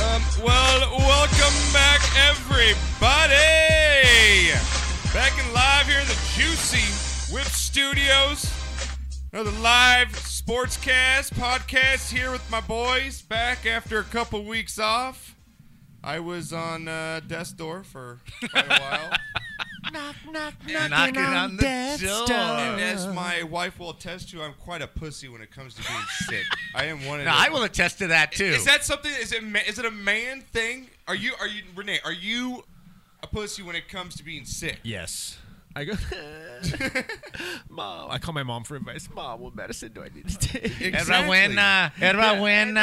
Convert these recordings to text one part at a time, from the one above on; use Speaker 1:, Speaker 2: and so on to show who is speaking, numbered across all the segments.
Speaker 1: Um, well, welcome back, everybody. Back in live here in the Juicy Whip Studios. Another live sportscast podcast here with my boys. Back after a couple weeks off. I was on uh, death's door for quite a while.
Speaker 2: knock, knock,
Speaker 3: knocking on the door.
Speaker 1: And as my wife will attest to, I'm quite a pussy when it comes to being sick. I am one of
Speaker 3: Now,
Speaker 1: those-
Speaker 3: I will attest to that too.
Speaker 1: Is that something? Is it ma- is it a man thing? Are you are you Renee? Are you a pussy when it comes to being sick?
Speaker 2: Yes. I go, Mom. I call my mom for advice. Mom, what medicine do I need to take?
Speaker 3: Era when, uh, era when, uh,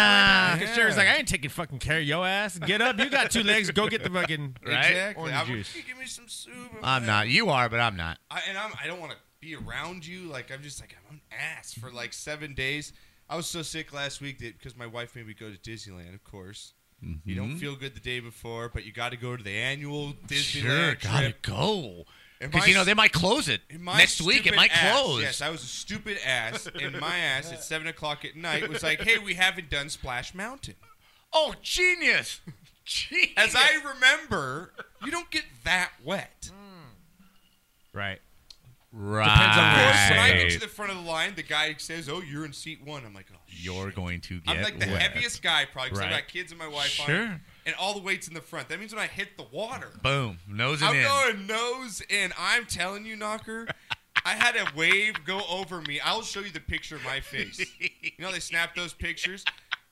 Speaker 1: Yeah.
Speaker 2: Sure, it's like I ain't taking fucking care of your ass. Get up, you got two legs. Go get the fucking
Speaker 3: Right?
Speaker 1: Exactly.
Speaker 2: Orange
Speaker 1: I'm,
Speaker 2: juice.
Speaker 1: "Can you Give me some soup.
Speaker 3: I'm not. You are, but I'm not.
Speaker 1: I, and I'm, I don't want to be around you. Like I'm just like I'm an ass for like seven days. I was so sick last week that because my wife made me go to Disneyland. Of course, you don't
Speaker 3: Mm-hmm.
Speaker 1: feel good the day before, but you got to go to the annual
Speaker 3: Sure,
Speaker 1: Disneyland
Speaker 3: gotta
Speaker 1: trip.
Speaker 3: go.
Speaker 1: And
Speaker 3: Because
Speaker 1: my
Speaker 3: you know they
Speaker 1: s-
Speaker 3: might close it
Speaker 1: And my
Speaker 3: next week. It
Speaker 1: stupid
Speaker 3: might
Speaker 1: ass-
Speaker 3: close.
Speaker 1: Yes, I was a stupid ass, and my ass at seven o'clock at night was like, "Hey, we haven't done Splash Mountain."
Speaker 3: oh, genius! genius. Mm.
Speaker 1: As I remember, you don't get that wet.
Speaker 2: right.
Speaker 3: right.
Speaker 1: Of course, when I get to the front of the line, the guy says, "Oh, you're in seat one." I'm like, "Oh,
Speaker 3: You're going to get
Speaker 1: I'm like the
Speaker 3: wet.
Speaker 1: heaviest guy probably because I
Speaker 2: Right.
Speaker 1: got kids and my wife on, it,
Speaker 3: Sure.
Speaker 1: and all the weight's in the front. That means when I hit the water,
Speaker 3: Boom, nose and
Speaker 1: I'm
Speaker 3: in.
Speaker 1: going nose in. I'm telling you, Knocker, I had a wave go over me. I'll show you the picture of my face. You know they snap those pictures.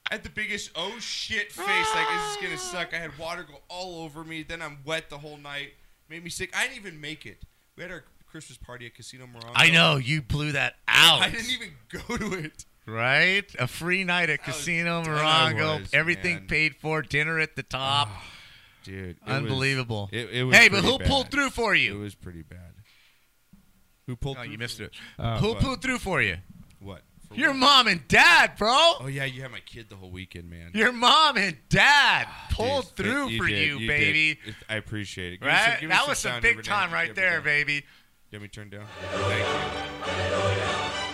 Speaker 1: I had the biggest oh shit face. Like this is gonna suck. I had water go all over me. Then I'm wet the whole night. Made me sick. I didn't even make it. We had our Christmas party at Casino Morocco.
Speaker 3: I know you blew that out.
Speaker 1: I didn't even go to it.
Speaker 3: Right? A free night at
Speaker 1: How
Speaker 3: Casino
Speaker 1: dumb I
Speaker 3: Morongo.
Speaker 1: was,
Speaker 3: Everything
Speaker 1: man. Ah,
Speaker 3: paid for. Dinner at the top.
Speaker 1: Dude,
Speaker 3: Unbelievable.
Speaker 1: it- it was
Speaker 3: hey, but
Speaker 1: pretty
Speaker 3: who pulled
Speaker 1: bad.
Speaker 3: through for
Speaker 1: It
Speaker 3: you?
Speaker 1: was pretty bad. Who pulled?
Speaker 3: Oh,
Speaker 1: through
Speaker 3: you
Speaker 1: for
Speaker 3: missed
Speaker 1: me?
Speaker 3: it. who
Speaker 1: what?
Speaker 3: pulled through for you?
Speaker 1: What? For
Speaker 3: Your
Speaker 1: what?
Speaker 3: mom and dad, bro.
Speaker 1: Oh yeah, you had my kid the whole weekend, man. Ah,
Speaker 3: Your mom and dad pulled
Speaker 1: Dude,
Speaker 3: through
Speaker 1: you
Speaker 3: for
Speaker 1: did,
Speaker 3: you,
Speaker 1: did.
Speaker 3: baby.
Speaker 1: It- I appreciate it. Give me some-
Speaker 3: Right?
Speaker 1: give me
Speaker 3: that was some
Speaker 1: sound
Speaker 3: big
Speaker 1: over
Speaker 3: time right
Speaker 1: Give me
Speaker 3: there,
Speaker 1: that.
Speaker 3: baby.
Speaker 1: Let me turn down. Thank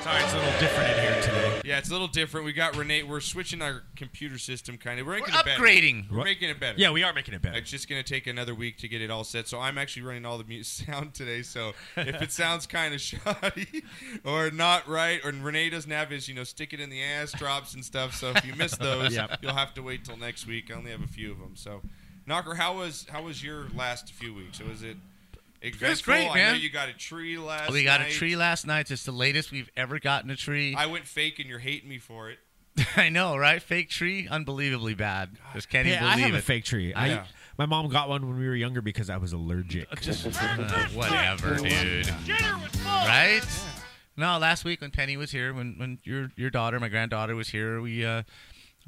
Speaker 2: Sorry, it's a little different in here today.
Speaker 1: you. Yeah, it's a little different. We got Renee. We're switching our computer system, kind of. We're, making
Speaker 3: We're
Speaker 1: it better.
Speaker 3: upgrading.
Speaker 1: We're
Speaker 2: What?
Speaker 1: making it better.
Speaker 2: Yeah, we are making it better.
Speaker 1: It's just gonna take another week to get it all set. So I'm actually running all the mu- sound today. So if it sounds kind of shoddy or not right, or Renee doesn't have his, you know, stick it in the ass drops and stuff. So if you miss those,
Speaker 2: Yep.
Speaker 1: you'll have to wait till next week. I only have a few of them. So, Knocker, how was how was your last few weeks? Was it eventful?
Speaker 3: great,
Speaker 1: I know
Speaker 3: man.
Speaker 1: you got a tree last.
Speaker 3: We got a
Speaker 1: night.
Speaker 3: tree last night. It's the latest we've ever gotten a tree. I,
Speaker 1: I went fake, and you're hating me for it.
Speaker 3: know, right? Fake tree, unbelievably bad. Just can't
Speaker 2: Hey,
Speaker 3: even
Speaker 2: I
Speaker 3: believe
Speaker 2: have
Speaker 3: it.
Speaker 2: a fake tree.
Speaker 1: Yeah.
Speaker 2: I my mom got one when we were younger because I was allergic.
Speaker 3: Uh, whatever, dude. Right? No, last week when Penny was here, when when your your daughter, my granddaughter was here, we uh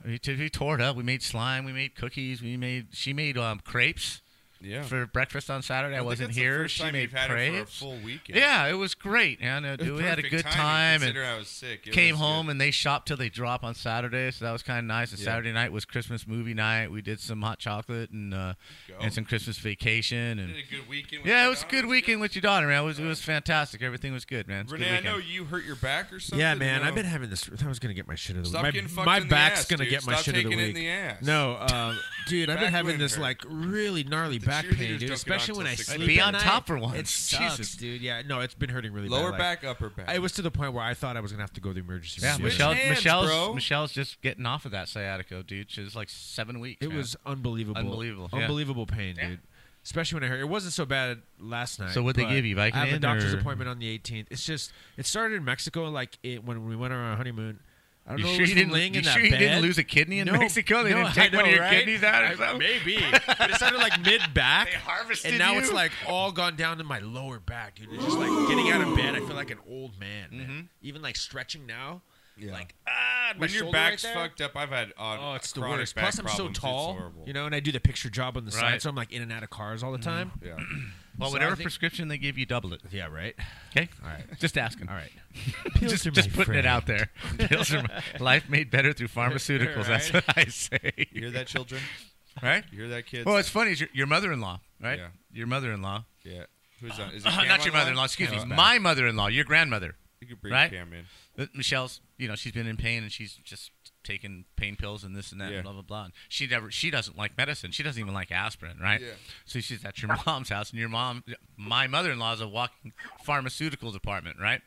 Speaker 3: we, t- we tore it up. We made slime, we made cookies, we made she made um crepes
Speaker 1: Yeah.
Speaker 3: for breakfast on Saturday. I,
Speaker 1: think
Speaker 3: wasn't
Speaker 1: that's the
Speaker 3: here.
Speaker 1: first
Speaker 3: She
Speaker 1: time
Speaker 3: made
Speaker 1: you've had it for a
Speaker 3: crepes.
Speaker 1: full weekend.
Speaker 3: yeah, it was great, man. Uh, dude, we had a
Speaker 1: Perfect
Speaker 3: good
Speaker 1: timing,
Speaker 3: time and
Speaker 1: considering I was sick. It
Speaker 3: came
Speaker 1: was good.
Speaker 3: home and they shop till they drop on Saturday, so that was kind of nice. And
Speaker 1: Yeah.
Speaker 3: Saturday night was Christmas movie night. We did some hot chocolate and uh,
Speaker 1: Go.
Speaker 3: and some Christmas vacation and
Speaker 1: Did a good weekend. with
Speaker 3: yeah,
Speaker 1: your
Speaker 3: it was a
Speaker 1: daughter.
Speaker 3: good weekend with your daughter, man. It was, it was fantastic. Everything was good, man. It's a good
Speaker 1: Renee, I know
Speaker 3: weekend.
Speaker 1: you hurt your back or something.
Speaker 2: Yeah, man,
Speaker 1: you know.
Speaker 2: I've been having this. I was gonna get my shit of the
Speaker 1: Stop
Speaker 2: week.
Speaker 1: getting fucked
Speaker 2: My, my
Speaker 1: in the
Speaker 2: back's
Speaker 1: ass,
Speaker 2: gonna
Speaker 1: dude.
Speaker 2: get my
Speaker 1: Stop
Speaker 2: shit of the
Speaker 1: taking it
Speaker 2: week.
Speaker 1: in the ass.
Speaker 2: No, uh, dude, I've
Speaker 1: Back
Speaker 2: been having
Speaker 1: wind
Speaker 2: this
Speaker 1: hurt.
Speaker 2: like really gnarly back
Speaker 1: cheerleaders
Speaker 2: pain,
Speaker 1: don't
Speaker 2: dude.
Speaker 1: get
Speaker 2: Especially
Speaker 1: on
Speaker 2: when
Speaker 1: till
Speaker 2: I
Speaker 1: six
Speaker 2: sleep
Speaker 3: Be
Speaker 2: at
Speaker 3: on
Speaker 2: night.
Speaker 3: top for once.
Speaker 2: It sucks,
Speaker 3: Jesus.
Speaker 2: dude. Yeah, no, it's been hurting really
Speaker 1: lower
Speaker 2: bad. like-
Speaker 1: back, upper back.
Speaker 2: It was to the point where I thought I was gonna have to go to the emergency
Speaker 3: Yeah,
Speaker 2: room.
Speaker 1: Switch
Speaker 3: Michelle,
Speaker 1: hands,
Speaker 3: Michelle's
Speaker 1: bro.
Speaker 3: Michelle's just getting off of that sciatica, dude. She's like seven weeks.
Speaker 2: It
Speaker 3: man.
Speaker 2: was unbelievable.
Speaker 3: Unbelievable, yeah.
Speaker 2: Unbelievable pain, dude. Especially when I hurt. It wasn't so bad last night.
Speaker 3: So what'd they
Speaker 2: but
Speaker 3: give you, Vicodin
Speaker 2: I have a doctor's
Speaker 3: or-
Speaker 2: appointment on the 18th. It's just it started in Mexico, like it when we went on our honeymoon. I don't
Speaker 3: You
Speaker 2: know.
Speaker 3: sure
Speaker 2: it was
Speaker 3: you
Speaker 2: from
Speaker 3: didn't-
Speaker 2: laying
Speaker 3: you
Speaker 2: in
Speaker 3: sure
Speaker 2: that
Speaker 3: you didn't
Speaker 2: bed.
Speaker 3: lose a kidney in
Speaker 2: No,
Speaker 3: Mexico? They
Speaker 2: no,
Speaker 3: didn't
Speaker 2: I
Speaker 3: take one of
Speaker 2: know,
Speaker 3: your
Speaker 2: right?
Speaker 3: kidneys out or
Speaker 2: I-
Speaker 3: something?
Speaker 2: Maybe, but it started like mid back.
Speaker 3: They harvested
Speaker 2: and now
Speaker 3: you?
Speaker 2: it's like all gone down to my lower back, dude. It's just like getting out of bed. I feel like an old man. man.
Speaker 3: Mm-hmm.
Speaker 2: Even like stretching now, like ah, my
Speaker 1: when your
Speaker 2: shoulder
Speaker 1: back's
Speaker 2: right there.
Speaker 1: fucked up, I've had odd,
Speaker 2: Oh, it's the
Speaker 1: chronic
Speaker 2: worst.
Speaker 1: back
Speaker 2: Plus, I'm so
Speaker 1: problems. It's
Speaker 2: tall,
Speaker 1: horrible.
Speaker 2: you know, and I do the picture job on the side,
Speaker 3: Right.
Speaker 2: so I'm like in and out of cars all the time.
Speaker 1: Mm-hmm. Yeah.
Speaker 3: Well,
Speaker 2: So I
Speaker 3: whatever
Speaker 2: think-
Speaker 3: prescription they give you, double it.
Speaker 2: Yeah, right.
Speaker 3: Okay.
Speaker 2: All right.
Speaker 3: Just asking.
Speaker 2: All right.
Speaker 3: just just putting it out there. Pills are my, life made better through pharmaceuticals. That's what I say.
Speaker 1: You hear that, children?
Speaker 3: Right.
Speaker 1: You hear that, kids?
Speaker 3: Well, it's funny. Is your, your mother-in-law, right?
Speaker 1: Yeah.
Speaker 3: Your mother-in-law.
Speaker 1: yeah. Who's on? Is it Cam on
Speaker 3: Not your
Speaker 1: the line?
Speaker 3: mother-in-law. Excuse
Speaker 1: Cam's
Speaker 3: me.
Speaker 1: back.
Speaker 3: My mother-in-law. Your grandmother.
Speaker 1: You could bring
Speaker 3: right?
Speaker 1: Cam in.
Speaker 3: Uh, Michelle's, you know, she's been in pain and she's just taking pain pills and this and that
Speaker 1: Yeah.
Speaker 3: and blah blah blah. And she never, she doesn't like medicine. She doesn't even like aspirin, right?
Speaker 1: Yeah.
Speaker 3: So she's at your mom's house, and your mom, my mother-in-law, is a walking pharmaceutical department, right?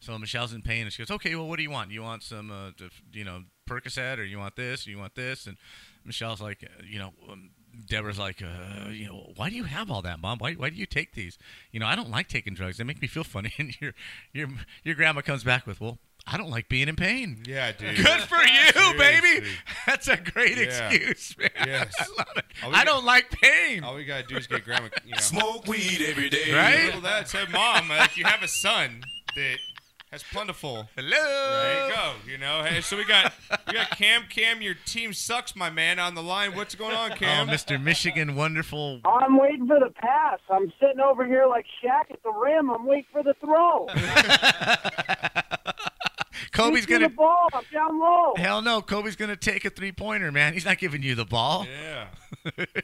Speaker 3: So Michelle's in pain, and she goes, "Okay, well, what do you want? You want some, uh, def- you know, Percocet, or you want this, or you want this?" And Michelle's like, uh, you know. Um, Deborah's like, uh, you know, why do you have all that, mom? Why, why do you take these? You know, I don't like taking drugs. They make me feel funny. And your your your grandma comes back with, well, I don't like being in pain.
Speaker 1: Yeah, dude.
Speaker 3: Good for you, baby.
Speaker 1: Seriously.
Speaker 3: That's a great
Speaker 1: Yeah.
Speaker 3: excuse, man.
Speaker 1: Yes.
Speaker 3: I love it.
Speaker 1: Are we
Speaker 3: I
Speaker 1: gonna-
Speaker 3: don't like pain.
Speaker 1: All we gotta do is get grandma. You know.
Speaker 4: Smoke weed every day.
Speaker 3: Right?
Speaker 1: Well, that's her mom. Like you have a son that has plentiful. There
Speaker 3: Hello.
Speaker 1: you go. You know. Hey, so we got we got Cam. Cam, your team sucks, my man. On the line. What's going on,
Speaker 3: Oh,
Speaker 1: Cam?
Speaker 3: Mr. Michigan, wonderful.
Speaker 5: I'm waiting for the pass. I'm sitting over here like Shaq at the rim. I'm waiting for the throw.
Speaker 3: Kobe's
Speaker 5: Give me
Speaker 3: gonna.
Speaker 5: the ball. I'm down low.
Speaker 3: Hell no, Kobe's gonna take a three pointer, man. He's not giving you the ball.
Speaker 1: yeah.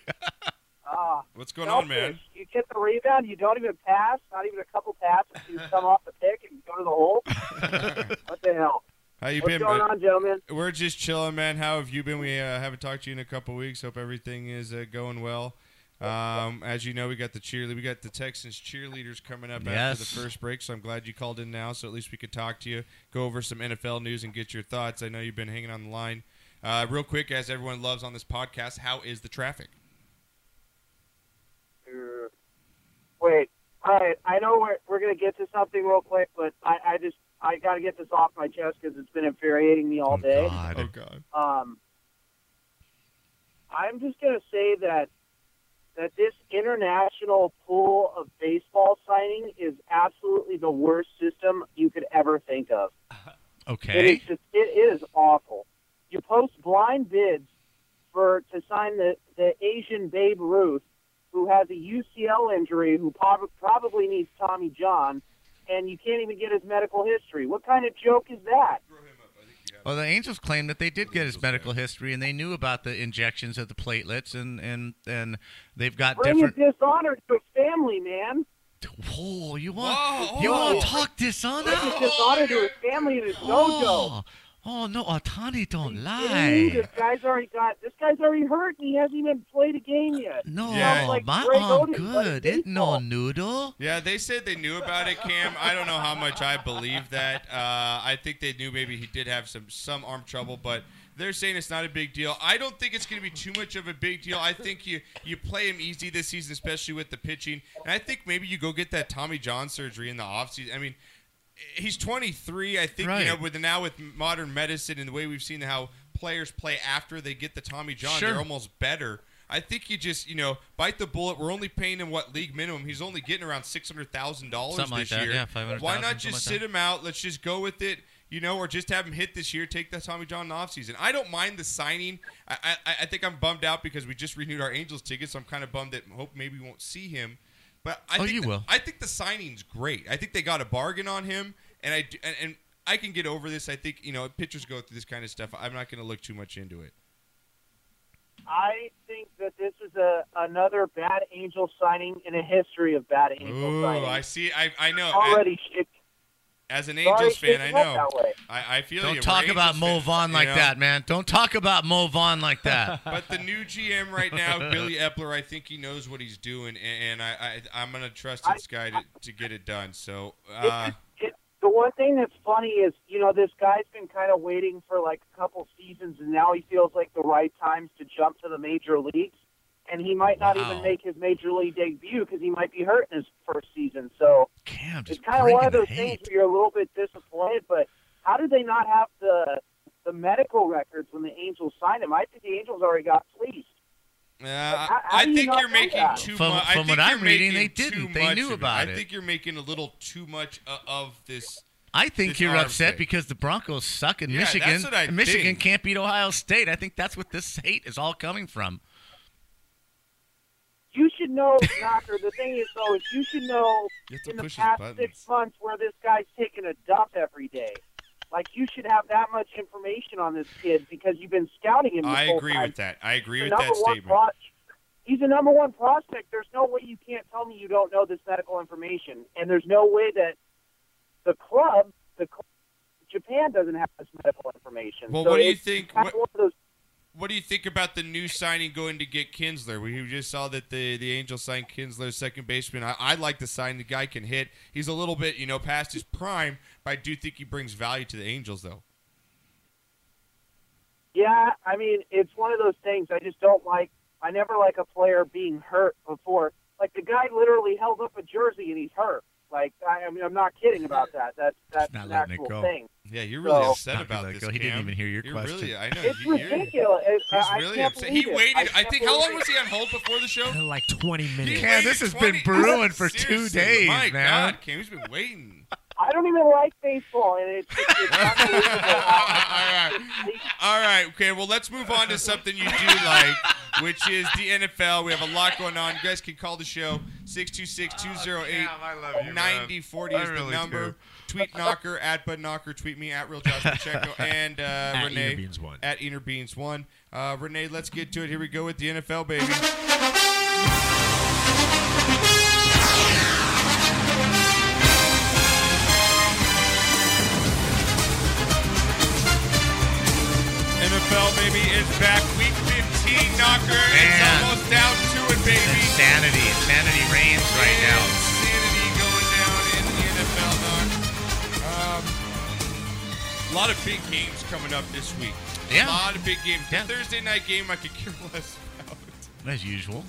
Speaker 5: Ah,
Speaker 1: What's going on,
Speaker 5: selfish.
Speaker 1: man?
Speaker 5: You get the rebound. You don't even pass. Not even a couple passes. You come off the pick and go to the hole. what the hell?
Speaker 1: How you
Speaker 5: What's
Speaker 1: been?
Speaker 5: going
Speaker 1: bud?
Speaker 5: on, gentlemen?
Speaker 1: We're just chilling, man. How have you been? We uh, haven't talked to you in a couple weeks. Hope everything is uh, going well. Um, as you know, we got the cheerle- we got the Texans cheerleaders coming up after the
Speaker 3: Yes.
Speaker 1: first break. So I'm glad you called in now, so at least we could talk to you, go over some NFL news, and get your thoughts. I know you've been hanging on the line. Uh, real quick, as everyone loves on this podcast, how is the traffic?
Speaker 5: Uh, Wait. All right. I know we're, we're going to get to something real quick, but I, I just I got to get this off my chest because it's been infuriating me all
Speaker 3: Oh,
Speaker 5: day.
Speaker 3: God.
Speaker 1: Oh God,
Speaker 5: Um, I'm just going to say that that this international pool of baseball signing is absolutely the worst system you could ever think of. It is
Speaker 3: Okay.
Speaker 5: just, it is awful. You post blind bids for to sign the the Asian Babe Ruth, who has a UCL injury, who prob- probably needs Tommy John, and you can't even get his medical history. What kind of joke is that?
Speaker 3: Well, the Angels claim that they did get his medical history and they knew about the injections of the platelets and and and they've got
Speaker 5: Bringing
Speaker 3: different.
Speaker 5: dishonor to his family, man.
Speaker 3: Whoa, you want
Speaker 1: Whoa,
Speaker 3: you
Speaker 1: whoa.
Speaker 3: want to talk this on?
Speaker 5: This is dishonor to his family and his dojo.
Speaker 3: Oh, oh no, Otani, don't
Speaker 5: Ooh,
Speaker 3: lie.
Speaker 5: This guy's already got. This guy's already hurt, and he hasn't even played a game yet.
Speaker 3: No,
Speaker 1: Yeah.
Speaker 5: Like
Speaker 3: Oh, my
Speaker 5: Greg
Speaker 3: arm
Speaker 5: Oden played
Speaker 3: good. It no
Speaker 5: baseball.
Speaker 3: noodle.
Speaker 1: yeah, they said they knew about it, Cam. I don't know how much I believe that. Uh, I think they knew maybe he did have some some arm trouble, but they're saying it's not a big deal. I don't think it's going to be too much of a big deal. I think you you play him easy this season, especially with the pitching, and I think maybe you go get that Tommy John surgery in the offseason. I mean. He's 23. I think you know
Speaker 3: Right.
Speaker 1: with now with modern medicine and the way we've seen how players play after they get the Tommy John,
Speaker 3: Sure.
Speaker 1: they're almost better. I think you just you know bite the bullet. We're only paying him what league minimum. He's only getting around six hundred thousand dollars this
Speaker 3: Something like that,
Speaker 1: year.
Speaker 3: yeah, 500,000,
Speaker 1: Why not
Speaker 3: something
Speaker 1: just
Speaker 3: like
Speaker 1: sit him out? Let's just go with it. You know, or just have him hit this year. Take that Tommy John in the offseason. I don't mind the signing. I, I I think I'm bummed out because we just renewed our Angels tickets. So I'm kind of bummed that hope maybe we won't see him. But I
Speaker 3: Oh,
Speaker 1: think
Speaker 3: you
Speaker 1: the-
Speaker 3: will.
Speaker 1: I think the signing's great. I think they got a bargain on him, and I d- and, and I can get over this. I think you know pitchers go through this kind of stuff. I'm not going to look too much into it.
Speaker 5: I think that this is a another bad angel signing in a history of bad angel
Speaker 1: Ooh,
Speaker 5: signings.
Speaker 1: I see. I I know.
Speaker 5: Already, shit-
Speaker 1: As an
Speaker 5: already
Speaker 1: Angels fan, I
Speaker 5: shaping up
Speaker 1: know.
Speaker 5: that way.
Speaker 1: I, I feel you.
Speaker 3: Don't
Speaker 1: We're
Speaker 3: talk about
Speaker 1: Angels
Speaker 3: Mo
Speaker 1: fans,
Speaker 3: Vaughn
Speaker 1: you
Speaker 3: like
Speaker 1: know?
Speaker 3: that, man. Don't talk about Mo Vaughn like that.
Speaker 1: But the new GM right now, Billy Epler, I think he knows what he's doing, and, and I, I I'm gonna trust this guy to, to get it done. So
Speaker 5: It's
Speaker 1: uh,
Speaker 5: just- it- the one thing that's funny is, you know, this guy's been kind of waiting for like a couple seasons, and now he feels like the right times to jump to the major leagues, and he might not
Speaker 3: Wow.
Speaker 5: even make his major league debut because he might be hurt in his first season. So
Speaker 3: Cam,
Speaker 5: it's
Speaker 3: just
Speaker 5: kind of one
Speaker 3: bringing
Speaker 5: of
Speaker 3: the
Speaker 5: those things
Speaker 3: hate.
Speaker 5: where you're a little bit disappointed. But how did they not have the the medical records when the Angels signed him? I think the Angels already got fleeced.
Speaker 1: uh,
Speaker 5: how
Speaker 1: I
Speaker 5: do you
Speaker 1: think
Speaker 5: not
Speaker 1: you're
Speaker 5: know
Speaker 1: making
Speaker 5: that?
Speaker 1: too
Speaker 3: From-
Speaker 1: much. I
Speaker 3: from
Speaker 1: think
Speaker 3: what
Speaker 1: you're
Speaker 3: I'm reading, they
Speaker 1: making too
Speaker 3: didn't. They
Speaker 1: much
Speaker 3: knew
Speaker 1: of
Speaker 3: about
Speaker 1: I
Speaker 3: it.
Speaker 1: think you're making a little too much uh, of this.
Speaker 3: I think
Speaker 1: This
Speaker 3: you're
Speaker 1: arm
Speaker 3: upset
Speaker 1: thing.
Speaker 3: because the Broncos suck in
Speaker 1: Yeah, that's
Speaker 3: Michigan.
Speaker 1: what I
Speaker 3: and Michigan
Speaker 1: think.
Speaker 3: can't beat Ohio State. I think that's what this hate is all coming from.
Speaker 5: You should know, Knocker. The thing is, though, is you should know
Speaker 1: You have to
Speaker 5: in the
Speaker 1: push his
Speaker 5: past
Speaker 1: buttons.
Speaker 5: six months where this guy's taking a dump every day. Like you should have that much information on this kid because you've been scouting him. This
Speaker 1: I
Speaker 5: whole
Speaker 1: agree
Speaker 5: time.
Speaker 1: with that. I agree
Speaker 5: The
Speaker 1: with
Speaker 5: number
Speaker 1: that
Speaker 5: one
Speaker 1: statement.
Speaker 5: pros- He's a number one prospect. There's no way you can't tell me you don't know this medical information, and there's no way that the club, the club, Japan doesn't have this medical information.
Speaker 1: Well,
Speaker 5: So
Speaker 1: what do you
Speaker 5: it's
Speaker 1: think-
Speaker 5: kind of
Speaker 1: what-
Speaker 5: one of those
Speaker 1: What do you think about the new signing going to get Kinsler? We just saw that the the Angels signed Kinsler, second baseman. I, I'd like to sign the guy can hit. He's a little bit, you know, past his prime, but I do think he brings value to the Angels, though.
Speaker 5: Yeah, I mean, it's one of those things. I just don't like. I never like a player being hurt before. Like the guy literally held up a jersey and he's hurt. Like I, I mean, I'm not kidding about that. That's that's
Speaker 3: Not
Speaker 5: an
Speaker 3: letting it
Speaker 5: actual
Speaker 3: go.
Speaker 5: thing.
Speaker 1: Yeah, you're really
Speaker 5: So-
Speaker 1: upset
Speaker 3: Not
Speaker 1: about
Speaker 3: gonna
Speaker 1: this.
Speaker 3: go. He didn't
Speaker 1: Cam.
Speaker 3: even hear your
Speaker 1: you're
Speaker 3: question.
Speaker 1: Really, I know.
Speaker 5: It's
Speaker 1: you- you're-
Speaker 5: ridiculous. It-
Speaker 1: He's
Speaker 5: I, I
Speaker 1: really
Speaker 5: can't
Speaker 1: upset.
Speaker 5: believe
Speaker 1: He
Speaker 5: it.
Speaker 1: waited. I,
Speaker 5: can't
Speaker 1: think. How
Speaker 5: believe
Speaker 1: long
Speaker 5: it.
Speaker 1: was he on hold before the show?
Speaker 2: like 20
Speaker 1: He
Speaker 2: minutes.
Speaker 3: Yeah, this
Speaker 1: waited
Speaker 3: has been
Speaker 1: 20
Speaker 3: brewing for two
Speaker 1: Seriously,
Speaker 3: days,
Speaker 1: My
Speaker 3: man.
Speaker 1: God, Cam, he's been waiting.
Speaker 5: I don't even like baseball, and it's, it's, it's not
Speaker 1: all
Speaker 5: believable.
Speaker 1: right. All right. Okay. Well, let's move on to something you do like, which is the NFL. We have a lot going on. You guys can call the show 626 208
Speaker 3: love
Speaker 1: 9040 is
Speaker 3: I really
Speaker 1: the number.
Speaker 3: do.
Speaker 1: Tweet Knocker at Bud Knocker. Tweet me at Real Josh Pacheco and uh,
Speaker 2: At
Speaker 1: Renee
Speaker 2: Eaterbeans one.
Speaker 1: at Interbeans1. Uh, Renee, let's get to it. Here we go with the NFL, baby. NFL, baby, is back. Week 15, Knocker.
Speaker 3: Man.
Speaker 1: It's almost down to it, baby.
Speaker 3: Insanity, insanity reigns right now.
Speaker 1: Insanity going down in the NFL, Doc. Um, a lot of big games coming up this week. A
Speaker 3: Yeah.
Speaker 1: lot of big games. The
Speaker 3: Yeah.
Speaker 1: Thursday night game I could care less about.
Speaker 3: As usual.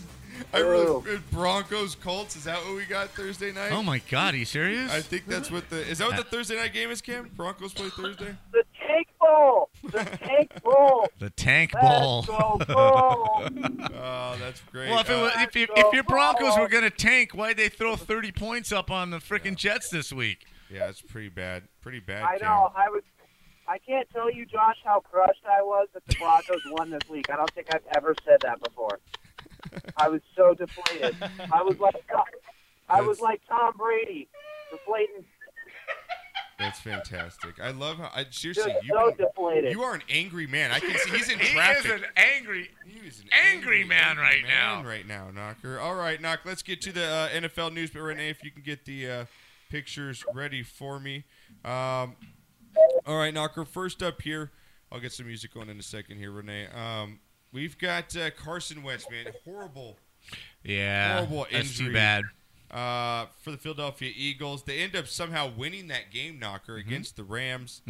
Speaker 1: I really,
Speaker 5: Oh.
Speaker 1: Broncos Colts, is that what we got Thursday night?
Speaker 3: Oh my God, are you serious? Uh,
Speaker 1: I think that's what the is that what the Thursday night game is, Cam? Broncos play Thursday?
Speaker 5: The tank bowl. The tank bowl.
Speaker 3: the Tank
Speaker 5: Let's go bowl.
Speaker 1: Oh, that's great.
Speaker 3: Well, if, it
Speaker 1: Uh,
Speaker 3: was, if, if, if your Broncos were gonna tank, why'd they throw 30 points up on the freaking Jets this week?
Speaker 1: yeah, it's pretty bad. Pretty bad.
Speaker 5: I
Speaker 1: Cam.
Speaker 5: know. I was. I can't tell you, Josh, how crushed I was that the Broncos won this week. I don't think I've ever said that before. I was so deflated. I was like, I was like Tom Brady, deflating,
Speaker 1: That's fantastic. I love how I,
Speaker 5: just
Speaker 1: seriously you
Speaker 5: so
Speaker 1: can-
Speaker 5: deflated.
Speaker 1: You are an angry man. I can see he's in traffic.
Speaker 3: angry.
Speaker 1: He is an
Speaker 3: angry man right
Speaker 1: man
Speaker 3: now.
Speaker 1: Right now, Knocker. All right, Knock. Let's get to the uh, NFL news. But Renee, if you can get the uh, pictures ready for me. Um, all right, Knocker. First up here, I'll get some music going in a second here, Renee. Um, we've got uh, Carson Wentz, man. Horrible
Speaker 3: Yeah,
Speaker 1: Horrible
Speaker 3: that's
Speaker 1: injury.
Speaker 3: too bad.
Speaker 1: uh, for the Philadelphia Eagles. They end up somehow winning that game, Knocker,
Speaker 3: Mm-hmm.
Speaker 1: against the Rams,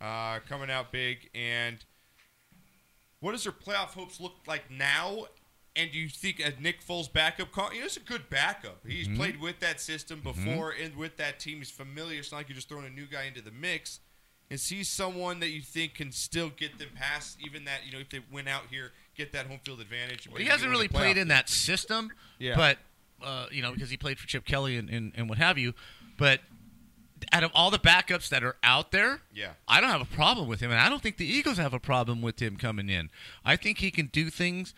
Speaker 1: uh, coming out big. And what does their playoff hopes look like now? And do you think a Nick Foles backup call? You know, it's a good backup. He's
Speaker 3: Mm-hmm.
Speaker 1: played with that system before and with that team. He's familiar. It's not like you're just throwing a new guy into the mix. Is he someone that you think can still get them past even that, you know, if they win out here, get that home field advantage?
Speaker 3: Well, he hasn't really played in that system,
Speaker 1: Yeah.
Speaker 3: but uh, you know because he played for Chip Kelly and, and, and what have you. But out of all the backups that are out there,
Speaker 1: Yeah.
Speaker 3: I don't have a problem with him, and I don't think the Eagles have a problem with him coming in. I think he can do things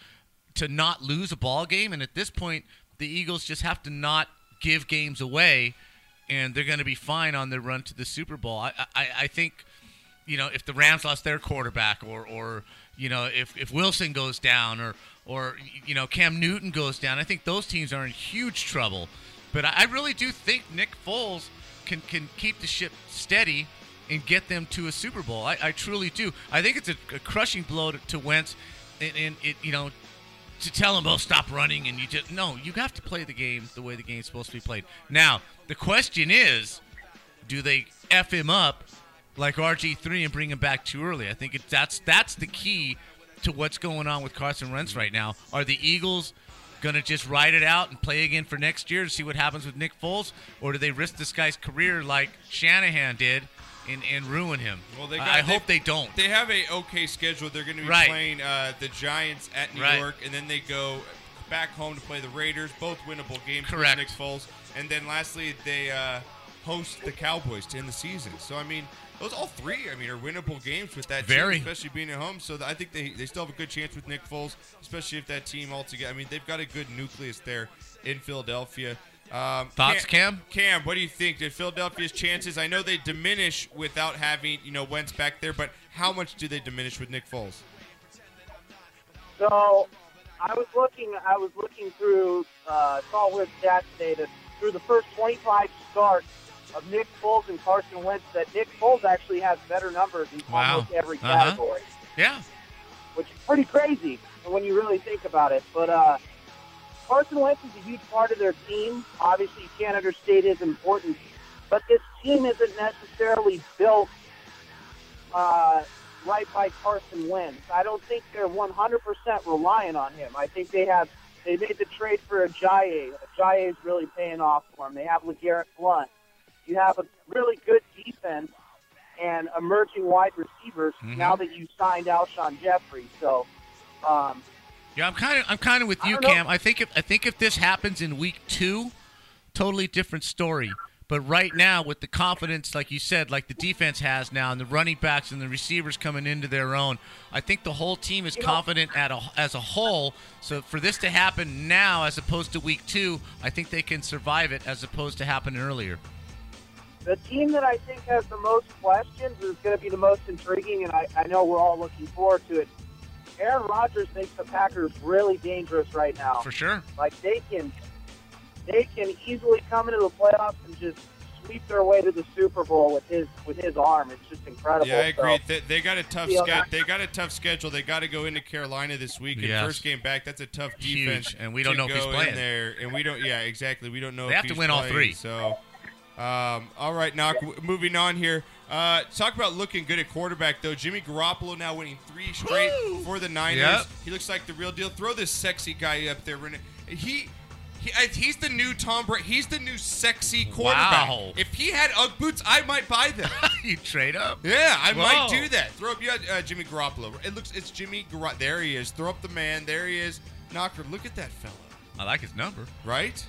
Speaker 3: to not lose a ball game, and at this point, the Eagles just have to not give games away, and they're going to be fine on their run to the Super Bowl. I, I, I think you know, if the Rams lost their quarterback, or or you know, if if Wilson goes down, or or you know, Cam Newton goes down, I think those teams are in huge trouble. But I, I really do think Nick Foles can can keep the ship steady and get them to a Super Bowl. I, I truly do. I think it's a, a crushing blow to, to Wentz, and, and it you know to tell them, oh, stop running, and you just no, you have to play the game the way the game's supposed to be played. Now, the question is, do they f him up like RG three and bring him back too early? I think it, that's that's the key to what's going on with Carson Wentz right now. Are the Eagles gonna just ride it out and play again for next year and see what happens with Nick Foles, or do they risk this guy's career like Shanahan did and, and ruin him?
Speaker 1: Well, they
Speaker 3: I-
Speaker 1: got-
Speaker 3: I hope they don't.
Speaker 1: They have a okay schedule. They're going to be
Speaker 3: Right.
Speaker 1: playing uh, the Giants at New
Speaker 3: Right.
Speaker 1: York, and then they go back home to play the Raiders. Both winnable games
Speaker 3: Correct.
Speaker 1: for Nick Foles. And then lastly, they uh, host the Cowboys to end the season. So I mean, Those all three, I mean, are winnable games with that
Speaker 3: Very.
Speaker 1: team, especially being at home. So th- I think they, they still have a good chance with Nick Foles, especially if that team all together. I mean, they've got a good nucleus there in Philadelphia. Um,
Speaker 3: Thoughts, Cam?
Speaker 1: Cam, what do you think? Did Philadelphia's chances? I know they diminish without having you know Wentz back there, but how much do they diminish with Nick Foles?
Speaker 5: So I was looking. I was looking through uh, Salt Lake stats data through the first 25 starts of Nick Foles and Carson Wentz. That Nick Foles actually has better numbers in
Speaker 3: Wow.
Speaker 5: almost every
Speaker 3: Uh-huh.
Speaker 5: category,
Speaker 3: Yeah.
Speaker 5: which is pretty crazy when you really think about it. But uh, Carson Wentz is a huge part of their team. Obviously, you can't understate his importance. But this team isn't necessarily built uh, right by Carson Wentz. I don't think they're 100% relying on him. I think they have they made the trade for Ajayi. Ajayi is really paying off for them. They have LeGarrette Blunt. You have a really good defense and emerging wide receivers
Speaker 3: Mhm.
Speaker 5: now that you signed Alshon Jeffrey. So. Um,
Speaker 3: Yeah, I'm kind of I'm kind of with
Speaker 5: I
Speaker 3: you,
Speaker 5: don't know.
Speaker 3: Cam. I think if I think if this happens in week two, totally different story. But right now, with the confidence, like you said, like the defense has now, and the running backs and the receivers coming into their own, I think the whole team is confident at a, as a whole. So for this to happen now, as opposed to week two, I think they can survive it, as opposed to happening earlier.
Speaker 5: The team that I think has the most questions is going to be the most intriguing, and I, I know we're all looking forward to it. Aaron Rodgers makes the Packers really dangerous right now.
Speaker 3: For sure.
Speaker 5: Like they can, they can easily come into the playoffs and just sweep their way to the Super Bowl with his with his arm. It's just incredible.
Speaker 1: Yeah, I agree.
Speaker 5: So,
Speaker 1: They, they got a tough
Speaker 5: Yeah.
Speaker 1: sched They got a tough schedule. They got to go into Carolina this week. And
Speaker 3: Yes.
Speaker 1: First game back. That's a tough
Speaker 3: Huge.
Speaker 1: defense,
Speaker 3: And we don't
Speaker 1: to
Speaker 3: know if he's
Speaker 1: go in
Speaker 3: playing.
Speaker 1: there. And we don't. Yeah, exactly. We don't know.
Speaker 3: They
Speaker 1: if
Speaker 3: have to
Speaker 1: he's
Speaker 3: win all
Speaker 1: playing,
Speaker 3: three.
Speaker 1: So, um, all right, knock. w- Moving on here. Uh, talk about looking good at quarterback though. Jimmy Garoppolo now winning three straight for the Niners.
Speaker 3: Yep.
Speaker 1: He looks like the real deal. Throw this sexy guy up there. Renee. He. He, I- he's the new Tom Brady. He's the new sexy quarterback.
Speaker 3: Wow.
Speaker 1: If he had UGG boots, I might buy them.
Speaker 3: you trade up.
Speaker 1: Yeah, I might
Speaker 3: Whoa.
Speaker 1: do that. Throw up you had, uh, Jimmy Garoppolo. It looks it's Jimmy Garoppolo. There he is. Throw up the man. There he is. Knocker. Look at that fella.
Speaker 3: I like his number.
Speaker 1: Right?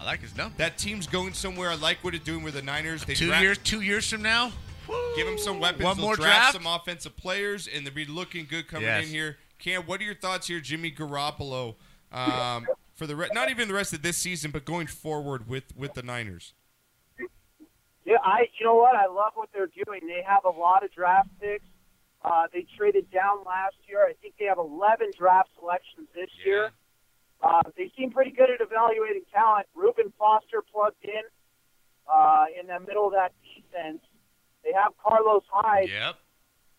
Speaker 3: I like his number.
Speaker 1: That team's going somewhere. I like what it's doing with the Niners. They
Speaker 3: two
Speaker 1: draft-
Speaker 3: years. Two years from now.
Speaker 1: Give him some weapons.
Speaker 3: One
Speaker 1: They'll
Speaker 3: more
Speaker 1: draft,
Speaker 3: draft?
Speaker 1: some offensive players, and they'll be looking good coming
Speaker 3: Yes.
Speaker 1: in here. Cam, what are your thoughts here, Jimmy Garoppolo, um, for the re- not even the rest of this season, but going forward with with the Niners?
Speaker 5: yeah, I you know what? I love what they're doing. They have a lot of draft picks. Uh, they traded down last year. I think they have 11 draft selections this year. Uh, they seem pretty good at evaluating talent. Reuben Foster plugged in uh, in the middle of that defense. They have Carlos Hyde.
Speaker 3: Yep.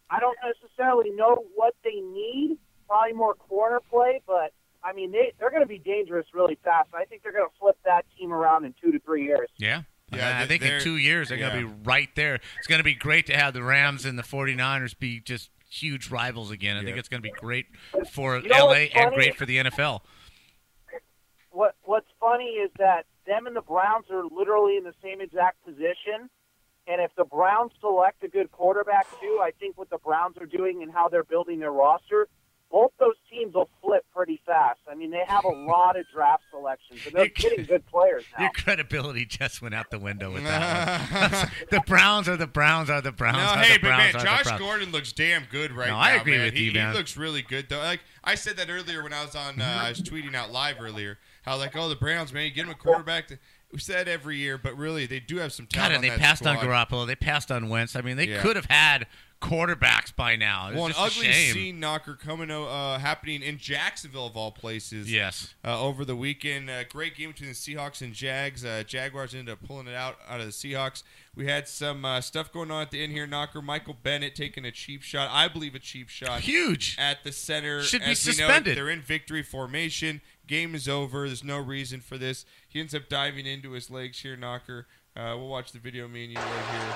Speaker 5: I don't necessarily know what they need. Probably more corner play, but I mean they they're going to be dangerous really fast. I think they're going to flip that team around in two to three years.
Speaker 3: Yeah.
Speaker 1: Yeah,
Speaker 3: Yeah, I
Speaker 1: th-
Speaker 3: think in
Speaker 1: they're-
Speaker 3: two years they're
Speaker 1: yeah.
Speaker 3: going to be right there. It's going to be great to have the Rams and the 49ers be just huge rivals again. I think
Speaker 1: Yeah.
Speaker 3: it's going to be great for
Speaker 5: You know
Speaker 3: LA
Speaker 5: what's
Speaker 3: and
Speaker 5: funny?
Speaker 3: great for the NFL.
Speaker 5: What what's funny is that them and the Browns are literally in the same exact position. And if the Browns select a good quarterback too, I think what the Browns are doing and how they're building their roster, both those teams will flip pretty fast. I mean, they have a lot of draft selections, and they're
Speaker 3: You can't-
Speaker 5: getting good players now.
Speaker 3: Your credibility just went out the window with that. one. the Browns are the Browns are the Browns.
Speaker 1: No,
Speaker 3: are
Speaker 1: hey,
Speaker 3: the
Speaker 1: but
Speaker 3: Browns
Speaker 1: man,
Speaker 3: are the
Speaker 1: Josh
Speaker 3: Browns.
Speaker 1: Gordon looks damn good right
Speaker 3: No,
Speaker 1: now.
Speaker 3: I agree
Speaker 1: man.
Speaker 3: with
Speaker 1: he,
Speaker 3: you, man.
Speaker 1: He looks really good though. Like I said that earlier when I was on, uh, I was tweeting out live earlier how like, oh, the Browns, man, you get them a quarterback. We said every year, but really they do have some
Speaker 3: God,
Speaker 1: talent.
Speaker 3: and they
Speaker 1: on that
Speaker 3: passed on
Speaker 1: squad.
Speaker 3: Garoppolo. They passed on Wentz. I mean, they
Speaker 1: Yeah.
Speaker 3: could have had quarterbacks by now. It's
Speaker 1: Well, an
Speaker 3: just a
Speaker 1: ugly
Speaker 3: shame.
Speaker 1: scene knocker coming uh, happening in Jacksonville of all places.
Speaker 3: Yes.
Speaker 1: uh, over the weekend. Uh, great game between the Seahawks and Jags. Uh, Jaguars ended up pulling it out out of the Seahawks. We had some uh, stuff going on at the end here. Knocker Michael Bennett taking a cheap shot. I believe a cheap shot.
Speaker 3: Huge.
Speaker 1: at the center.
Speaker 3: Should be
Speaker 1: As we know,
Speaker 3: suspended.
Speaker 1: they're in victory formation. Game is over. There's no reason for this. He ends up diving into his legs here, Knocker. Uh, we'll watch the video. Me and you right here.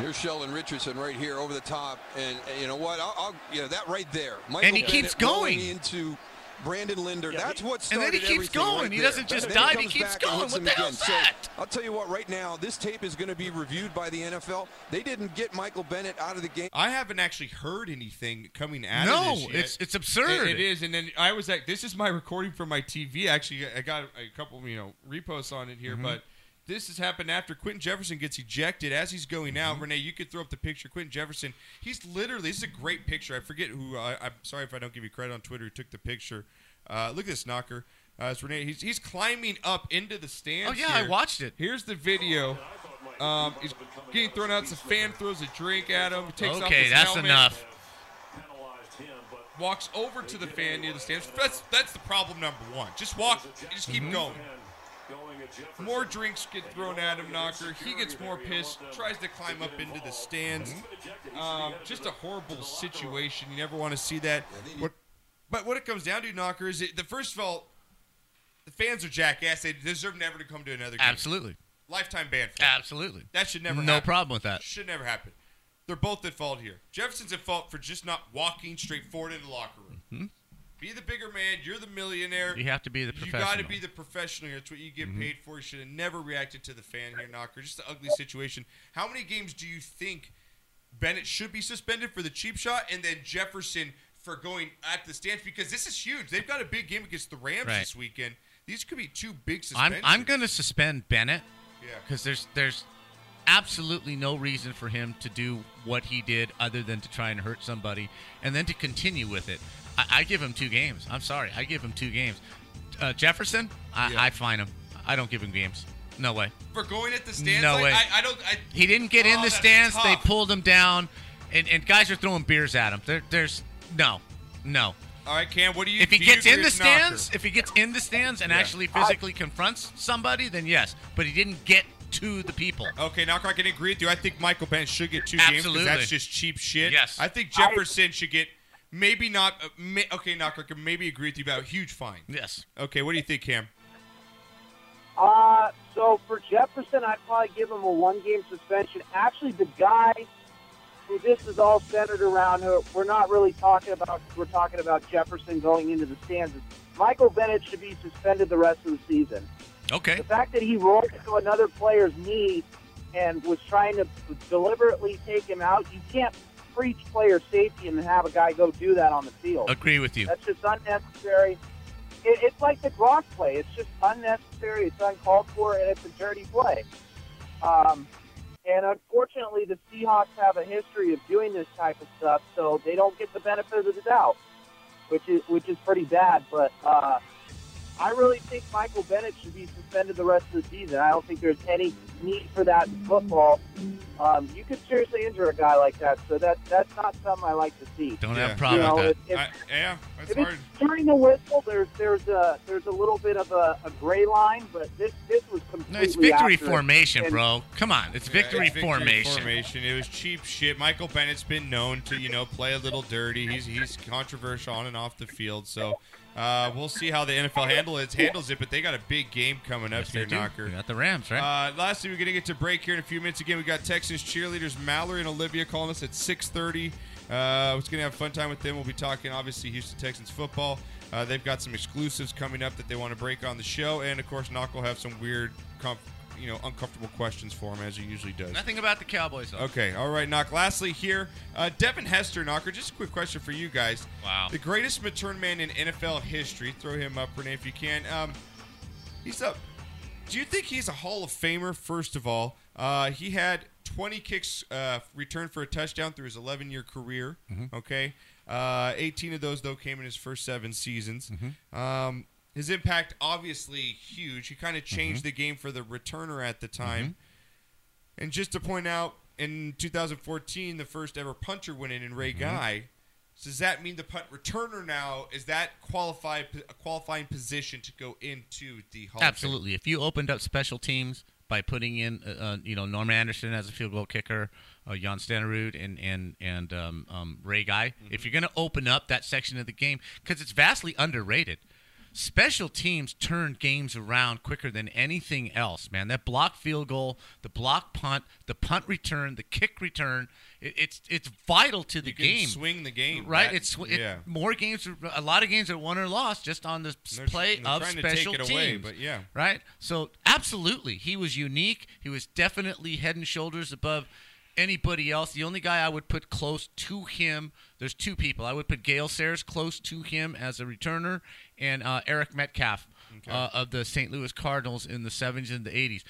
Speaker 6: Here's Sheldon Richardson right here over the top, and, and you know what? I'll, I'll you know that right there. Michael
Speaker 3: he keeps
Speaker 6: Bennett rolling
Speaker 3: going.
Speaker 6: into Brandon Linder. That's what
Speaker 3: and
Speaker 6: started
Speaker 3: then he keeps
Speaker 6: everything
Speaker 3: going.
Speaker 6: right
Speaker 3: He
Speaker 6: there.
Speaker 3: doesn't just
Speaker 6: Then
Speaker 3: dive, he
Speaker 6: comes
Speaker 3: keeps
Speaker 6: back and
Speaker 3: going.
Speaker 6: hits
Speaker 3: What
Speaker 6: him
Speaker 3: the
Speaker 6: again.
Speaker 3: hell's
Speaker 6: So,
Speaker 3: that?
Speaker 6: I'll tell you what. Right now, this tape is going to be reviewed by the NFL. They didn't get Michael Bennett out of the game.
Speaker 1: I haven't actually heard anything coming out
Speaker 3: No,
Speaker 1: of this. yet.
Speaker 3: it's- it's absurd.
Speaker 1: It- it is, and then I was
Speaker 3: Mm-hmm.
Speaker 1: like, "This is my recording for my TV." Actually, I got a couple, you know, reposts on it here, but This has happened after Quentin Jefferson gets ejected as he's going
Speaker 3: Mm-hmm.
Speaker 1: out. Renee, you could throw up the picture. Quentin Jefferson, he's literally, this is a great picture. I forget who, I, I'm sorry if I don't give you credit on Twitter who took the picture. Uh, look at this knocker. Uh, it's Renee. He's, he's climbing up into the stands.
Speaker 3: Oh, yeah, I
Speaker 1: here.
Speaker 3: watched it.
Speaker 1: Here's the video. Um, he's getting thrown out. It's a fan throws a drink at him. Takes off
Speaker 3: Okay,
Speaker 1: his
Speaker 3: that's
Speaker 1: helmet
Speaker 3: enough.
Speaker 1: walks over to the fan near the stands. That's that's the problem number one. Just walk, just keep going. More drinks get thrown at him, Knocker. He gets more pissed, tries to climb up into the stands. Um, just a horrible situation. You never want to see that. What, but what it comes down to, Knocker, is it, the first of all, the fans are jackass. They deserve never to come to another game.
Speaker 3: Absolutely.
Speaker 1: Lifetime ban. For that.
Speaker 3: Absolutely.
Speaker 1: that should never.
Speaker 3: No
Speaker 1: happen.
Speaker 3: problem with that.
Speaker 1: Should never happen. They're both at fault here. Jefferson's at fault for just not walking straight forward in the locker room.
Speaker 3: Hmm?
Speaker 1: Be the bigger man. You're the millionaire.
Speaker 3: You have to be the
Speaker 1: You
Speaker 3: professional. Mm-hmm.
Speaker 1: got to be the professional here. It's what you get paid for. You should have never reacted to the fan here, Knocker. Just an ugly situation. How many games do you think Bennett should be suspended for the cheap shot and then Jefferson for going at the stands? Because this is huge. They've got a big game against the Rams
Speaker 3: Right.
Speaker 1: this weekend. These could be two big
Speaker 3: I'm
Speaker 1: suspensions.
Speaker 3: I'm going to suspend Bennett
Speaker 1: Yeah.
Speaker 3: because there's there's absolutely no reason for him to do what he did other than to try and hurt somebody and then to continue with it. I, I give him two games. I'm sorry, I give him two games. Uh, Jefferson, I,
Speaker 1: Yeah.
Speaker 3: I fine him. I don't give him games. No way.
Speaker 1: for going at the stands.
Speaker 3: No
Speaker 1: like,
Speaker 3: way.
Speaker 1: I, I don't. I,
Speaker 3: He didn't get in
Speaker 1: Oh,
Speaker 3: the
Speaker 1: that's
Speaker 3: stands. They
Speaker 1: tough.
Speaker 3: pulled him down, and, and guys are throwing beers at him. There, there's no, no.
Speaker 1: All right, Cam. What do you?
Speaker 3: If he
Speaker 1: do you
Speaker 3: gets
Speaker 1: agree
Speaker 3: in the
Speaker 1: it's Knocker?
Speaker 3: stands, if he gets in the stands and
Speaker 1: Yeah.
Speaker 3: actually physically confronts somebody, then yes. But he didn't get to the people.
Speaker 1: Okay, Knocker, I can agree with you. I think Michael Bennett should get two games
Speaker 3: Absolutely.
Speaker 1: because that's just cheap shit.
Speaker 3: Yes.
Speaker 1: I think Jefferson should get maybe not. Uh, ma okay, Knocker, I can maybe agree with you about a huge fine.
Speaker 3: Yes.
Speaker 1: Okay, what do you think, Cam?
Speaker 5: Uh, so for Jefferson, I'd probably give him a one game suspension. Actually, the guy who this is all centered around, who we're not really talking about, we're talking about Jefferson going into the stands. Michael Bennett should be suspended the rest of the season.
Speaker 3: Okay.
Speaker 5: The fact that he rolled into another player's knee and was trying to deliberately take him out, you can't preach player safety and have a guy go do that on the field.
Speaker 3: Agree with you.
Speaker 5: That's just unnecessary. It, it's like the Gronk play. It's just unnecessary. It's uncalled for, and it's a dirty play. Um, and unfortunately, the Seahawks have a history of doing this type of stuff, so they don't get the benefit of the doubt, which is which is pretty bad. But uh, I really think Michael Bennett should be suspended the rest of the season. I don't think there's any need for that in football. Um, you could seriously injure a guy like that, so that that's not something I like to see.
Speaker 3: Don't
Speaker 1: Yeah.
Speaker 3: have a
Speaker 5: You
Speaker 3: problem
Speaker 5: know,
Speaker 3: with
Speaker 5: if,
Speaker 3: that.
Speaker 5: if,
Speaker 1: I, yeah, that's
Speaker 5: if
Speaker 1: hard.
Speaker 5: it's during the whistle, there's there's a there's a little bit of a, a gray line, but this this was
Speaker 3: No,
Speaker 5: completely.
Speaker 3: it's victory
Speaker 5: after it.
Speaker 3: formation,
Speaker 5: And-
Speaker 3: bro. Come on, it's
Speaker 1: Yeah,
Speaker 3: victory,
Speaker 1: it's
Speaker 3: formation.
Speaker 1: formation. It was cheap shit. Michael Bennett's been known to, you know, play a little dirty. He's he's controversial on and off the field. So uh, we'll see how the NFL handle it, handles it. But they got a big game coming up
Speaker 3: Yes, they
Speaker 1: here,
Speaker 3: do.
Speaker 1: Knocker.
Speaker 3: We got the Rams, right?
Speaker 1: Uh, lastly, we're going to get to break here in a few minutes. Again, we got Texans cheerleaders Mallory and Olivia calling us at 6.30. Uh, it's going to have a fun time with them. We'll be talking, obviously, Houston Texans football. Uh, they've got some exclusives coming up that they want to break on the show. And, of course, Knock will have some weird, comf- you know, uncomfortable questions for him, as he usually does.
Speaker 3: Nothing about the Cowboys. Though.
Speaker 1: Okay, all right, Knock. Lastly, here, uh, Devin Hester, Knocker. Just a quick question for you guys.
Speaker 3: Wow.
Speaker 1: The greatest return man in NFL history. Throw him up, Renee, if you can. Um, he's up. Do you think he's a Hall of Famer? First of all, uh, he had 20 kicks uh, returned for a touchdown through his 11-year career. Okay, uh, 18 of those though came in his first seven seasons. Um, his impact obviously huge. He kind of changed the game for the returner at the time. And just to point out, in 2014, the first ever punter went in in Ray Guy. So does that mean the punt returner now is that qualified a qualifying position to go into the Hall? of Fame?
Speaker 3: Absolutely. If you opened up special teams by putting in, uh, uh, you know, Norm Anderson as a field goal kicker, uh, Jan Stenerud and and and um, um, Ray Guy,
Speaker 1: Mm-hmm.
Speaker 3: if you're going to open up that section of the game, because it's vastly underrated. Special teams turn games around quicker than anything else, man. That block field goal, the block punt, the punt return, the kick return, it, it's it's vital to the
Speaker 1: You can
Speaker 3: game.
Speaker 1: swing the game,
Speaker 3: Right,
Speaker 1: That-
Speaker 3: it's it,
Speaker 1: yeah.
Speaker 3: more games. are- A lot of games are won or lost just on the s-
Speaker 1: They're-
Speaker 3: play
Speaker 1: they're
Speaker 3: of
Speaker 1: trying to take
Speaker 3: special
Speaker 1: it
Speaker 3: teams.
Speaker 1: away, but yeah.
Speaker 3: right. So absolutely, he was unique. He was definitely head and shoulders above anybody else. The only guy I would put close to him, there's two people. I would put Gail Sayers close to him as a returner, uh, and uh, Eric Metcalf uh, of the St. Louis Cardinals in the 70s and the 80s.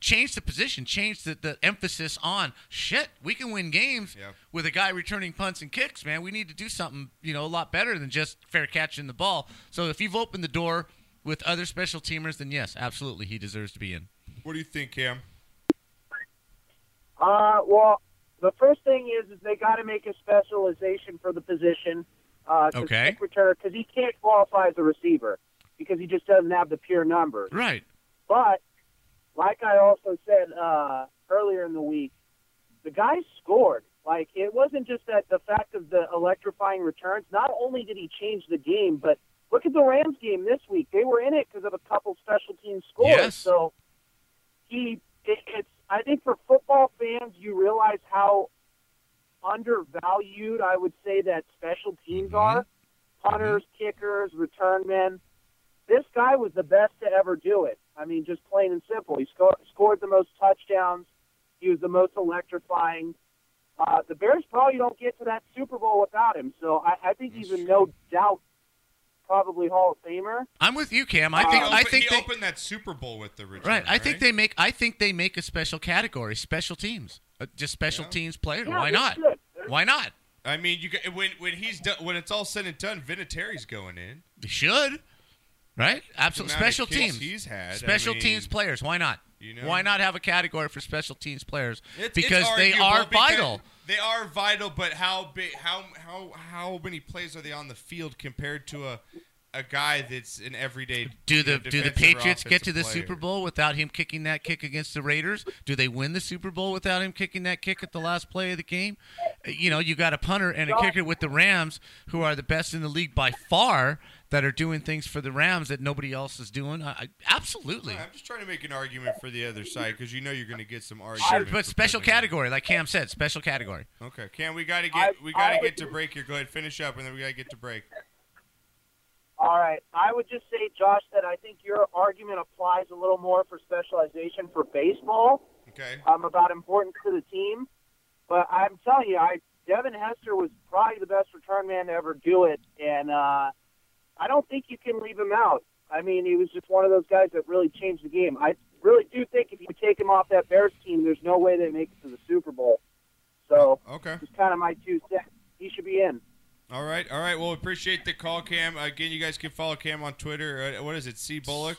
Speaker 3: change the position, change the, the emphasis on shit. We can win games
Speaker 1: Yeah.
Speaker 3: with a guy returning punts and kicks, man. We need to do something, you know, a lot better than just fair catching the ball. So if you've opened the door with other special teamers, then yes, absolutely, he deserves to be in.
Speaker 1: What do you think, Cam?
Speaker 5: Uh, well, the first thing is, is they got to make a specialization for the position. Uh, to
Speaker 3: Okay.
Speaker 5: kick returner because he can't qualify as a receiver because he just doesn't have the pure numbers.
Speaker 3: Right.
Speaker 5: But like I also said uh, earlier in the week, the guy scored. Like it wasn't just that the fact of the electrifying returns. Not only did he change the game, but look at the Rams game this week. They were in it because of a couple special team scores.
Speaker 3: Yes.
Speaker 5: So he, it, it's. I think for football fans, you realize how undervalued I would say that special teams are. Punters, kickers, return men this guy was the best to ever do it. I mean, just plain and simple. He scored, scored the most touchdowns. He was the most electrifying. Uh, the Bears probably don't get to that Super Bowl without him, so I, I think he's a no doubt probably Hall of Famer.
Speaker 3: I'm with you, Cam. I think
Speaker 1: he
Speaker 3: I
Speaker 1: opened,
Speaker 3: think
Speaker 1: he
Speaker 3: they,
Speaker 1: opened that Super Bowl with the return.
Speaker 3: right. I think they make I think they make a special category, special teams, Uh, just special
Speaker 1: Yeah.
Speaker 3: teams player.
Speaker 5: Yeah,
Speaker 3: Why
Speaker 5: they
Speaker 3: not?
Speaker 5: should.
Speaker 3: Why not?
Speaker 1: I mean, you got- when when he's done, when it's all said and done, Vinatieri's going in.
Speaker 3: They should. Right? Absolutely.
Speaker 1: amount of
Speaker 3: Special
Speaker 1: kicks
Speaker 3: teams.
Speaker 1: he's had, I
Speaker 3: Special
Speaker 1: mean,
Speaker 3: teams players. Why not?
Speaker 1: you know?
Speaker 3: Why not have a category for special teams players?
Speaker 1: It's- it's
Speaker 3: because they
Speaker 1: arguable
Speaker 3: are
Speaker 1: because
Speaker 3: vital.
Speaker 1: They are vital, but how big? How how how many plays are they on the field compared to a a guy that's an everyday?
Speaker 3: Do
Speaker 1: you know,
Speaker 3: the do the
Speaker 1: defensive or
Speaker 3: Patriots get to the
Speaker 1: offensive
Speaker 3: Super
Speaker 1: player?
Speaker 3: Bowl without him kicking that kick against the Raiders? Do they win the Super Bowl without him kicking that kick at the last play of the game? Uh, You know, you got a punter and a kicker with the Rams who are the best in the league by far that are doing things for the Rams that nobody else is doing. I, I, absolutely.
Speaker 1: I'm just trying to make an argument for the other side because you know you're going to get some argument.
Speaker 3: Sure,
Speaker 1: for
Speaker 3: but special
Speaker 1: picking them.
Speaker 3: category, like Cam said, special category.
Speaker 1: Okay, Cam, we got to
Speaker 5: I-
Speaker 1: get we got to
Speaker 5: I-
Speaker 1: get to break here. Go ahead, finish up, and then we got to get to break.
Speaker 5: All right. I would just say, Josh, that I think your argument applies a little more for specialization for baseball.
Speaker 1: Okay.
Speaker 5: um, about importance to the team. But I'm telling you, I Devin Hester was probably the best return man to ever do it, and uh, I don't think you can leave him out. I mean, he was just one of those guys that really changed the game. I really do think if you take him off that Bears team, there's no way they make it to the Super Bowl. So
Speaker 1: Okay.
Speaker 5: it's kind of my two cents. He should be in.
Speaker 1: All right. All right. Well, appreciate the call, Cam. Again, you guys can follow Cam on Twitter. Uh, What is it? C Bullock.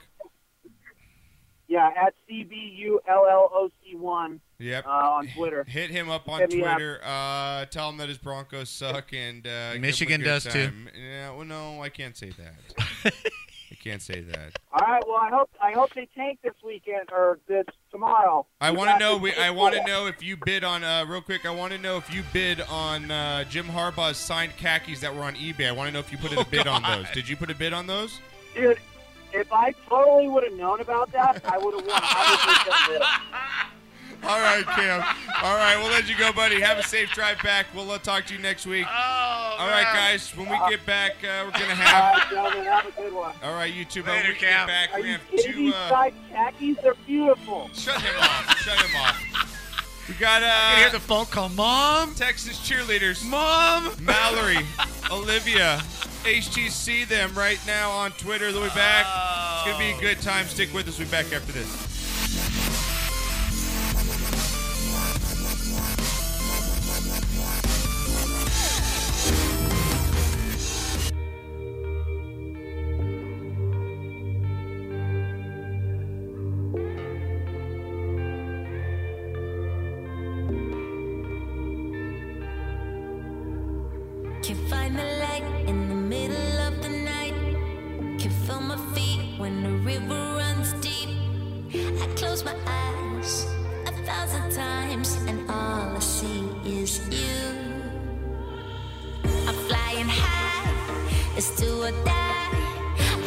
Speaker 5: Yeah, at CBULLOC1
Speaker 1: Yep.
Speaker 5: uh, on Twitter.
Speaker 1: Hit him up on
Speaker 5: Hit me up.
Speaker 1: Twitter. Uh, tell him that his Broncos suck and uh, give him a
Speaker 3: Michigan
Speaker 1: good
Speaker 3: does too.
Speaker 1: time. Yeah. Well, no, I can't say that. I can't say that.
Speaker 5: All right. Well, I hope I hope they tank this weekend or this tomorrow.
Speaker 1: I want to know. We, I want to know if you bid on. Uh, real quick, I want to know if you bid on uh, Jim Harbaugh's signed khakis that were on eBay. I want to know if you
Speaker 3: Oh,
Speaker 1: put in a bid on those. Did you put a bid on those?
Speaker 5: Dude, if I totally would have known about that, I would have won 100% this.
Speaker 1: All right, Cam. All right, we'll let you go, buddy. Have a safe drive back. We'll uh, talk to you next week. All right, guys. When we get back, uh, we're gonna
Speaker 5: Oh, All
Speaker 1: have.
Speaker 5: right, gentlemen, have a good one.
Speaker 1: All right, you two. but
Speaker 2: Later,
Speaker 1: when we
Speaker 2: Cam.
Speaker 1: get back,
Speaker 5: Are
Speaker 1: we
Speaker 5: you
Speaker 1: have
Speaker 5: kidding
Speaker 1: two.
Speaker 5: me?
Speaker 1: Uh,
Speaker 5: Side khakis are beautiful.
Speaker 1: shut him off. Shut him off. We got
Speaker 3: I hear
Speaker 1: uh,
Speaker 3: the phone call, Mom,
Speaker 1: Texas cheerleaders.
Speaker 3: Mom.
Speaker 1: Mallory, Olivia, HTC them right now on Twitter. They'll be back. It's going to be a good time. Stick with us. We'll be back after this.
Speaker 7: Can find the light in the middle of the night. Can feel my feet when the river runs deep. I close my eyes a thousand times, and all I see is you. I'm flying high, it's do or die.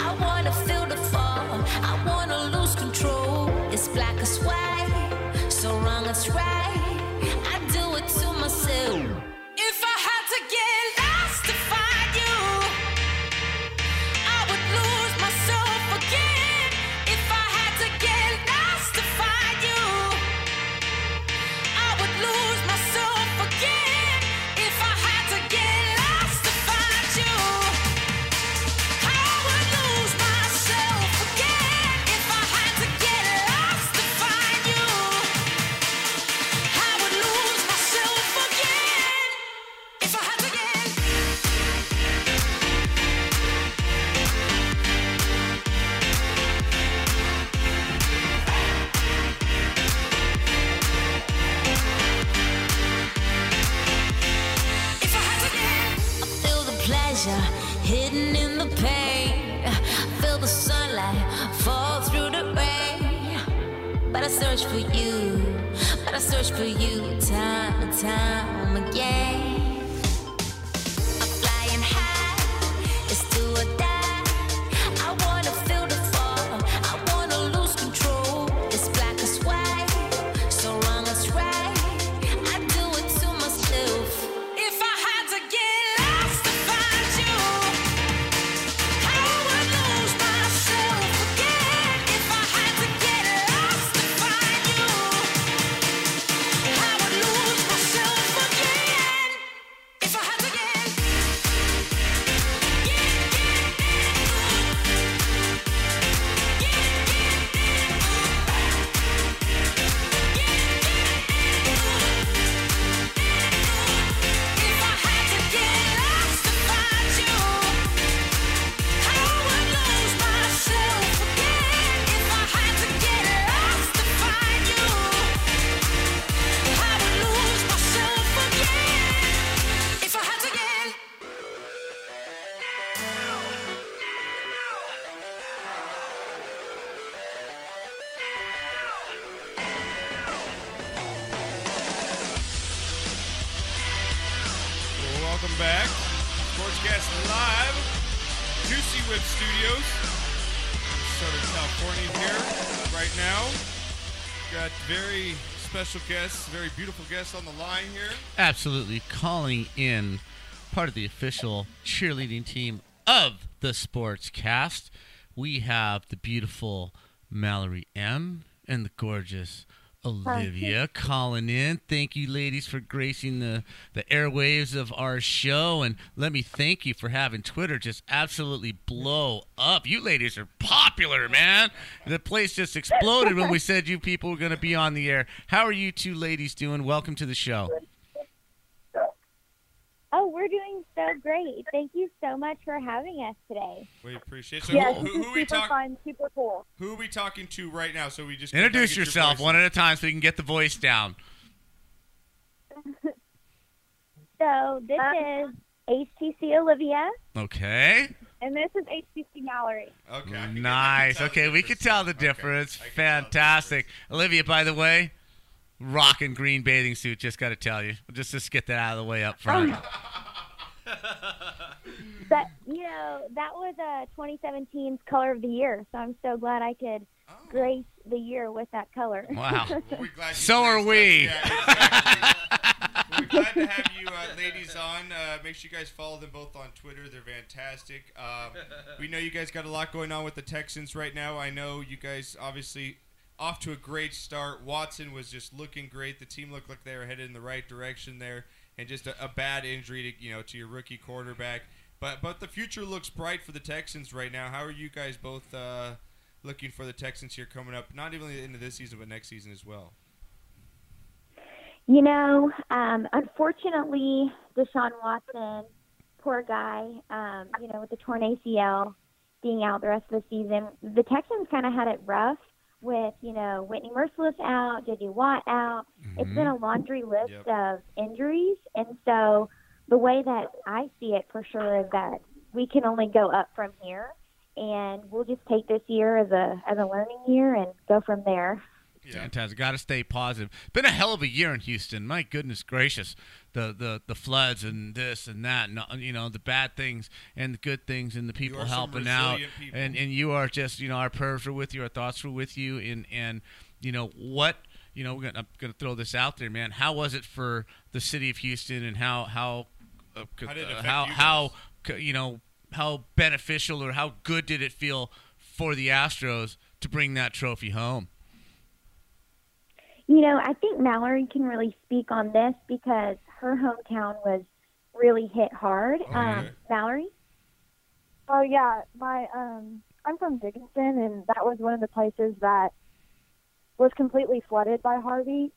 Speaker 7: I wanna feel the fall, I wanna lose control. It's black as white, so wrong it's right. I do it to myself. If I had to get lost to find you, I would lose myself again. If I had to get lost to find you, I would lose myself again. If I had to get lost to find you, I would lose myself. pleasure hidden in the pain. Feel the sunlight fall through the rain. But I search for you, but I search for you time and time again. I'm flying high, it's do or die. I wanna feel the fall, I wanna lose control. It's black as white, so wrong as right. I do it to myself. If I had to get lost to find you, I would lose myself again. If I had to get lost to find you, I would lose myself again. If I had to get
Speaker 1: Welcome back. Sportscast Live, Juicy Whip Studios, Southern California here right now. Got very special guests, very beautiful guests on the line here.
Speaker 3: Absolutely calling in part of the official cheerleading team of the Sportscast. We have the beautiful Mallory M and the gorgeous Olivia calling in. Thank you, ladies, for gracing the, the airwaves of our show. And let me thank you for having Twitter just absolutely blow up. You ladies are popular, man. The place just exploded when we said you people were going to be on the air. How are you two ladies doing? Welcome to the show.
Speaker 8: Oh, we're doing so great. Thank you so much for having us today.
Speaker 1: We appreciate so
Speaker 8: Yes,
Speaker 1: who,
Speaker 8: this
Speaker 1: who,
Speaker 8: is
Speaker 1: who
Speaker 8: super
Speaker 1: we talk,
Speaker 8: fun, super cool.
Speaker 1: who are we talking to right now? So we just
Speaker 3: Introduce
Speaker 1: gotta get
Speaker 3: yourself
Speaker 1: your
Speaker 3: one
Speaker 1: voice.
Speaker 3: at a time so we can get the voice down.
Speaker 8: So this is HTC Olivia.
Speaker 3: Okay.
Speaker 8: And this is HTC Mallory.
Speaker 1: Okay, I can- I can
Speaker 3: nice.
Speaker 1: tell the
Speaker 3: Okay, we can
Speaker 1: difference
Speaker 3: tell
Speaker 1: now.
Speaker 3: the
Speaker 1: Okay,
Speaker 3: difference.
Speaker 1: I can tell the
Speaker 3: Fantastic. Olivia, by the way, rocking green bathing suit. Just got to tell you. Just just get that out of the way up front.
Speaker 8: But, you know, that was uh, 2017's color of the year. So I'm so glad I could grace the year with that color.
Speaker 3: Wow.
Speaker 1: Oh. Well, we're glad you
Speaker 3: So are
Speaker 1: graced us.
Speaker 3: we.
Speaker 1: Yeah, exactly. We're glad to have you uh, ladies on. Uh, make sure you guys follow them both on Twitter. They're fantastic. Um, we know you guys got a lot going on with the Texans right now. I know you guys obviously off to a great start. Watson was just looking great. The team looked like they were headed in the right direction there, and just a, a bad injury to you know to your rookie quarterback. But but the future looks bright for the Texans right now. How are you guys both? Uh, Looking for the Texans here coming up, not even the end of this season, but next season as well.
Speaker 8: You know, um, unfortunately, Deshaun Watson, poor guy, um, you know, with the torn ACL being out the rest of the season, the Texans kind of had it rough with, you know, Whitney Merciless out, J.D. Watt out. It's been a laundry list
Speaker 1: Yep.
Speaker 8: of injuries. And so the way that I see it for sure is that we can only go up from here. And we'll just take this year as a as a learning year and go from there.
Speaker 3: Fantastic. Got to stay positive. Been a hell of a year in Houston. My goodness gracious, the the, the floods and this and that, and uh, you know the bad things and the good things and the people
Speaker 1: are some
Speaker 3: helping out.
Speaker 1: resilient people.
Speaker 3: And and you are just you know our prayers are with you, our thoughts are with you, and and you know what you know. We're gonna, I'm gonna throw this out there, man. How was it for the city of Houston, and how how uh, c-
Speaker 1: How did it
Speaker 3: uh,
Speaker 1: affect
Speaker 3: how
Speaker 1: you
Speaker 3: how
Speaker 1: guys?
Speaker 3: c- you know how beneficial or how good did it feel for the Astros to bring that trophy home?
Speaker 8: You know, I think Mallory can really speak on this because her hometown was really hit hard. Um, Mallory?
Speaker 9: Oh yeah, my um, I'm from Dickinson, and that was one of the places that was completely flooded by Harvey.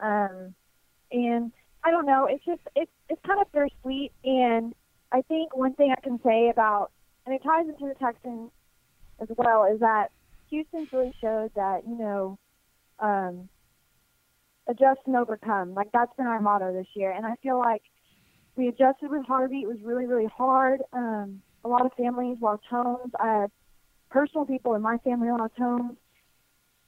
Speaker 9: Um, and I don't know, it's just it's it's kind of bittersweet. And I think one thing I can say about, and it ties into the Texans as well, is that Houston's really showed that you know, um, adjust and overcome. Like that's been our motto this year, and I feel like we adjusted with Harvey. It was really, really hard. Um, a lot of families lost homes. Uh, personal people in my family lost homes.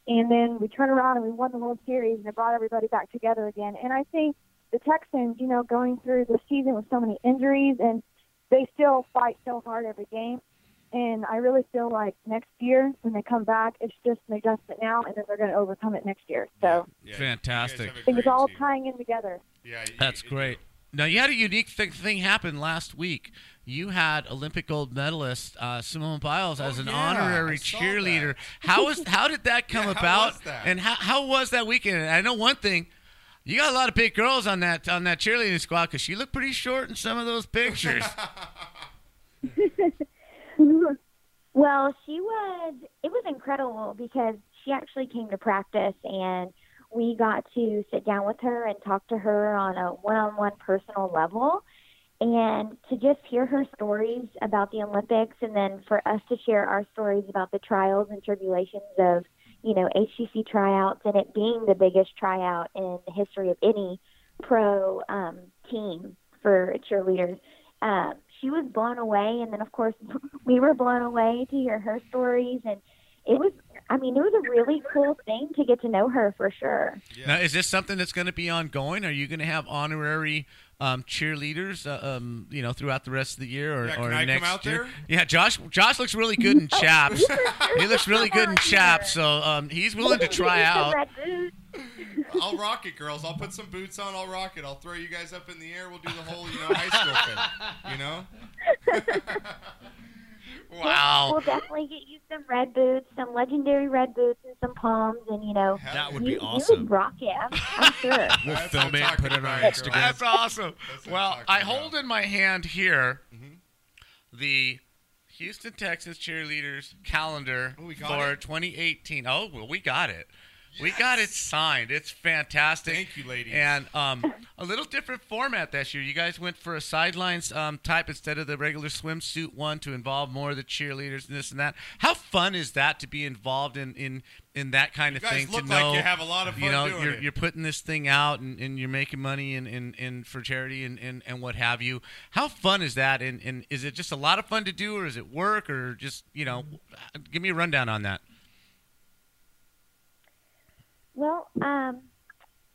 Speaker 9: And then we turned around and we won the World Series, and it brought everybody back together again. And I think the Texans, you know, going through the season with so many injuries, and they still fight so hard every game. And I really feel like next year when they come back, it's just an adjustment now, and then they're going to overcome it next year. So
Speaker 3: Fantastic.
Speaker 9: it was all tying in together.
Speaker 1: Yeah,
Speaker 3: That's great. Now you had a unique th- thing happen last week. You had Olympic gold medalist uh, Simone Biles as an
Speaker 1: Oh, yeah, I
Speaker 3: honorary
Speaker 1: saw
Speaker 3: cheerleader. How was how did that come
Speaker 1: Yeah, how
Speaker 3: about?
Speaker 1: was that?
Speaker 3: And how, how was that weekend? And I know one thing. You got a lot of big girls on that on that cheerleading squad because she looked pretty short in some of those pictures.
Speaker 8: Well, she was, it was incredible because she actually came to practice and we got to sit down with her and talk to her on a one on one personal level. And to just hear her stories about the Olympics and then for us to share our stories about the trials and tribulations of, you know, HCC tryouts and it being the biggest tryout in the history of any pro um, team for cheerleaders. Um, she was blown away, and then of course we were blown away to hear her stories, and it was. I mean, it was a really cool thing to get to know her for sure.
Speaker 3: Now, is this something that's going to be ongoing? Are you going to have honorary um, cheerleaders, uh, um, you know, throughout the rest of the year or,
Speaker 1: Yeah, can
Speaker 3: or
Speaker 1: I come
Speaker 3: next
Speaker 1: out
Speaker 3: year?
Speaker 1: there?
Speaker 3: Yeah, Josh. Josh looks really good in chaps. he looks really good in chaps, so um, he's willing to try out.
Speaker 1: I'll rock it, girls. I'll put some boots on. I'll rock it. I'll throw you guys up in the air. We'll do the whole, you know, high school thing. You know?
Speaker 3: Wow.
Speaker 8: We'll definitely get you some red boots, some legendary red boots, and some palms, and you know,
Speaker 2: That would
Speaker 8: you,
Speaker 2: be
Speaker 8: you
Speaker 2: awesome.
Speaker 8: would rock it. I'm, I'm sure.
Speaker 2: We'll
Speaker 1: That's
Speaker 2: film
Speaker 1: what
Speaker 2: it
Speaker 1: I'm
Speaker 2: and put it
Speaker 1: talking
Speaker 2: on our
Speaker 1: about,
Speaker 2: Instagram.
Speaker 1: girl.
Speaker 3: That's awesome.
Speaker 1: That's what I'm
Speaker 3: well,
Speaker 1: talking
Speaker 3: I
Speaker 1: about. Mm-hmm.
Speaker 3: hold in my hand here the Houston Texans cheerleaders calendar
Speaker 1: Oh, we got
Speaker 3: for
Speaker 1: it?
Speaker 3: 2018. Oh, well, we got it. We got it signed. It's fantastic.
Speaker 1: Thank you, ladies.
Speaker 3: And um, a little different format this year. You guys went for a sidelines um, type instead of the regular swimsuit one to involve more of the cheerleaders and this and that. How fun is that to be involved in in, in that kind of
Speaker 1: guys
Speaker 3: thing?
Speaker 1: look
Speaker 3: to
Speaker 1: like
Speaker 3: know,
Speaker 1: you have a lot of
Speaker 3: You
Speaker 1: fun
Speaker 3: know,
Speaker 1: doing
Speaker 3: you're,
Speaker 1: it.
Speaker 3: you're putting this thing out and, and you're making money and, and, and for charity and, and, and what have you. How fun is that? And, and is it just a lot of fun to do or is it work or just, you know, give me a rundown on that.
Speaker 8: Well, um,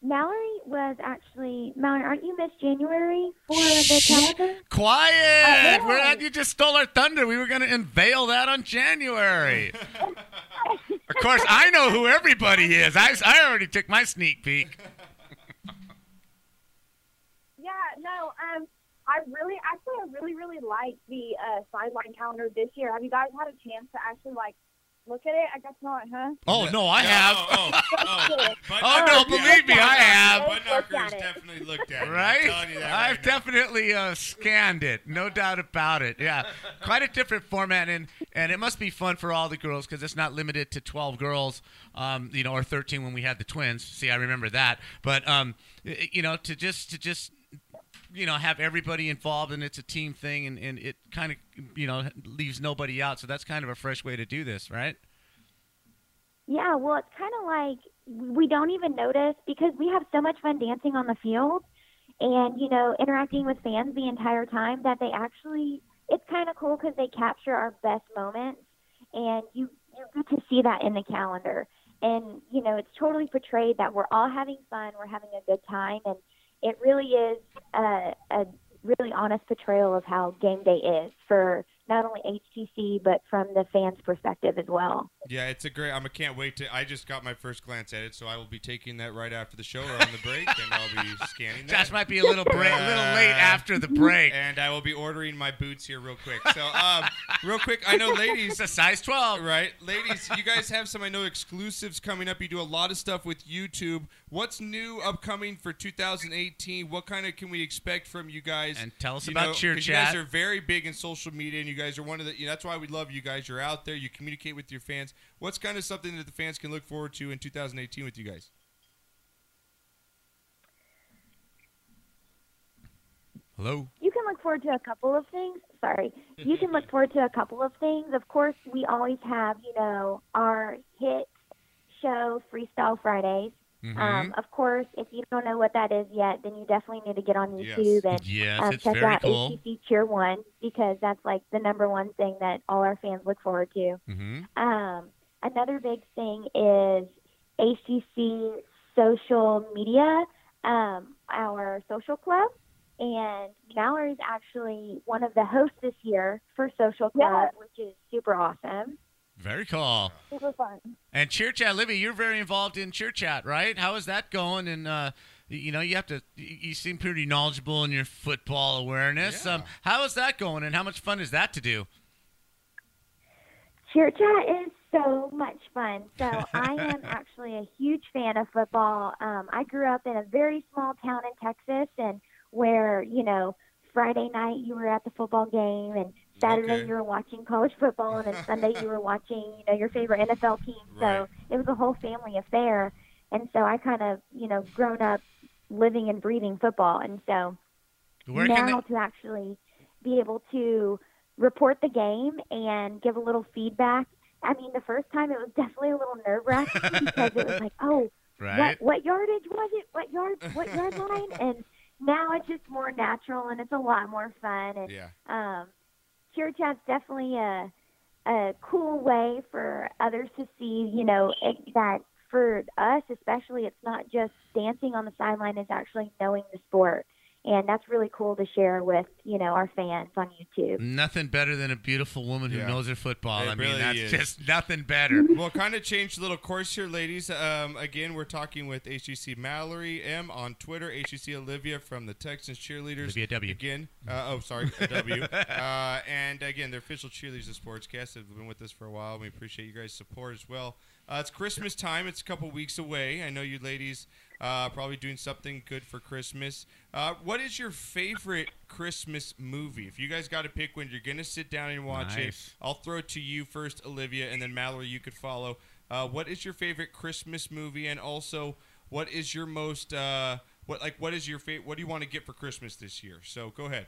Speaker 8: Mallory was actually Mallory. Aren't you Miss January for the calendar?
Speaker 3: Quiet!
Speaker 8: Oh,
Speaker 3: We're
Speaker 8: yeah.
Speaker 3: at, you just stole our thunder. We were going to unveil that on January. of course, I know who everybody is. I, I already took my sneak peek.
Speaker 9: Yeah, no, um, I really, actually, I really, really like the uh, sideline calendar this year. Have you guys had a chance to actually like look at it? I guess not, huh?
Speaker 3: Oh, no, I have.
Speaker 1: Oh, oh, oh. But
Speaker 3: Oh, no,
Speaker 1: knocker-
Speaker 3: believe me, I have.
Speaker 1: Butt knocker has
Speaker 8: Look at it.
Speaker 1: definitely looked at it. I'm
Speaker 3: Right?
Speaker 1: telling you that right
Speaker 3: I've
Speaker 1: now.
Speaker 3: definitely uh, scanned it, no doubt about it. Yeah, quite a different format, and and it must be fun for all the girls because it's not limited to 12 girls, um, you know, or 13 when we had the twins. See, I remember that. But um, i- i- you know, to just to just you know have everybody involved and it's a team thing and, and it kind of you know leaves nobody out so that's kind of a fresh way to do this right
Speaker 8: Yeah, well, it's kind of like we don't even notice because we have so much fun dancing on the field and, you know, interacting with fans the entire time that they actually, it's kind of cool because they capture our best moments and you, you get to see that in the calendar. And, you know, it's totally portrayed that we're all having fun, we're having a good time, and it really is a, a really honest portrayal of how game day is for not only HTC, but from the fans' perspective as well.
Speaker 1: Yeah, it's a great. I'm. I can't wait to. I just got my first glance at it, so I will be taking that right after the show or on the break, and I'll be scanning that. Uh,
Speaker 3: josh might be a little break, a little late after the break
Speaker 1: and I will be ordering my boots here real quick. So, um, real quick, I know ladies,
Speaker 3: it's a size 12
Speaker 1: right? Ladies, you guys have some I know exclusives coming up. You do a lot of stuff with YouTube. What's new upcoming for 2018? What kind of can we expect from you guys?
Speaker 3: And tell us
Speaker 1: You
Speaker 3: about Cheer
Speaker 1: 'cause You
Speaker 3: Chat.
Speaker 1: guys are very big in social media, and you guys are one of the. You know, that's why we love you guys. You're out there. You communicate with your fans. What's kind of something that the fans can look forward to in 2018 with you guys?
Speaker 3: hello
Speaker 8: You can look forward to a couple of things. Sorry. You can look forward to a couple of things. Of course, we always have, you know, our hit show Freestyle Fridays.
Speaker 3: Mm-hmm.
Speaker 8: Um, of course, if you don't know what that is yet, then you definitely need to get on
Speaker 3: Yes.
Speaker 8: YouTube and
Speaker 3: Yes,
Speaker 8: um,
Speaker 3: it's
Speaker 8: check
Speaker 3: very
Speaker 8: out
Speaker 3: cool.
Speaker 8: HTC Cheer One because that's like the number one thing that all our fans look forward to.
Speaker 1: Mm-hmm.
Speaker 8: Um, another big thing is ACC social media, um, our social club. And Mallory's actually one of the hosts this year for Social Club, which is super awesome.
Speaker 3: Very cool.
Speaker 9: Super fun.
Speaker 3: And Cheer Chat, Libby, you're very involved in Cheer Chat, right? How is that going? And uh, y- you know, you have to. y- You seem pretty knowledgeable in your football awareness. Um, how is that going? And how much fun is that to do?
Speaker 8: Cheer Chat is so much fun. So I am actually a huge fan of football. Um, I grew up in a very small town in Texas, and where you know Friday night you were at the football game, and Saturday
Speaker 10: Okay.
Speaker 8: you were watching college football, and then Sunday you were watching you know your favorite NFL team.
Speaker 10: Right.
Speaker 8: So it was a whole family affair, and so I kind of you know grown up living and breathing football, and so
Speaker 3: Where can
Speaker 8: now to actually be able to report the game and give a little feedback. I mean, the first time it was definitely a little nerve wracking because it was like, oh,
Speaker 10: Right.
Speaker 8: what, what yardage was it? What yard? What yard line? And now it's just more natural and it's a lot more fun. And
Speaker 10: Yeah.
Speaker 8: um, cheer chat's definitely a a cool way for others to see. You know it, that for us especially, it's not just dancing on the sideline; it's actually knowing the sport, and that's really cool to share with you know our fans on YouTube.
Speaker 3: Nothing better than a beautiful woman who
Speaker 1: Yeah.
Speaker 3: knows her football.
Speaker 1: It
Speaker 3: I mean,
Speaker 1: really
Speaker 3: that's
Speaker 1: is.
Speaker 3: just nothing better.
Speaker 1: Well, kind of changed a little course here, ladies. Um, again, we're talking with HGC Mallory M on Twitter, HGC Olivia from the Texans Cheerleaders.
Speaker 3: Olivia W.
Speaker 1: Again, uh, oh, sorry, a W. Uh, and again, they're official cheerleaders of Sportscast. They've been with us for a while. We appreciate you guys' support as well. Uh, it's Christmas time. It's a couple weeks away. I know you ladies uh, probably doing something good for Christmas. Uh, what is your favorite Christmas movie? If you guys got to pick one, you're going to sit down and watch it.
Speaker 3: Nice.
Speaker 1: I'll throw it to you first, Olivia, and then Mallory, you could follow. Uh, what is your favorite Christmas movie, and also what is your most uh, what like what is your favorite? What do you want to get for Christmas this year? So go ahead.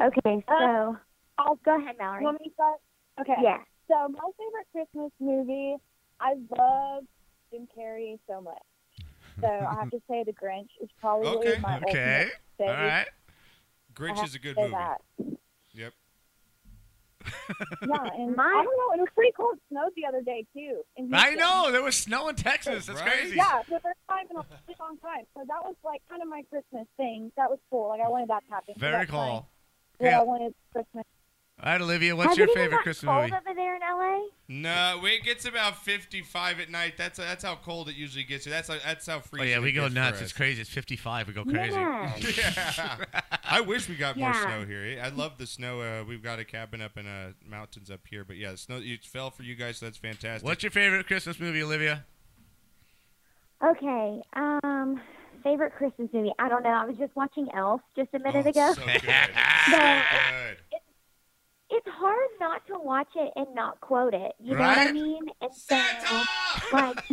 Speaker 8: Okay, so I'll go ahead, Mallory.
Speaker 9: Um, Want me to start? Okay.
Speaker 8: Yeah.
Speaker 9: So my favorite Christmas movie, I love Jim Carrey so much. So I have to say The Grinch is probably
Speaker 1: Okay.
Speaker 9: my
Speaker 1: Okay.
Speaker 9: ultimate favorite.
Speaker 1: All right.
Speaker 9: I
Speaker 1: Grinch
Speaker 9: have
Speaker 1: is a
Speaker 9: to
Speaker 1: good
Speaker 9: say
Speaker 1: movie.
Speaker 9: that.
Speaker 1: Yep.
Speaker 9: Yeah, and I don't know. It was pretty cold. It snowed the other day too. In
Speaker 3: I
Speaker 9: Houston.
Speaker 3: know there was snow in Texas. That's crazy.
Speaker 9: Yeah, for the first time in a really long time. So that was like kind of my Christmas thing. That was cool. Like I wanted that to happen. So
Speaker 3: Very
Speaker 9: that's my-
Speaker 3: cool.
Speaker 9: What
Speaker 3: Yeah.
Speaker 9: I wanted for Christmas.
Speaker 3: All right, Olivia, what's
Speaker 9: Has
Speaker 3: your
Speaker 9: it even
Speaker 3: favorite
Speaker 9: got
Speaker 3: Christmas
Speaker 9: cold
Speaker 3: movie? Oh,
Speaker 8: Over there in LA,
Speaker 1: No, it gets about 55 at night. That's that's how cold it usually gets. That's how, that's how
Speaker 3: Oh
Speaker 1: freezing.
Speaker 3: yeah, we
Speaker 1: it
Speaker 3: go
Speaker 1: gets for
Speaker 3: nuts.
Speaker 1: us.
Speaker 3: It's crazy. It's 55. We go crazy.
Speaker 1: Yeah. I wish we got more
Speaker 3: Yeah.
Speaker 1: snow here. I love the snow. Uh, we've got a cabin up in uh, mountains up here, but yeah, the snow it fell for you guys, so that's fantastic.
Speaker 3: What's your favorite Christmas movie, Olivia?
Speaker 8: Uh, Okay. Um, favorite Christmas movie? I don't know. I was just watching Elf just a minute ago.
Speaker 1: So good.
Speaker 8: No.
Speaker 1: good.
Speaker 8: It's hard not to watch it and not quote it. You know what I
Speaker 1: Right?
Speaker 8: mean? And Santa! So, like,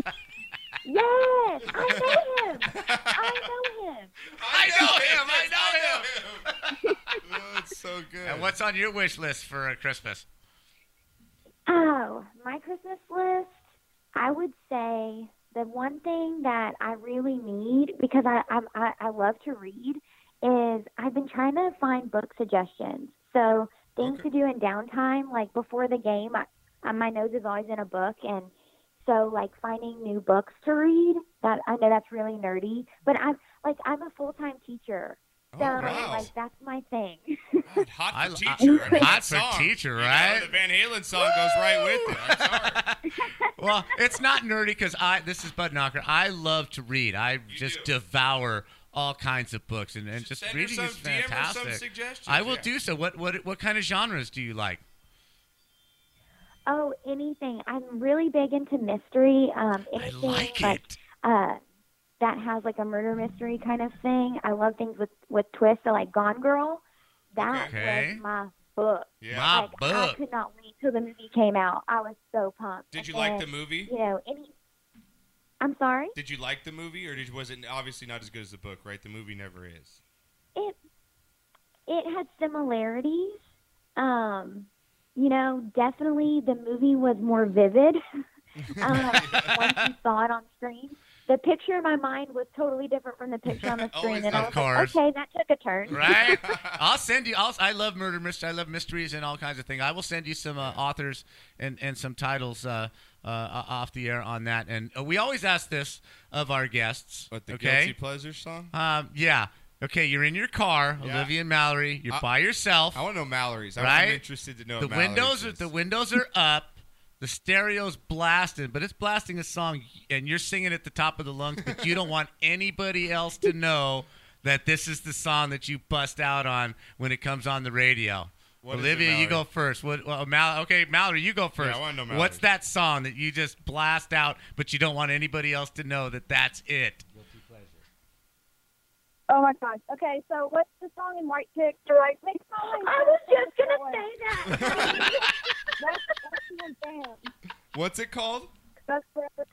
Speaker 8: yes, I know him. I know him.
Speaker 3: I know him. I know him.
Speaker 1: That's Oh, so good.
Speaker 3: And what's on your wish list for uh, Christmas?
Speaker 8: Oh, my Christmas list. I would say the one thing that I really need because I I'm, I, I love to read is I've been trying to find book suggestions. So things to do in downtime, like before the game. I, I, my nose is always in a book, and so like finding new books to read. That I know that's really nerdy, but I'm like I'm a full time teacher, so
Speaker 1: wow.
Speaker 8: like that's my thing.
Speaker 1: Hot for
Speaker 3: I-
Speaker 1: teacher. I mean, that
Speaker 3: Hot for
Speaker 1: song.
Speaker 3: teacher,
Speaker 1: You know,
Speaker 3: right?
Speaker 1: the Van Halen song goes right with it. I'm sorry.
Speaker 3: well, it's not nerdy because I this is Bud Knocker. I love to read. I just devour all kinds of books, and, and just
Speaker 1: send her
Speaker 3: reading
Speaker 1: some-
Speaker 3: is
Speaker 1: DM her some
Speaker 3: fantastic.
Speaker 1: suggestions,
Speaker 3: I will
Speaker 1: yeah.
Speaker 3: do so. What what what kind of genres do you like?
Speaker 8: Oh, anything. I'm really big into mystery. Um, anything
Speaker 3: like it.
Speaker 8: Uh, that has like a murder mystery kind of thing. I love things with with twists. So like Gone Girl, that
Speaker 3: Okay.
Speaker 8: was my book.
Speaker 3: Yeah. My
Speaker 8: like, I
Speaker 3: book.
Speaker 8: could not wait till the movie came out. I was so pumped.
Speaker 1: Did you
Speaker 8: And
Speaker 1: like
Speaker 8: then,
Speaker 1: the movie?
Speaker 8: You know, any. I'm sorry.
Speaker 1: Did you like the movie, or did, was it obviously not as good as the book? Right, the movie never is.
Speaker 8: it it had similarities. Um, you know, definitely the movie was more vivid um, once you saw it on screen. the picture in my mind was totally different from the picture on the screen, and I
Speaker 3: Of
Speaker 8: was like,
Speaker 3: course.
Speaker 8: okay, that took a turn.
Speaker 3: right? I'll send you. I'll, I love murder mystery. I love mysteries and all kinds of things. I will send you some uh, authors and and some titles uh, uh, off the air on that. And uh, we always ask this of our guests.
Speaker 1: What the
Speaker 3: okay?
Speaker 1: guilty pleasure song?
Speaker 3: Um, yeah. Okay, you're in your car,
Speaker 1: Yeah.
Speaker 3: Olivia and Mallory. You're
Speaker 1: I-
Speaker 3: by yourself.
Speaker 1: I want to know Mallory's. I'm-
Speaker 3: right?
Speaker 1: I'm interested to know.
Speaker 3: the
Speaker 1: what Mallory's
Speaker 3: windows are
Speaker 1: is.
Speaker 3: the windows are up. The stereo's blasting, but it's blasting a song, and you're singing at the top of the lungs, but you don't want anybody else to know that this is the song that you bust out on when it comes on the radio.
Speaker 1: What is it,
Speaker 3: Olivia, you
Speaker 1: Mallory?
Speaker 3: go first. What, well, Mal- okay, Mallory, you go first.
Speaker 1: wanna know Mallory's.
Speaker 3: What's that song that you just blast out, but you don't want anybody else to know that that's it?
Speaker 9: Oh my gosh. Okay, so what's the song in White Chicks? You're like, make my
Speaker 8: I was just
Speaker 9: gonna
Speaker 8: gonna say that.
Speaker 9: That's Lesbian Band.
Speaker 1: What's it called?
Speaker 9: That's forever.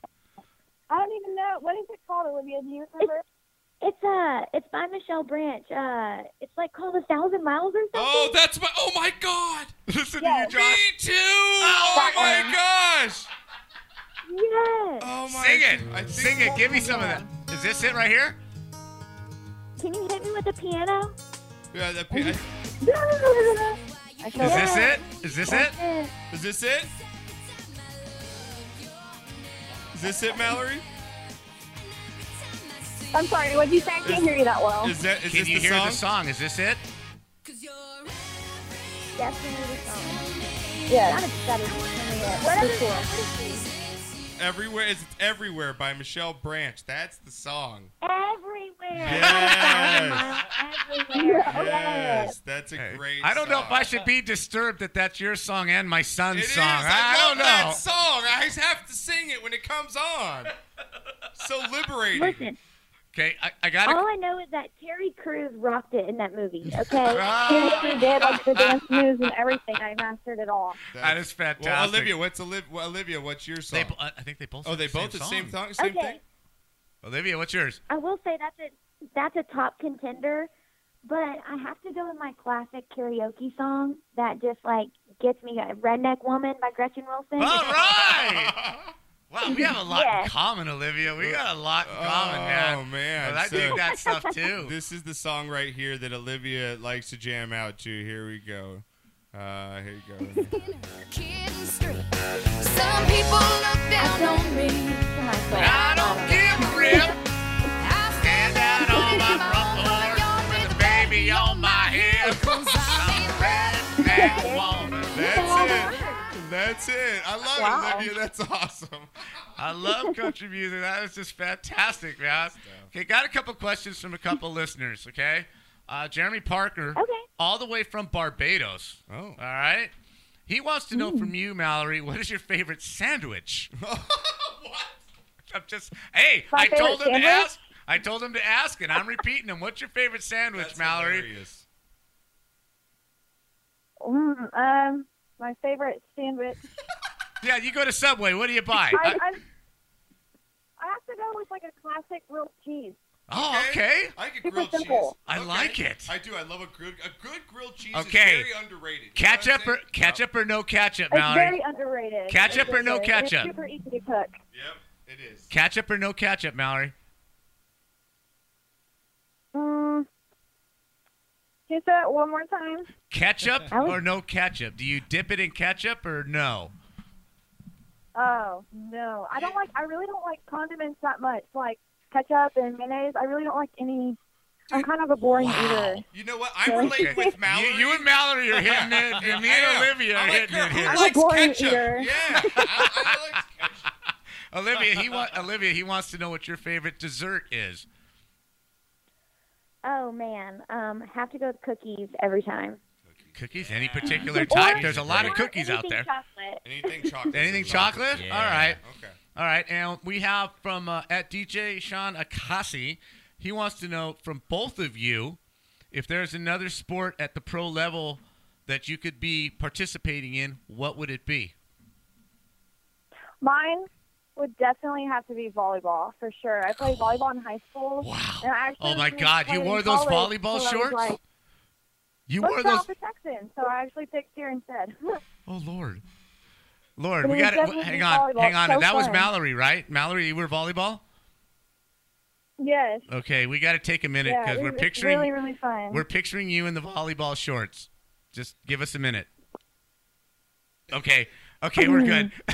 Speaker 9: I don't even know. What is it called, Olivia? Do you remember?
Speaker 8: It's uh, it's by Michelle Branch. Uh, it's like called a thousand miles or something.
Speaker 1: Oh, that's my. Oh my God.
Speaker 3: Listen
Speaker 9: Yes.
Speaker 3: to you,
Speaker 1: Me
Speaker 3: Josh.
Speaker 1: too. Oh
Speaker 9: That
Speaker 1: my
Speaker 9: one.
Speaker 1: gosh.
Speaker 8: yes.
Speaker 1: Oh my.
Speaker 3: Sing it.
Speaker 1: I think-
Speaker 3: Sing it. Give me some of that. Is this it right here?
Speaker 8: Can you hit me with the piano?
Speaker 1: Yeah, that pi- I-
Speaker 3: Is this it? Is this it?
Speaker 8: Eh,
Speaker 1: Is this it? Is this it, Mallory?
Speaker 9: I'm sorry. What did you say? I can't hear you that well.
Speaker 1: Is that is
Speaker 3: Can
Speaker 1: this
Speaker 3: you
Speaker 1: the
Speaker 3: hear
Speaker 1: song?
Speaker 3: the song? Is this it?
Speaker 8: That's the name of the song.
Speaker 9: Yes.
Speaker 8: That is better than it.
Speaker 9: What
Speaker 8: for
Speaker 9: is it?
Speaker 8: sure.
Speaker 1: Everywhere is everywhere by Michelle Branch. That's the song.
Speaker 8: Everywhere.
Speaker 1: Yes.
Speaker 8: Everywhere.
Speaker 1: Yes, that's a
Speaker 3: Hey,
Speaker 1: great.
Speaker 3: I don't know if
Speaker 1: song.
Speaker 3: I should be disturbed that that's your song and my son's
Speaker 1: It is.
Speaker 3: song.
Speaker 1: I,
Speaker 3: I,
Speaker 1: love
Speaker 3: don't know.
Speaker 1: that song. I just have to sing it when it comes on. So liberating.
Speaker 8: Listen,
Speaker 3: Okay, I, I got
Speaker 8: all
Speaker 3: it.
Speaker 8: I know is that Terry Crews rocked it in that movie. Okay.
Speaker 9: Seriously, did like the dance moves and everything. I mastered it all.
Speaker 3: That is fantastic.
Speaker 1: Well, Olivia, what's Olivia? Olivia, what's your
Speaker 3: They,
Speaker 1: song?
Speaker 3: bo- I I think they both.
Speaker 1: oh,
Speaker 3: said
Speaker 1: they both the
Speaker 3: same
Speaker 1: same
Speaker 3: song.
Speaker 1: song, same
Speaker 8: Okay.
Speaker 1: thing.
Speaker 3: Olivia, what's yours?
Speaker 8: I will say that's a that's a top contender, but I have to go with my classic karaoke song that just like gets me going. Redneck Woman by Gretchen Wilson.
Speaker 3: All right. Wow, we have a lot
Speaker 8: Yeah.
Speaker 3: in common, Olivia. We got a lot in common,
Speaker 1: Oh
Speaker 3: man.
Speaker 1: man,
Speaker 3: Well, I
Speaker 1: so
Speaker 3: dig that stuff too.
Speaker 1: this is the song right here that Olivia likes to jam out to. Here we go. Uh, here you go.
Speaker 7: Some people look down on me.
Speaker 3: I don't give a rip.
Speaker 7: I
Speaker 3: Stand out on my front porch with a baby on my hip. I'm a redneck woman.
Speaker 1: oh, That's it. That's it. I love
Speaker 9: Wow.
Speaker 1: it, Olivia. That's awesome.
Speaker 3: I love country music. That was just fantastic, man. Okay, got a couple questions from a couple listeners. Okay, uh, Jeremy Parker,
Speaker 8: Okay.
Speaker 3: all the way from Barbados.
Speaker 1: Oh.
Speaker 3: all right. He wants to know
Speaker 9: Hmm.
Speaker 3: from you, Mallory, what is your favorite sandwich?
Speaker 1: what?
Speaker 3: I'm just, hey,
Speaker 9: My
Speaker 3: I told
Speaker 9: favorite
Speaker 3: him to
Speaker 9: sandwich?
Speaker 3: ask. I told him to ask, and I'm repeating him. What's your favorite sandwich,
Speaker 1: That's
Speaker 3: Mallory?
Speaker 1: hilarious.
Speaker 9: Mm, um, my favorite sandwich.
Speaker 3: Yeah, you go to Subway. What do you buy?
Speaker 9: I, I, I have to go with like a classic grilled cheese.
Speaker 3: oh, okay.
Speaker 1: I like a
Speaker 9: Super
Speaker 1: grilled
Speaker 9: simple.
Speaker 1: cheese.
Speaker 3: I
Speaker 1: Okay.
Speaker 3: like it.
Speaker 1: I do. I love a good a good grilled cheese.
Speaker 3: Okay.
Speaker 1: Is very underrated. You know what
Speaker 3: Ketchup
Speaker 1: I'm
Speaker 3: or
Speaker 1: saying?
Speaker 3: ketchup or no ketchup,
Speaker 9: It's
Speaker 3: Mallory?
Speaker 9: very underrated.
Speaker 3: Ketchup
Speaker 9: It's
Speaker 3: or no
Speaker 9: underrated.
Speaker 3: ketchup?
Speaker 9: It's super easy to cook.
Speaker 1: Yep. It is.
Speaker 3: Ketchup or no ketchup, Mallory?
Speaker 9: Mm. Can you say that one more time?
Speaker 3: Ketchup
Speaker 8: I would-
Speaker 3: or no ketchup? Do you dip it in ketchup or no?
Speaker 9: Oh no, I don't like. I really don't like condiments that much, like ketchup and mayonnaise. I really don't like any. I'm kind of a boring eater.
Speaker 1: You know what? I'm relating with Mallory.
Speaker 3: You, you and Mallory are hitting it. and me and
Speaker 1: Yeah.
Speaker 3: Olivia are
Speaker 1: I'm like,
Speaker 3: hitting
Speaker 1: girl,
Speaker 3: it
Speaker 1: who
Speaker 3: here.
Speaker 9: I'm a
Speaker 1: likes
Speaker 9: boring
Speaker 1: ketchup?
Speaker 9: eater.
Speaker 1: Yeah. I, I like ketchup.
Speaker 3: Olivia, he wa- Olivia, he wants to know what your favorite dessert is.
Speaker 8: Oh man, um, have to go with cookies every time.
Speaker 3: Cookies, any particular type? There's a lot of
Speaker 8: Or
Speaker 3: cookies out
Speaker 8: anything
Speaker 3: there.
Speaker 8: Chocolate.
Speaker 1: Anything chocolate.
Speaker 3: Anything chocolate?
Speaker 2: Yeah.
Speaker 3: All right,
Speaker 1: Okay.
Speaker 3: all right. And we have from uh, at DJ Sean Akasi. He wants to know from both of you if there's another sport at the pro level that you could be participating in. What would it be?
Speaker 9: Mine would definitely have to be volleyball for sure. I played volleyball in high school. Wow. And I actually
Speaker 3: Oh, my
Speaker 9: was
Speaker 3: God. You
Speaker 9: playing
Speaker 3: wore those
Speaker 9: college,
Speaker 3: volleyball
Speaker 9: so I was
Speaker 3: shorts?
Speaker 9: Like,
Speaker 3: You
Speaker 9: Let's
Speaker 3: wore
Speaker 9: try
Speaker 3: those.
Speaker 9: out the Texans. So I actually picked deer instead.
Speaker 3: Oh Lord, Lord,
Speaker 9: But
Speaker 3: we
Speaker 9: it
Speaker 3: got
Speaker 9: was
Speaker 3: it.
Speaker 9: definitely
Speaker 3: Hang on,
Speaker 9: volleyball.
Speaker 3: hang on.
Speaker 9: So
Speaker 3: and that was
Speaker 9: fun.
Speaker 3: Mallory, right? Mallory, you were volleyball.
Speaker 9: Yes.
Speaker 3: Okay, we got to take a minute
Speaker 9: Yeah,
Speaker 3: because
Speaker 9: it-
Speaker 3: we're
Speaker 9: it's
Speaker 3: picturing
Speaker 9: really, really fun.
Speaker 3: we're picturing you in the volleyball shorts. Just give us a minute. Okay, okay, we're good.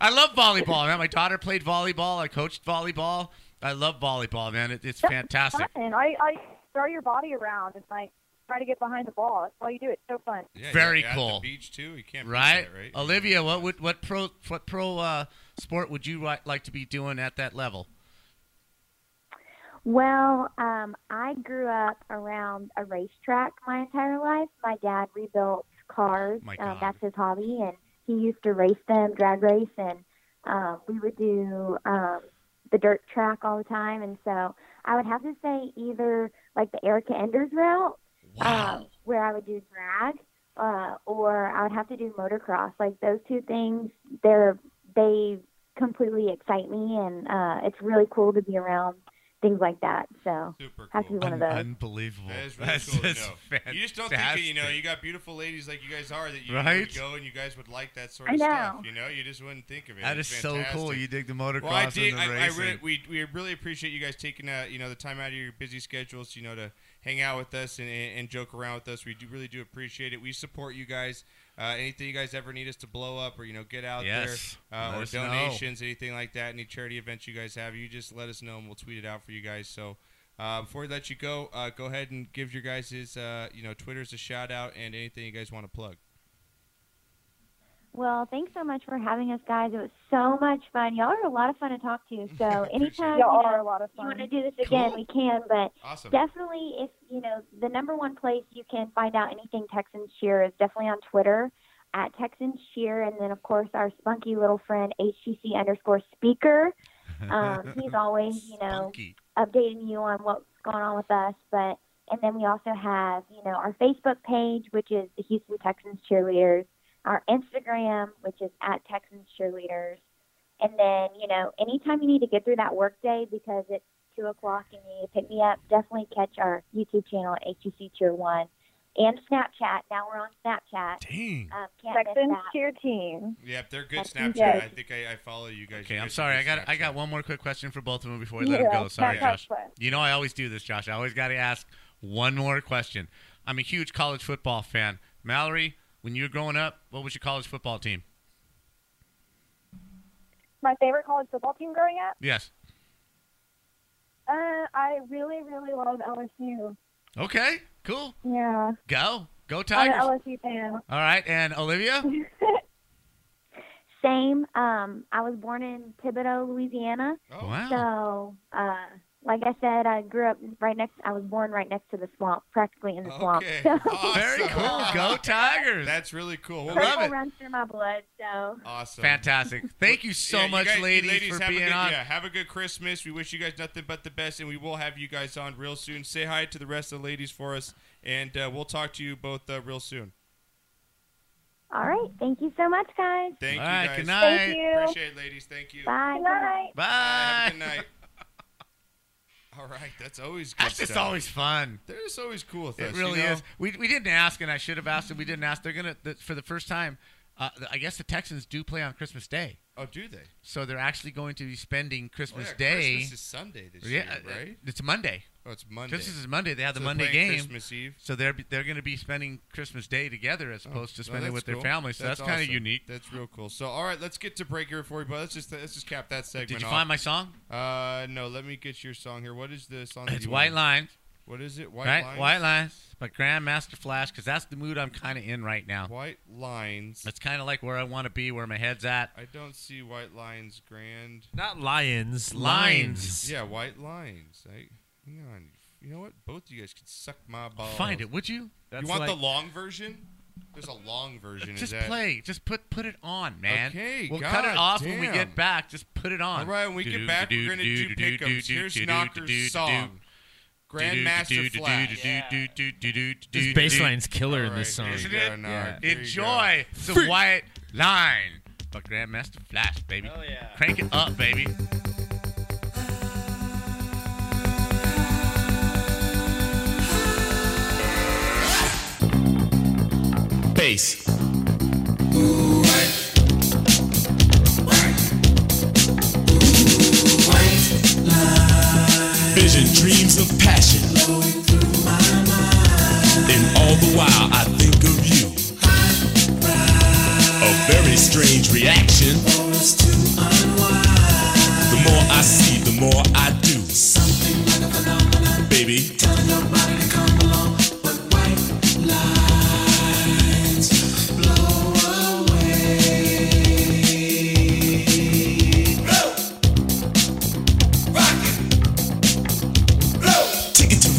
Speaker 3: I love volleyball, man. My daughter played volleyball. I coached volleyball. I love volleyball, man. It, it's fantastic.
Speaker 9: fun. I, I throw your body around and like try to get behind the ball. That's why you do it. It's so fun.
Speaker 1: Yeah,
Speaker 3: Very
Speaker 1: you're at the
Speaker 3: cool.
Speaker 1: beach too. You can't beat
Speaker 3: Right?
Speaker 1: that, right?
Speaker 3: Olivia, what would what pro what pro uh, sport would you ri- like to be doing at that level?
Speaker 8: Well, um, I grew up around a racetrack my entire life. My dad rebuilt cars.
Speaker 3: My
Speaker 8: um,
Speaker 3: God.
Speaker 8: that's his hobby, and he used to race them, drag race, and um, we would do um, the dirt track all the time. And so I would have to say either like the Erica Enders route, um, where I would do drag, uh, or I would have to do motocross. Like those two things, they're they completely excite me, and uh, it's really cool to be around things like that. So
Speaker 1: Super
Speaker 8: have to be
Speaker 1: cool.
Speaker 8: one of
Speaker 3: Un-
Speaker 8: those.
Speaker 3: unbelievable.
Speaker 1: That is really cool.
Speaker 3: just
Speaker 1: to know. You just don't think it, you know.
Speaker 3: fantastic.
Speaker 1: You got beautiful ladies like you guys are that you
Speaker 3: Right?
Speaker 1: would go and you guys would like that sort
Speaker 8: I
Speaker 1: of stuff.
Speaker 8: know.
Speaker 1: You know, you just wouldn't think of it.
Speaker 3: That is
Speaker 1: It's
Speaker 3: so cool.
Speaker 1: fantastic.
Speaker 3: You dig the motocross
Speaker 1: well, I did.
Speaker 3: and the
Speaker 1: I, I
Speaker 3: racing.
Speaker 1: really, we we really appreciate you guys taking uh, you know the time out of your busy schedules, you know, to hang out with us and, and, and joke around with us. We do really do appreciate it. We support you guys. Uh, anything you guys ever need us to blow up or you know get out
Speaker 3: Yes.
Speaker 1: there uh,
Speaker 3: Let
Speaker 1: or
Speaker 3: us know.
Speaker 1: donations, anything like that, any charity events you guys have, you just let us know and we'll tweet it out for you guys. So. Uh, before we let you go, uh, go ahead and give your guys' uh, you know Twitter's a shout out and anything you guys want to plug.
Speaker 8: Well, thanks so much for having us, guys. It was so much fun. Y'all are a lot of fun to talk to. So anytime you,
Speaker 9: Y'all are a
Speaker 8: know,
Speaker 9: lot of
Speaker 8: you
Speaker 9: fun.
Speaker 8: want to do this again, we can. But
Speaker 1: Awesome.
Speaker 8: definitely, if you know the number one place you can find out anything Texans cheer is definitely on Twitter at Texans cheer, and then of course our spunky little friend HTC underscore speaker. Um, he's always you know
Speaker 3: Funky.
Speaker 8: updating you on what's going on with us. But and then we also have you know our Facebook page, which is the Houston Texans Cheerleaders, our Instagram, which is at Texans Cheerleaders, and then you know anytime you need to get through that workday because it's two o'clock and you need to pick me up, definitely catch our YouTube channel at HTC Cheer One and Snapchat. Now we're on Snapchat.
Speaker 3: Dang.
Speaker 8: Um, can't miss
Speaker 9: Texans
Speaker 8: that.
Speaker 9: cheer team.
Speaker 1: Yep, they're good
Speaker 8: I
Speaker 1: Snapchat.
Speaker 8: think
Speaker 9: yes.
Speaker 1: I think I, I follow you guys.
Speaker 3: Okay,
Speaker 1: You
Speaker 3: I'm
Speaker 1: guys are
Speaker 3: sorry.
Speaker 1: good
Speaker 3: I got I
Speaker 1: Snapchat.
Speaker 3: got one more quick question for both of them before we let them go. Sorry,
Speaker 9: that's
Speaker 3: Josh.
Speaker 9: fun.
Speaker 3: You know I always do this, Josh. I always got to ask one more question. I'm a huge college football fan. Mallory, when you were growing up, what was your college football team?
Speaker 9: My favorite college football team growing up.
Speaker 3: Yes.
Speaker 9: Uh, I really, really love LSU.
Speaker 3: Okay. Cool.
Speaker 9: Yeah,
Speaker 3: Go. Go
Speaker 9: I'm
Speaker 3: Tigers.
Speaker 9: an LSU fan.
Speaker 3: All right, and Olivia.
Speaker 8: Same. Um, I was born in Thibodeau, Louisiana.
Speaker 1: Oh.
Speaker 3: Wow.
Speaker 8: So, uh, like I said, I grew up right next. I was born right next to the swamp, practically in the swamp.
Speaker 1: Okay.
Speaker 8: So,
Speaker 1: Awesome.
Speaker 3: Very cool. Go Tigers.
Speaker 1: That's really cool. Well,
Speaker 3: Love
Speaker 8: purple
Speaker 3: it.
Speaker 8: runs through my blood. So,
Speaker 1: awesome.
Speaker 3: Fantastic. Thank you so
Speaker 1: Yeah, you
Speaker 3: much,
Speaker 1: guys- you
Speaker 3: ladies, for
Speaker 1: have a
Speaker 3: being
Speaker 1: good,
Speaker 3: on.
Speaker 1: Yeah, have a good Christmas. We wish you guys nothing but the best, and we will have you guys on real soon. Say hi to the rest of the ladies for us, and uh, we'll talk to you both uh, real soon.
Speaker 8: all right. Thank you so much, guys.
Speaker 1: Thank
Speaker 3: All
Speaker 1: you
Speaker 3: right.
Speaker 1: guys.
Speaker 3: Good
Speaker 9: Thank
Speaker 3: night.
Speaker 9: you.
Speaker 1: Appreciate it, ladies. Thank you.
Speaker 8: Bye.
Speaker 9: Good night.
Speaker 3: Bye.
Speaker 1: Uh, have a good night. All right, that's always good
Speaker 3: That's just
Speaker 1: stuff.
Speaker 3: always fun.
Speaker 1: There's always cool with
Speaker 3: It
Speaker 1: us,
Speaker 3: really
Speaker 1: you know?
Speaker 3: is. We, we didn't ask, and I should have asked, and we didn't ask. They're gonna the, for the first time. Uh, I guess the Texans do play on Christmas Day,
Speaker 1: Oh, do they?
Speaker 3: so they're actually going to be spending
Speaker 1: Oh,
Speaker 3: Christmas
Speaker 1: yeah,
Speaker 3: Day.
Speaker 1: Christmas is Sunday this
Speaker 3: yeah, uh,
Speaker 1: year, right?
Speaker 3: it's Monday.
Speaker 1: Oh, it's Monday.
Speaker 3: Christmas is Monday. They have the
Speaker 1: So they're
Speaker 3: Monday
Speaker 1: playing
Speaker 3: game,
Speaker 1: Christmas Eve.
Speaker 3: so they're they're going to be spending Christmas Day together as opposed to
Speaker 1: No,
Speaker 3: spending
Speaker 1: that's
Speaker 3: with
Speaker 1: cool.
Speaker 3: their family. So that's, kind of
Speaker 1: awesome.
Speaker 3: unique.
Speaker 1: That's real cool. So, all right, let's get to break here before we. But let's just let's just cap that segment.
Speaker 3: Did you
Speaker 1: off.
Speaker 3: find my song?
Speaker 1: Uh, no. Let me get your song here. What is the song? that
Speaker 3: It's
Speaker 1: you
Speaker 3: White
Speaker 1: wanted?
Speaker 3: Lines,
Speaker 1: What is it? White
Speaker 3: right?
Speaker 1: lines.
Speaker 3: White Lines by Grandmaster Flash, because that's the mood I'm kind of in right now.
Speaker 1: White lines.
Speaker 3: That's kind of like where I want to be, where my head's at.
Speaker 1: I don't see white lines. Grand.
Speaker 2: Not lions.
Speaker 3: Lions.
Speaker 1: Yeah, white lines. I, hang on. You know what? Both of you guys could suck my balls.
Speaker 3: Find it, would you?
Speaker 1: You want the long version? There's a long version.
Speaker 3: Just
Speaker 1: is that?
Speaker 3: play. Just put put it on, man.
Speaker 1: Okay,
Speaker 3: we'll cut it
Speaker 1: God
Speaker 3: off when we
Speaker 1: damn.
Speaker 3: get back. Just put it on.
Speaker 1: All right, when we get back, we're gonna do pickups. Here's Knocker's song. Grandmaster Flash.
Speaker 2: This
Speaker 3: This
Speaker 2: bass line's killer in
Speaker 1: Alright,
Speaker 2: this song.
Speaker 1: here you
Speaker 3: Isn't it?
Speaker 1: go, Nog.
Speaker 2: Yeah.
Speaker 1: Here you go.
Speaker 3: Enjoy the white line. But Grandmaster Flash, baby. Oh yeah. Crank it up, baby.
Speaker 4: Bass.
Speaker 10: White waves of passion flowing through my mind. And all the while I think of you. A very strange reaction. The more I see, the more I do. Something like a phenomenon. Baby. Tell nobody to come along, but white lights blow away. Ticket to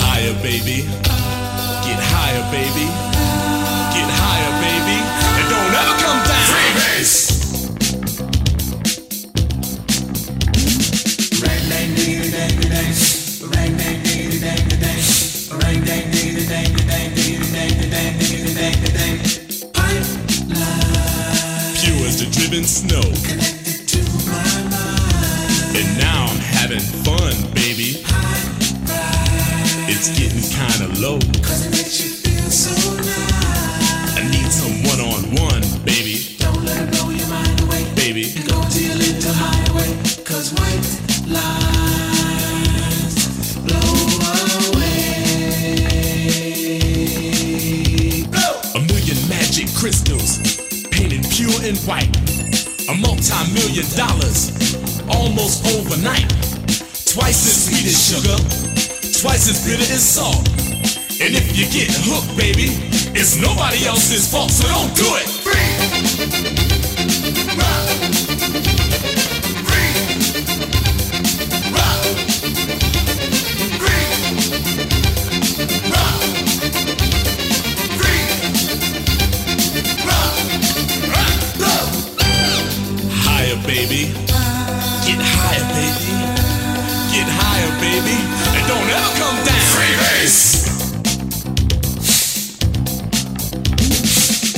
Speaker 10: Higher, baby. Get higher, baby. Get higher, baby. And don't ever come down. Freebase. Rang dang ding dang dang. Rang dang ding dang dang. Rang dang ding dang dang ding dang dang ding dang dang. Pipeline. Pure as the driven snow. Connected to my mind. And now I'm having fun, baby. It's getting kinda low. Cause it makes you feel so nice. I need some one on one, baby. Don't let it blow your mind away. Baby. And go to your little highway. Cause white lies blow away. A million magic crystals, painted pure and white. A multi million dollars, almost overnight. Twice as sweet as sugar twice as bitter as salt. And if you get hooked, baby, it's nobody else's fault, so don't do it. Higher, baby. Get higher, baby. Get higher, baby. And don't ever come down. Freebase.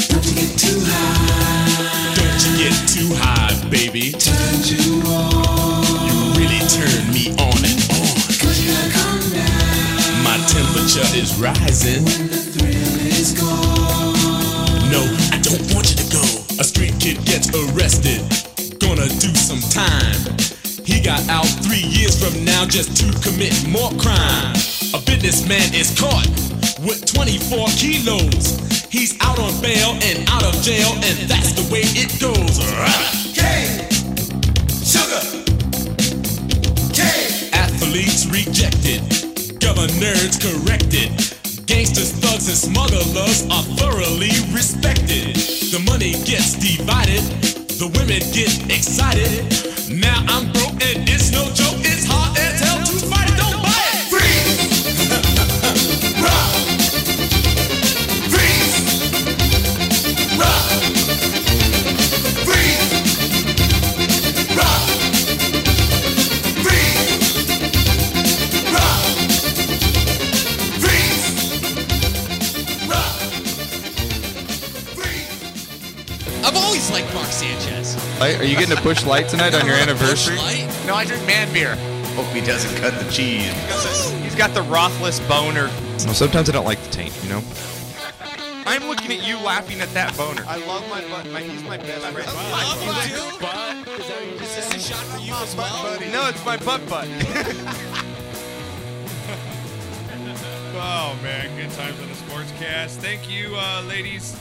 Speaker 10: Don't you get too high. Don't you get too high, baby. Turn you on. You really turn me on and on. Cause you gotta come down. My temperature is rising. When the thrill is gone. No, I don't want you to go. A street kid gets arrested. Gonna do some time. He got out three years from now just to commit more crime. A businessman is caught with 24 kilos. He's out on bail and out of jail, and that's the way it goes. K, sugar. K. Athletes rejected, governors corrected. Gangsters, thugs, and smugglers are thoroughly respected. The money gets divided, the women get excited. Now I'm broke and it's no joke. It's hard as hell to fight it. Don't buy it. Freeze. Rock. Freeze. Rock. Freeze. Rock. Freeze. Rock. Freeze. Rock.
Speaker 11: I've always liked Mark Sanchez.
Speaker 12: Light? Are you getting a push light tonight on your anniversary?
Speaker 11: No, I drink man beer.
Speaker 12: Hope he doesn't cut the cheese.
Speaker 11: He's got the Rothless boner.
Speaker 12: Well, sometimes I don't like the taint, you know?
Speaker 1: I'm looking at you laughing at that boner.
Speaker 13: I love my butt. My, he's my best friend.
Speaker 11: Is this a shot for you as well?
Speaker 1: No, it's my butt butt. oh man, good times on the sports cast. Thank you, uh, ladies.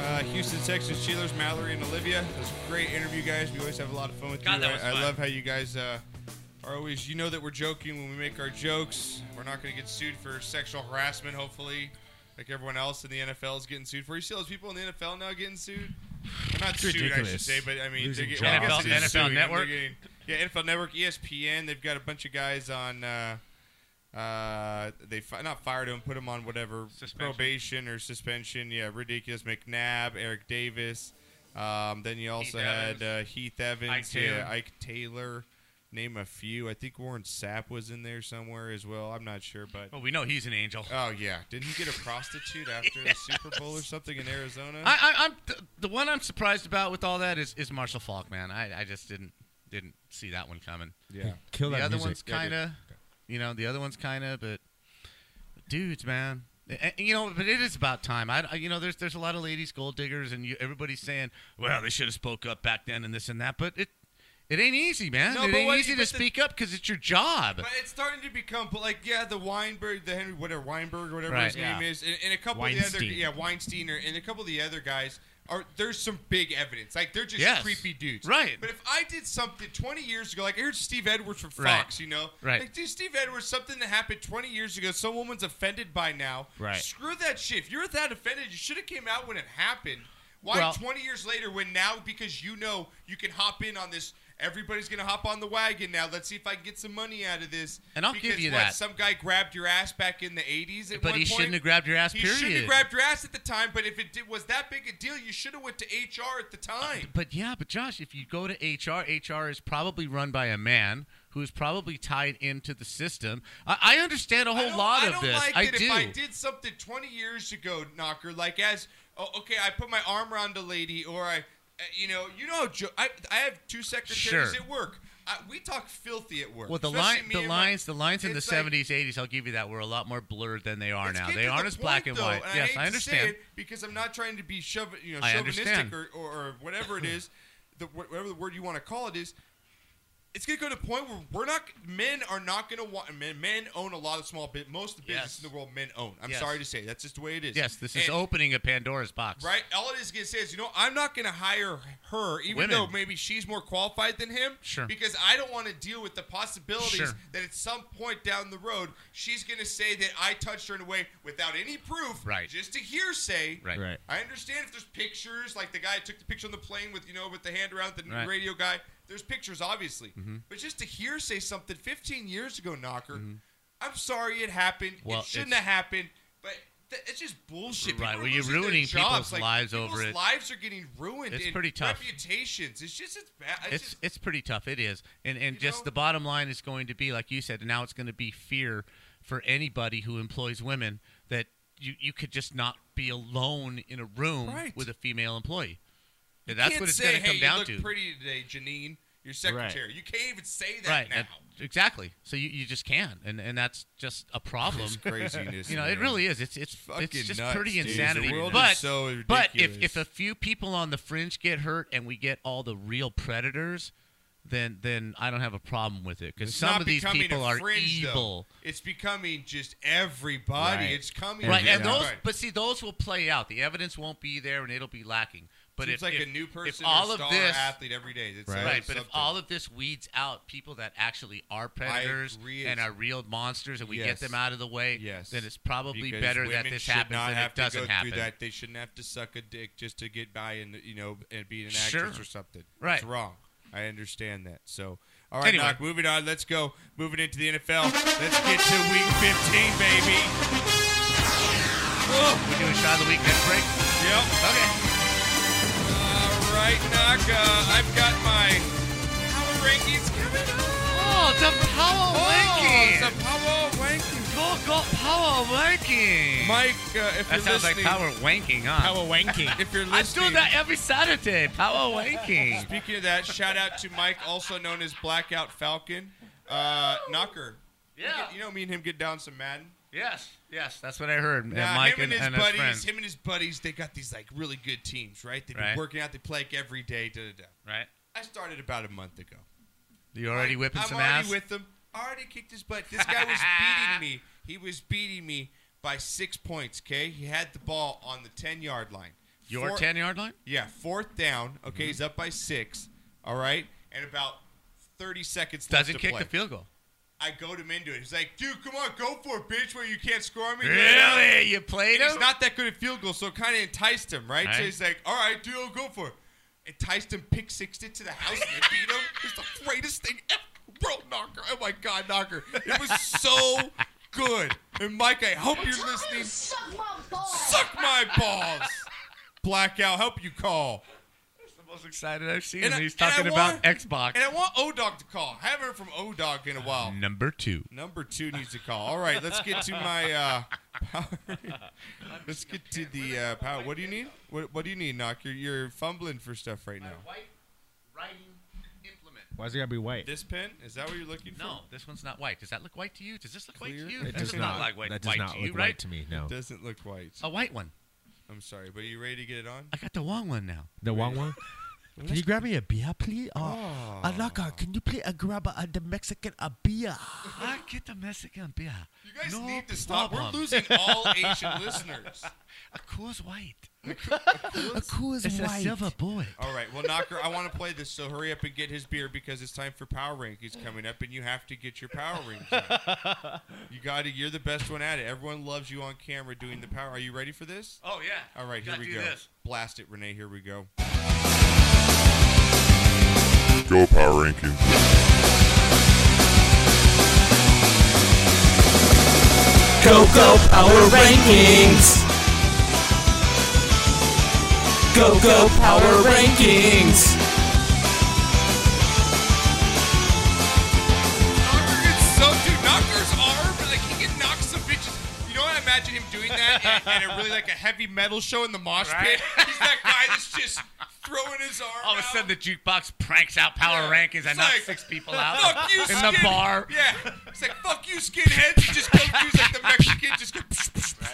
Speaker 1: Uh, Houston Texans, Steelers, Mallory, and Olivia. It was a great interview, guys. We always have a lot of fun with
Speaker 11: God,
Speaker 1: you.
Speaker 11: that
Speaker 1: I-
Speaker 11: was
Speaker 1: I,
Speaker 11: fun.
Speaker 1: love how you guys uh, are always. You know that we're joking when we make our jokes. We're not going to get sued for sexual harassment, hopefully, like everyone else in the NFL is getting sued for. You see those people in the NFL now getting sued? They're not
Speaker 3: It's
Speaker 1: sued, I should
Speaker 3: ridiculous.
Speaker 1: say, but I mean, they're
Speaker 3: Losing
Speaker 1: getting, well, I guess
Speaker 3: jobs.
Speaker 1: it is
Speaker 3: NFL
Speaker 1: suing them. They're
Speaker 3: Network?
Speaker 1: getting- yeah, NFL Network, E ESPN. They've got a bunch of guys on. Uh, uh, they fi- not fired him, put him on whatever probation or suspension. Yeah, ridiculous. McNabb, Eric Davis, Um, then you also had uh, Heath Evans,
Speaker 2: Ike
Speaker 1: yeah,
Speaker 2: Taylor.
Speaker 1: Ike Taylor, name a few. I think Warren Sapp was in there somewhere as well. I'm not sure, but
Speaker 3: well, we know he's an angel.
Speaker 1: Oh yeah, didn't he get a prostitute after the Super Bowl or something in Arizona?
Speaker 3: I, I, I'm th- the one I'm surprised about with all that is, is Marshall Falk, man. I, I just didn't didn't see that one coming.
Speaker 1: Yeah.
Speaker 14: Kill
Speaker 3: the
Speaker 14: that
Speaker 3: other
Speaker 14: music.
Speaker 3: one's
Speaker 14: Yeah,
Speaker 3: kind of, you know, the other one's kind of, but dudes, man. And, you know, but it is about time. I, I- you know, there's there's a lot of ladies gold diggers, and you, everybody's saying, well, they should have spoke up back then and this and that, but it it ain't easy, man.
Speaker 1: No,
Speaker 3: it
Speaker 1: but
Speaker 3: ain't
Speaker 1: what-
Speaker 3: easy to
Speaker 1: but the-
Speaker 3: speak up because it's your job.
Speaker 1: But it's starting to become, but like, yeah, the Weinberg, the Henry, whatever Weinberg, or whatever
Speaker 3: Right.
Speaker 1: his name
Speaker 3: Yeah.
Speaker 1: is, and, and a couple of the other,
Speaker 3: Weinstein.
Speaker 1: yeah, Weinstein, or, and a couple of the other guys are. There's some big evidence, like they're just
Speaker 3: Yes.
Speaker 1: creepy dudes,
Speaker 3: Right.
Speaker 1: But if I did something 20 years ago, like I heard Steve Edwards from
Speaker 3: Right.
Speaker 1: Fox, you know,
Speaker 3: Right.
Speaker 1: Like, dude, Steve Edwards, something that happened 20 years ago, some woman's offended by now,
Speaker 3: Right.
Speaker 1: Screw that shit. If you're that offended, you should have came out when it happened. Why
Speaker 3: Well-
Speaker 1: 20 years later when now because you know you can hop in on this everybody's gonna hop on the wagon now let's see if i can get some money out of this
Speaker 3: And I'll
Speaker 1: because
Speaker 3: give you
Speaker 1: what,
Speaker 3: that.
Speaker 1: some guy grabbed your ass back in the 80s at
Speaker 3: But
Speaker 1: one
Speaker 3: he
Speaker 1: point?
Speaker 3: shouldn't have grabbed your ass,
Speaker 1: he shouldn't have
Speaker 3: period.
Speaker 1: grabbed your ass at the time but if it did, was that big a deal you should have went to hr at the time
Speaker 3: But yeah, but Josh, if you go to HR, HR is probably run by a man who is probably tied into the system. I, I understand a
Speaker 1: I
Speaker 3: whole
Speaker 1: don't-
Speaker 3: lot
Speaker 1: I
Speaker 3: of
Speaker 1: don't
Speaker 3: this.
Speaker 1: Like
Speaker 3: I
Speaker 1: that
Speaker 3: do.
Speaker 1: If I did something 20 years ago, Knocker, like as oh, okay, I put my arm around a lady, or I, uh, you know, you know, how Jo- I, I have two secretaries
Speaker 3: Sure.
Speaker 1: at work. I, we talk filthy at work.
Speaker 3: well, the
Speaker 1: especially
Speaker 3: line,
Speaker 1: me
Speaker 3: the
Speaker 1: and my-
Speaker 3: lines, the lines in the
Speaker 1: It's like-
Speaker 3: '70s, '80s, I'll give you that, were a lot more blurred than they are now.
Speaker 1: Get
Speaker 3: They
Speaker 1: to
Speaker 3: aren't
Speaker 1: the
Speaker 3: as black
Speaker 1: point,
Speaker 3: and
Speaker 1: though,
Speaker 3: white. yes,
Speaker 1: hate
Speaker 3: I
Speaker 1: to say
Speaker 3: understand.
Speaker 1: it because I'm not trying to be shove, you know,
Speaker 3: I
Speaker 1: chauvinistic
Speaker 3: understand.
Speaker 1: or, or, or whatever it is, the, wh- whatever the word you want to call it is. It's gonna go to a point where we're not. Men are not gonna want. Men, men own a lot of small bit. Most of the business in the world, men own. Oh, I'm
Speaker 3: Yes.
Speaker 1: sorry to say, that's just the way it is.
Speaker 3: Yes, this is
Speaker 1: And-
Speaker 3: opening a Pandora's box.
Speaker 1: Right? All it is going to say is, you know, I'm not going to hire her, even
Speaker 3: Women.
Speaker 1: though maybe she's more qualified than him.
Speaker 3: Sure.
Speaker 1: Because I don't want to deal with the possibilities
Speaker 3: Sure.
Speaker 1: that at some point down the road, she's going to say that I touched her in a way without any proof.
Speaker 3: Right.
Speaker 1: Just a hearsay.
Speaker 3: Right. Right.
Speaker 1: I understand if there's pictures, like the guy who took the picture on the plane with, you know, with the hand around the
Speaker 3: Right.
Speaker 1: radio guy. There's pictures, obviously.
Speaker 3: Mhm.
Speaker 1: But just to hearsay something 15 years ago, Knocker, I'm sorry it happened.
Speaker 3: Mm-hmm. Well,
Speaker 1: it shouldn't
Speaker 3: it's-
Speaker 1: have happened. But th- it's just bullshit. People
Speaker 3: Right,
Speaker 1: are
Speaker 3: well, you're
Speaker 1: losing their
Speaker 3: ruining
Speaker 1: jobs.
Speaker 3: people's
Speaker 1: Like,
Speaker 3: lives
Speaker 1: people's
Speaker 3: over it.
Speaker 1: lives are getting ruined.
Speaker 3: It's
Speaker 1: and
Speaker 3: pretty tough.
Speaker 1: Reputations. It's just it's bad. It's,
Speaker 3: it's
Speaker 1: just,
Speaker 3: it's pretty tough. It is, and and just
Speaker 1: know?
Speaker 3: the bottom line is going to be like you said. Now it's going to be fear for anybody who employs women that you you could just not be alone in a room
Speaker 1: Right.
Speaker 3: with a female employee.
Speaker 1: you
Speaker 3: And that's
Speaker 1: can't
Speaker 3: what it's
Speaker 1: say,
Speaker 3: going to
Speaker 1: hey,
Speaker 3: come down
Speaker 1: you look
Speaker 3: to.
Speaker 1: Pretty today, Janine. Your secretary. You can't even say that
Speaker 3: right
Speaker 1: now.
Speaker 3: that- exactly. So you, you just can, and and that's just a problem.
Speaker 1: This craziness,
Speaker 3: you know, it
Speaker 1: man.
Speaker 3: really is. It's it's
Speaker 1: Fucking
Speaker 3: it's just
Speaker 1: nuts,
Speaker 3: pretty
Speaker 1: dude. The
Speaker 3: insanity.
Speaker 1: world
Speaker 3: but
Speaker 1: is so
Speaker 3: but if
Speaker 1: ridiculous.
Speaker 3: if a few people on the fringe get hurt and we get all the real predators. Then, then I don't have a problem with it because
Speaker 1: It's
Speaker 3: some
Speaker 1: not
Speaker 3: of these
Speaker 1: becoming a
Speaker 3: people are
Speaker 1: fringe, though.
Speaker 3: evil.
Speaker 1: It's becoming just everybody. It's coming.
Speaker 3: right, and
Speaker 1: everybody.
Speaker 3: those, but see, those will play out. The evidence won't be there, and it'll be lacking. But
Speaker 1: Seems
Speaker 3: if,
Speaker 1: like
Speaker 3: if-
Speaker 1: a new person
Speaker 3: if
Speaker 1: or
Speaker 3: all
Speaker 1: star
Speaker 3: of this
Speaker 1: athlete every day, that's
Speaker 3: right?
Speaker 1: always
Speaker 3: but if
Speaker 1: something.
Speaker 3: all of this weeds out people that actually are predators
Speaker 1: agree.
Speaker 3: and are real monsters, and we
Speaker 1: Yes.
Speaker 3: get them out of the way, yes. then it's probably
Speaker 1: Because
Speaker 3: better that
Speaker 1: women
Speaker 3: this
Speaker 1: should
Speaker 3: happens
Speaker 1: not
Speaker 3: than
Speaker 1: have
Speaker 3: it doesn't
Speaker 1: to go
Speaker 3: happen.
Speaker 1: Through that. They shouldn't have to suck a dick just to get by and you know and be an actress
Speaker 3: Sure.
Speaker 1: or something.
Speaker 3: Right.
Speaker 1: it's wrong. I understand that. So all right,
Speaker 3: Anyway.
Speaker 1: Knock, moving on. Let's go. Moving into the NFL. Let's get to Week 15, baby.
Speaker 3: We do a shot of the week next break.
Speaker 1: Yep.
Speaker 3: Okay.
Speaker 1: All right, Knock. Uh, I've got my power rankings coming up.
Speaker 3: Oh, the power
Speaker 1: ranking.
Speaker 3: ranking.
Speaker 1: The power ranking.
Speaker 3: Go, go, power ranking.
Speaker 1: Mike, uh, if
Speaker 3: that
Speaker 1: you're
Speaker 3: sounds
Speaker 1: listening-
Speaker 3: like power wanking, huh? Power wanking.
Speaker 1: If you're
Speaker 3: I do
Speaker 1: listening-
Speaker 3: that every Saturday. Power wanking.
Speaker 1: Speaking of that, shout out to Mike, also known as Blackout Falcon, uh, Knocker. Yeah. You know me and him get down some Madden.
Speaker 3: Yes. Yes, that's what I heard. uh,
Speaker 1: Nah,
Speaker 3: Mike
Speaker 1: him and, his
Speaker 3: and
Speaker 1: buddies,
Speaker 3: friends.
Speaker 1: him and his buddies, they got these like really good teams, right? They've
Speaker 3: Right.
Speaker 1: been working out, they play like, every day, da da da.
Speaker 3: Right.
Speaker 1: I started about a month ago.
Speaker 3: You already whipping
Speaker 1: I'm
Speaker 3: some
Speaker 1: already
Speaker 3: ass?
Speaker 1: with them. I already kicked his butt. This guy was beating me. He was beating me by six points. Okay, he had the ball on the ten yard line.
Speaker 3: Your 10 yard line? Mm-hmm.
Speaker 1: Yeah, fourth down. Okay, he's up by six. All right, and about thirty seconds left
Speaker 3: Doesn't
Speaker 1: to
Speaker 3: kick
Speaker 1: play.
Speaker 3: the field goal.
Speaker 1: I goad him into it. He's like, dude, come on, go for it, bitch, where you can't score on me.
Speaker 3: Really? You played
Speaker 1: And He's
Speaker 3: him?
Speaker 1: not that good at field goals, so it kind of enticed him, right? So
Speaker 3: Right.
Speaker 1: he's like, all right, dude, I'll go for it. Enticed him, pick sixed it to the house, and I beat him. It's the greatest thing ever. Bro, Knocker. Oh, my God, Knocker. It was so good. And, Mike, I hope you're listening. Suck my balls. Blackout, help you call.
Speaker 3: most excited I've seen
Speaker 1: And
Speaker 3: him.
Speaker 1: I-
Speaker 3: He's
Speaker 1: and I
Speaker 3: talking
Speaker 1: want-
Speaker 3: about Xbox.
Speaker 1: And I want O Dog to call. I haven't heard from O Dog in a while.
Speaker 3: Number two.
Speaker 1: Number two needs to call. All right, let's get to my uh, power. let's get to the uh, power. What do you need? What, what do you need, Knock? You're, you're fumbling for stuff right now.
Speaker 2: Why does it gotta be white?
Speaker 1: This pen? Is that what you're looking for?
Speaker 3: No, this one's not white. Does that look white to you? Does this look white
Speaker 1: Clear?
Speaker 3: to you?
Speaker 1: It
Speaker 3: That
Speaker 1: does
Speaker 3: does
Speaker 1: not.
Speaker 3: look white,
Speaker 2: That does
Speaker 3: white
Speaker 2: not
Speaker 3: to
Speaker 2: look
Speaker 3: you,
Speaker 2: white
Speaker 3: right?
Speaker 2: to me, no.
Speaker 1: It doesn't look white.
Speaker 3: A white one.
Speaker 1: I'm sorry, but you ready to get it on?
Speaker 3: I got the wrong one now.
Speaker 2: The wrong one. Can you grab me a beer, please?
Speaker 3: Oh.
Speaker 2: Uh, Alaka, can you please uh, grab uh, the Mexican a beer?
Speaker 3: I Ah, get the Mexican beer.
Speaker 1: You guys
Speaker 3: No
Speaker 1: need to stop.
Speaker 3: problem.
Speaker 1: We're losing all Asian listeners.
Speaker 3: A cool's white.
Speaker 1: A
Speaker 2: cool is
Speaker 3: it's
Speaker 2: white.
Speaker 3: a silver boy.
Speaker 1: All right, well, Knocker, I want to play this, so hurry up and get his beer because it's time for Power Rankings coming up, and you have to get your Power Rankings. on. you got to. You're the best one at it. Everyone loves you on camera doing the power. Are you ready for this?
Speaker 3: Oh, yeah.
Speaker 1: All right, here
Speaker 3: Gotta
Speaker 1: we
Speaker 3: do
Speaker 1: go.
Speaker 3: this.
Speaker 1: Blast it, Renee. Here we go.
Speaker 14: Go Power Rankings.
Speaker 10: Go, go, Power Rankings. Go, go, Power Rankings.
Speaker 1: So, dude, Knocker's arm, like he can knock some bitches. You know, I imagine him doing that at, at a really like a heavy metal show in the mosh pit. He's that guy that's just throwing his arm.
Speaker 3: All of a sudden, the jukebox pranks out Power Rankings and knocks six people out
Speaker 1: Fuck you,
Speaker 3: in the
Speaker 1: skin-
Speaker 3: bar.
Speaker 1: Yeah, it's like fuck you, skinheads. You just go use like the Mexican. Just go.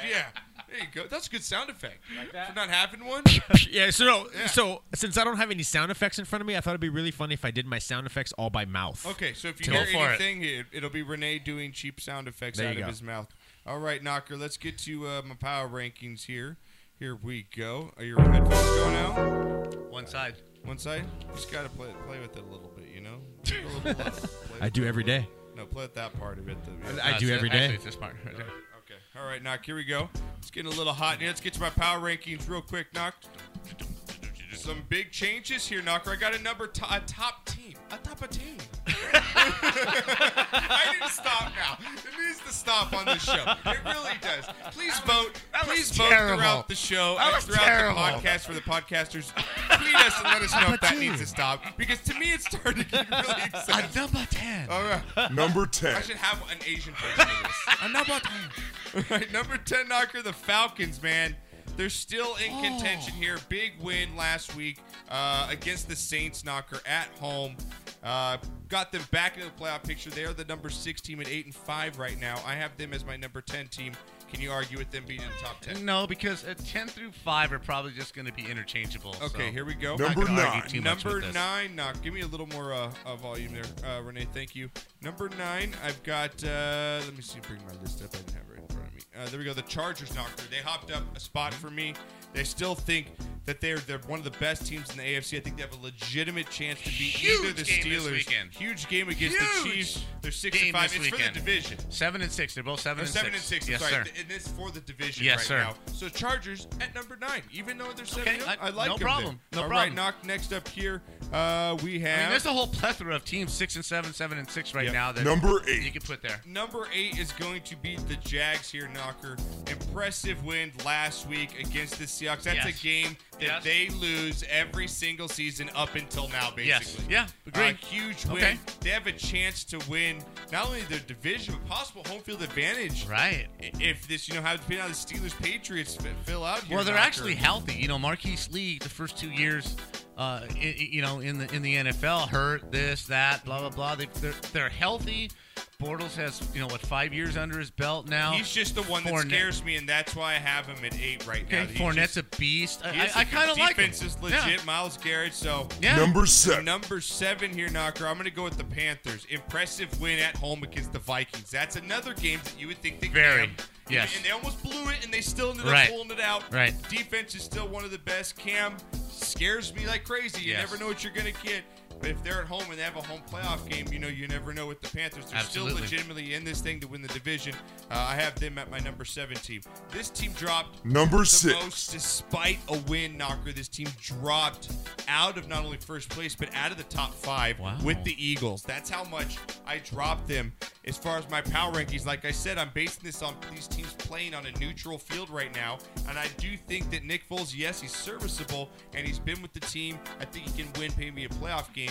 Speaker 1: Yeah, there you go. That's a good sound effect. Like that? For not having one.
Speaker 2: yeah, so no,
Speaker 1: Yeah.
Speaker 2: so since I don't have any sound effects in front of me, I thought it'd be really funny if I did my sound effects all by mouth.
Speaker 1: Okay, so if you
Speaker 2: Go
Speaker 1: hear
Speaker 2: for it.
Speaker 1: anything, it. It, will be Renee doing cheap sound effects
Speaker 2: There
Speaker 1: out
Speaker 2: you
Speaker 1: of
Speaker 2: go.
Speaker 1: his mouth. All right, Knocker, let's get to uh, my power rankings here. Here we go. Are your headphones going out?
Speaker 3: One side.
Speaker 1: One side? Just got to play, play with it a little bit, you know? Play with the left, play
Speaker 2: I
Speaker 1: with
Speaker 2: do
Speaker 1: the
Speaker 2: every
Speaker 1: right.
Speaker 2: day.
Speaker 1: No, play with that part of it. The,
Speaker 2: I- I do every day.
Speaker 3: Actually, it's this part. right there.
Speaker 1: Okay. All right, Knock, here we go. It's getting a little hot in here. Let's get to my power rankings real quick, Knock. Some big changes here, Knocker. I got a number to- a top team. A top of team. I need to stop now. It needs to stop on this show. It really does. Please vote. Please vote
Speaker 3: terrible.
Speaker 1: throughout the show
Speaker 3: That
Speaker 1: and
Speaker 3: was
Speaker 1: throughout
Speaker 3: terrible.
Speaker 1: the podcast for the podcasters. Tweet us and let us know if that
Speaker 3: Number
Speaker 1: needs
Speaker 3: two.
Speaker 1: to stop because to me it's starting to get really excessive.
Speaker 3: A number ten.
Speaker 1: All right.
Speaker 14: Number 10.
Speaker 1: I should have an Asian version of this. a number ten. All right, number ten knocker, the Falcons, man. They're still in
Speaker 3: Oh.
Speaker 1: contention here. Big win last week uh, against the Saints knocker at home. Uh, got them back into the playoff picture. They are the number six team at eight and five right now. I have them as my number ten team. Can you argue with them being in the top ten?
Speaker 3: No, because uh, 10 through 5 are probably just going to be interchangeable.
Speaker 1: Okay,
Speaker 3: so
Speaker 1: here we go.
Speaker 3: I'm not gonna argue too much
Speaker 1: Number
Speaker 3: with this.
Speaker 1: nine. Knock. Give me a little more uh, uh, volume there, uh, Renee. Thank you. Number nine. I've got. Uh, let me see. Bring my list up. I didn't have it right in front of me. Uh, there we go. The Chargers knocker. They hopped up a spot
Speaker 3: Mm-hmm.
Speaker 1: for me. They still think that they're they're one of the best teams in the AFC. I think they have a legitimate chance to beat either
Speaker 3: Huge
Speaker 1: the
Speaker 3: game this
Speaker 1: Steelers.
Speaker 3: weekend.
Speaker 1: Huge game against the
Speaker 3: Huge
Speaker 1: Chiefs. They're six
Speaker 3: game
Speaker 1: and five.
Speaker 3: this
Speaker 1: It's for
Speaker 3: weekend.
Speaker 1: the division.
Speaker 3: 7 and 6. They're both 7
Speaker 1: Or
Speaker 3: and 6.
Speaker 1: seven and six. I'm
Speaker 3: Yes,
Speaker 1: sorry.
Speaker 3: sir.
Speaker 1: Th- And this is for the division
Speaker 3: Yes,
Speaker 1: right
Speaker 3: sir.
Speaker 1: now. So Chargers at number nine, even though they're seven.
Speaker 3: Okay,
Speaker 1: and
Speaker 3: I-
Speaker 1: up, I, like
Speaker 3: no
Speaker 1: them
Speaker 3: problem.
Speaker 1: there.
Speaker 3: No
Speaker 1: All
Speaker 3: problem.
Speaker 1: Right, knock. Next up here, uh, we
Speaker 3: I
Speaker 1: have
Speaker 3: mean, there's a whole plethora of teams 6 and 7, 7 and 6 right
Speaker 1: Yep.
Speaker 3: now that
Speaker 1: Number
Speaker 3: eight. you can put there.
Speaker 1: number eight is going to be the Jags here, knocker. Impressive win last week against the Seahawks. That's
Speaker 3: Yes.
Speaker 1: a game that
Speaker 3: Yes.
Speaker 1: they lose every single season up until now, basically.
Speaker 3: Yes. Yeah,
Speaker 1: Uh,
Speaker 3: agreed.
Speaker 1: huge win.
Speaker 3: Okay.
Speaker 1: They have a chance to win not only their division but possible home field advantage.
Speaker 3: Right.
Speaker 1: If this, you know, how depending on the Steelers Patriots f- fill out here.
Speaker 3: Well, they're
Speaker 1: knocker.
Speaker 3: actually healthy. You know, Marquise Lee, the first two years, uh, i- i- you know, in the in the NFL, hurt this, that, blah blah blah. They, they're they're healthy. Bortles has you know what five years under his belt now.
Speaker 1: He's just the one that
Speaker 3: Fournette-
Speaker 1: scares me, and that's why I have him at eight right
Speaker 3: Okay,
Speaker 1: now. He's
Speaker 3: Fournette's
Speaker 1: just-
Speaker 3: a beast. I-
Speaker 1: He
Speaker 3: I-
Speaker 1: is.
Speaker 3: I kinda like him.
Speaker 1: Defense is legit.
Speaker 3: Yeah.
Speaker 1: Miles Garrett. So
Speaker 3: Yeah. Number
Speaker 1: seven. Number seven here, Knocker. I'm going to go with the Panthers. Impressive win at home against the Vikings. That's another game that you would think they
Speaker 3: Very.
Speaker 1: can.
Speaker 3: Yes.
Speaker 1: And they almost blew it, and they still ended
Speaker 3: Right.
Speaker 1: up pulling it out.
Speaker 3: Right.
Speaker 1: Defense is still one of the best. Cam scares me like crazy. You
Speaker 3: Yes.
Speaker 1: never know what you're going to get. But if they're at home and they have a home playoff game, you know, you never know with the Panthers. They're
Speaker 3: Absolutely.
Speaker 1: still legitimately in this thing to win the division. Uh, I have them at my number seven team. This team dropped
Speaker 14: Number
Speaker 1: the
Speaker 14: six.
Speaker 1: most despite a win, Knocker. This team dropped out of not only first place but out of the top five with the Eagles. That's how much I dropped them as far as my power rankings. Like I said, I'm basing this on these teams playing on a neutral field right now, and I do think that Nick Foles, yes, he's serviceable and he's been with the team. I think he can win, maybe a playoff game.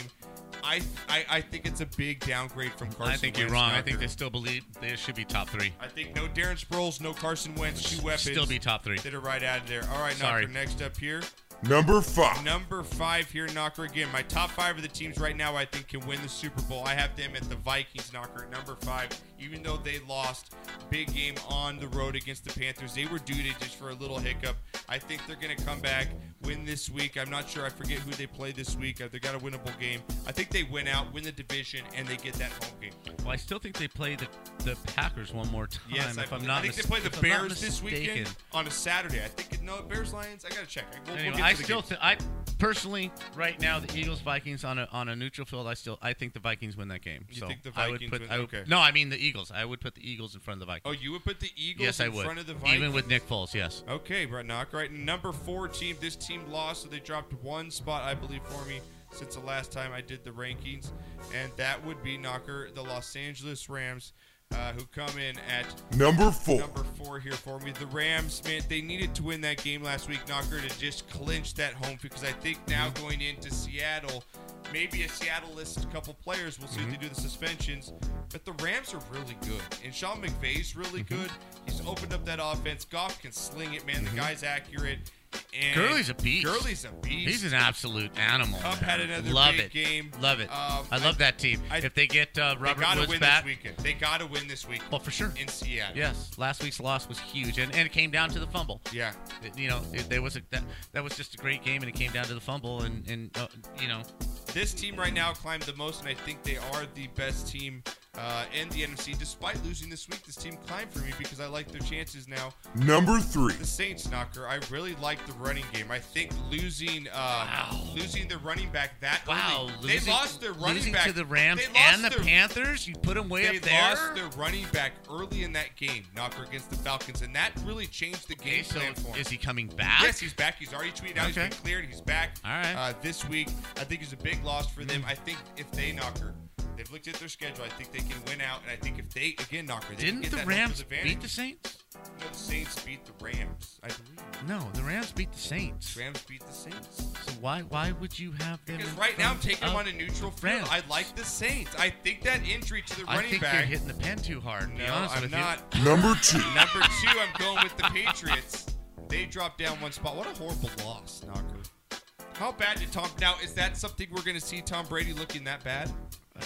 Speaker 1: I, I I think it's a big downgrade from Carson.
Speaker 3: I think you're
Speaker 1: Wentz,
Speaker 3: wrong. I
Speaker 1: Knocker.
Speaker 3: think they still believe they should be top three.
Speaker 1: I think no Darren Sproles, no Carson Wentz, two weapons.
Speaker 3: Still be top three.
Speaker 1: That are right out of there. All right,
Speaker 3: Sorry.
Speaker 1: Knocker, next up here.
Speaker 14: Number five.
Speaker 1: Number five here, Knocker. Again, my top five of the teams right now I think can win the Super Bowl. I have them at the Vikings, Knocker, at number five. Even though they lost big game on the road against the Panthers, they were due to just for a little hiccup. I think they're going to come back, win this week. I'm not sure. I forget who they play this week. They've got a winnable game. I think they win out, win the division, and they get that home game.
Speaker 3: Well, I still think they play the, the Packers one more time.
Speaker 1: Yes, I,
Speaker 3: if I'm
Speaker 1: believe-
Speaker 3: not
Speaker 1: I think
Speaker 3: mis-
Speaker 1: they play the
Speaker 3: if I'm not
Speaker 1: Bears this weekend
Speaker 3: mistaken.
Speaker 1: on a Saturday. I think no Bears Lions. I gotta check. We'll- we'll
Speaker 3: Anyway,
Speaker 1: get
Speaker 3: I
Speaker 1: to the
Speaker 3: still,
Speaker 1: games.
Speaker 3: th- I personally, right now, the Eagles Vikings on a on a neutral field. I still, I think the Vikings win that game.
Speaker 1: You
Speaker 3: so
Speaker 1: think the
Speaker 3: I would
Speaker 1: Vikings
Speaker 3: put,
Speaker 1: win-
Speaker 3: I would-
Speaker 1: okay.
Speaker 3: No, I mean the Eagles. I would put the Eagles in front of the Vikings.
Speaker 1: Oh, you would put the Eagles
Speaker 3: Yes,
Speaker 1: in
Speaker 3: I would.
Speaker 1: front of the
Speaker 3: Even
Speaker 1: Vikings?
Speaker 3: with Nick Foles, yes.
Speaker 1: Okay, right, knock right. Number four team. This team lost, so they dropped one spot, I believe, for me since the last time I did the rankings, and that would be knocker the Los Angeles Rams, uh, who come in at
Speaker 14: Number four.
Speaker 1: Number four here for me. The Rams, man, they needed to win that game last week, knocker, to just clinch that home field, because I think now
Speaker 3: Mm-hmm.
Speaker 1: going into Seattle. Maybe a Seattle lists a couple players. We'll see
Speaker 3: Mm-hmm.
Speaker 1: if they do the suspensions. But the Rams are really good. And Sean McVay's really
Speaker 3: Mm-hmm.
Speaker 1: good. He's opened up that offense. Goff can sling it, man. The guy's accurate. And
Speaker 3: Gurley's a beast.
Speaker 1: Gurley's a beast.
Speaker 3: He's an absolute animal.
Speaker 1: Cup
Speaker 3: man.
Speaker 1: had another
Speaker 3: love
Speaker 1: big
Speaker 3: it.
Speaker 1: game.
Speaker 3: Love it.
Speaker 1: Um,
Speaker 3: I love that team. if they get uh,
Speaker 1: They
Speaker 3: Robert
Speaker 1: gotta
Speaker 3: Woods
Speaker 1: win
Speaker 3: back,
Speaker 1: this weekend. They gotta win this weekend.
Speaker 3: Well, for sure.
Speaker 1: In Seattle.
Speaker 3: Yes, last week's loss was huge, and, and it came down to the fumble.
Speaker 1: Yeah,
Speaker 3: It- you know, it, there was a that, that was just a great game, and it came down to the fumble, and and uh, you know,
Speaker 1: This team right now climbed the most, and I think they are the best team uh, in the NFC. Despite losing this week, this team climbed for me because I like their chances now.
Speaker 14: Number three.
Speaker 1: The Saints, Knocker. I really like the running game. I think losing uh, losing their running back that
Speaker 3: wow,
Speaker 1: early.
Speaker 3: losing-
Speaker 1: they lost their running
Speaker 3: losing
Speaker 1: back
Speaker 3: to the Rams
Speaker 1: They lost
Speaker 3: and the
Speaker 1: their-
Speaker 3: Panthers. You put them way
Speaker 1: they
Speaker 3: up there.
Speaker 1: lost their running back early in that game, Knocker against the Falcons, and that really changed the game
Speaker 3: so
Speaker 1: plan for him.
Speaker 3: is he coming back?
Speaker 1: Yes, he's back. He's already tweeted out.
Speaker 3: Okay.
Speaker 1: He's been cleared. He's back.
Speaker 3: All right. Mm.
Speaker 1: Uh, this week, I think it's a big loss for them. I think if they Knocker, they've looked at their schedule. I think they can win out, and I think if they again Knocker, they can
Speaker 3: Didn't
Speaker 1: get
Speaker 3: the
Speaker 1: that
Speaker 3: Rams
Speaker 1: home field
Speaker 3: beat
Speaker 1: advantage.
Speaker 3: the Saints?
Speaker 1: No, the Saints beat the Rams. I believe.
Speaker 3: No, the Rams beat the Saints.
Speaker 1: Rams beat the Saints.
Speaker 3: So why why would you have them?
Speaker 1: Because
Speaker 3: in
Speaker 1: right now I'm
Speaker 3: front
Speaker 1: taking them
Speaker 3: of
Speaker 1: on a neutral
Speaker 3: the
Speaker 1: field.
Speaker 3: Rams?
Speaker 1: I like the Saints. I think that injury to the
Speaker 3: I
Speaker 1: running
Speaker 3: think
Speaker 1: back.
Speaker 3: you're hitting the pen too hard. to be
Speaker 1: No,
Speaker 3: honest
Speaker 1: I'm
Speaker 3: with you.
Speaker 1: not. Number two, I'm going with the Patriots. They dropped down one spot. What a horrible loss, Knocker. How bad did Tom? Now, is that something we're going to see Tom Brady looking that bad?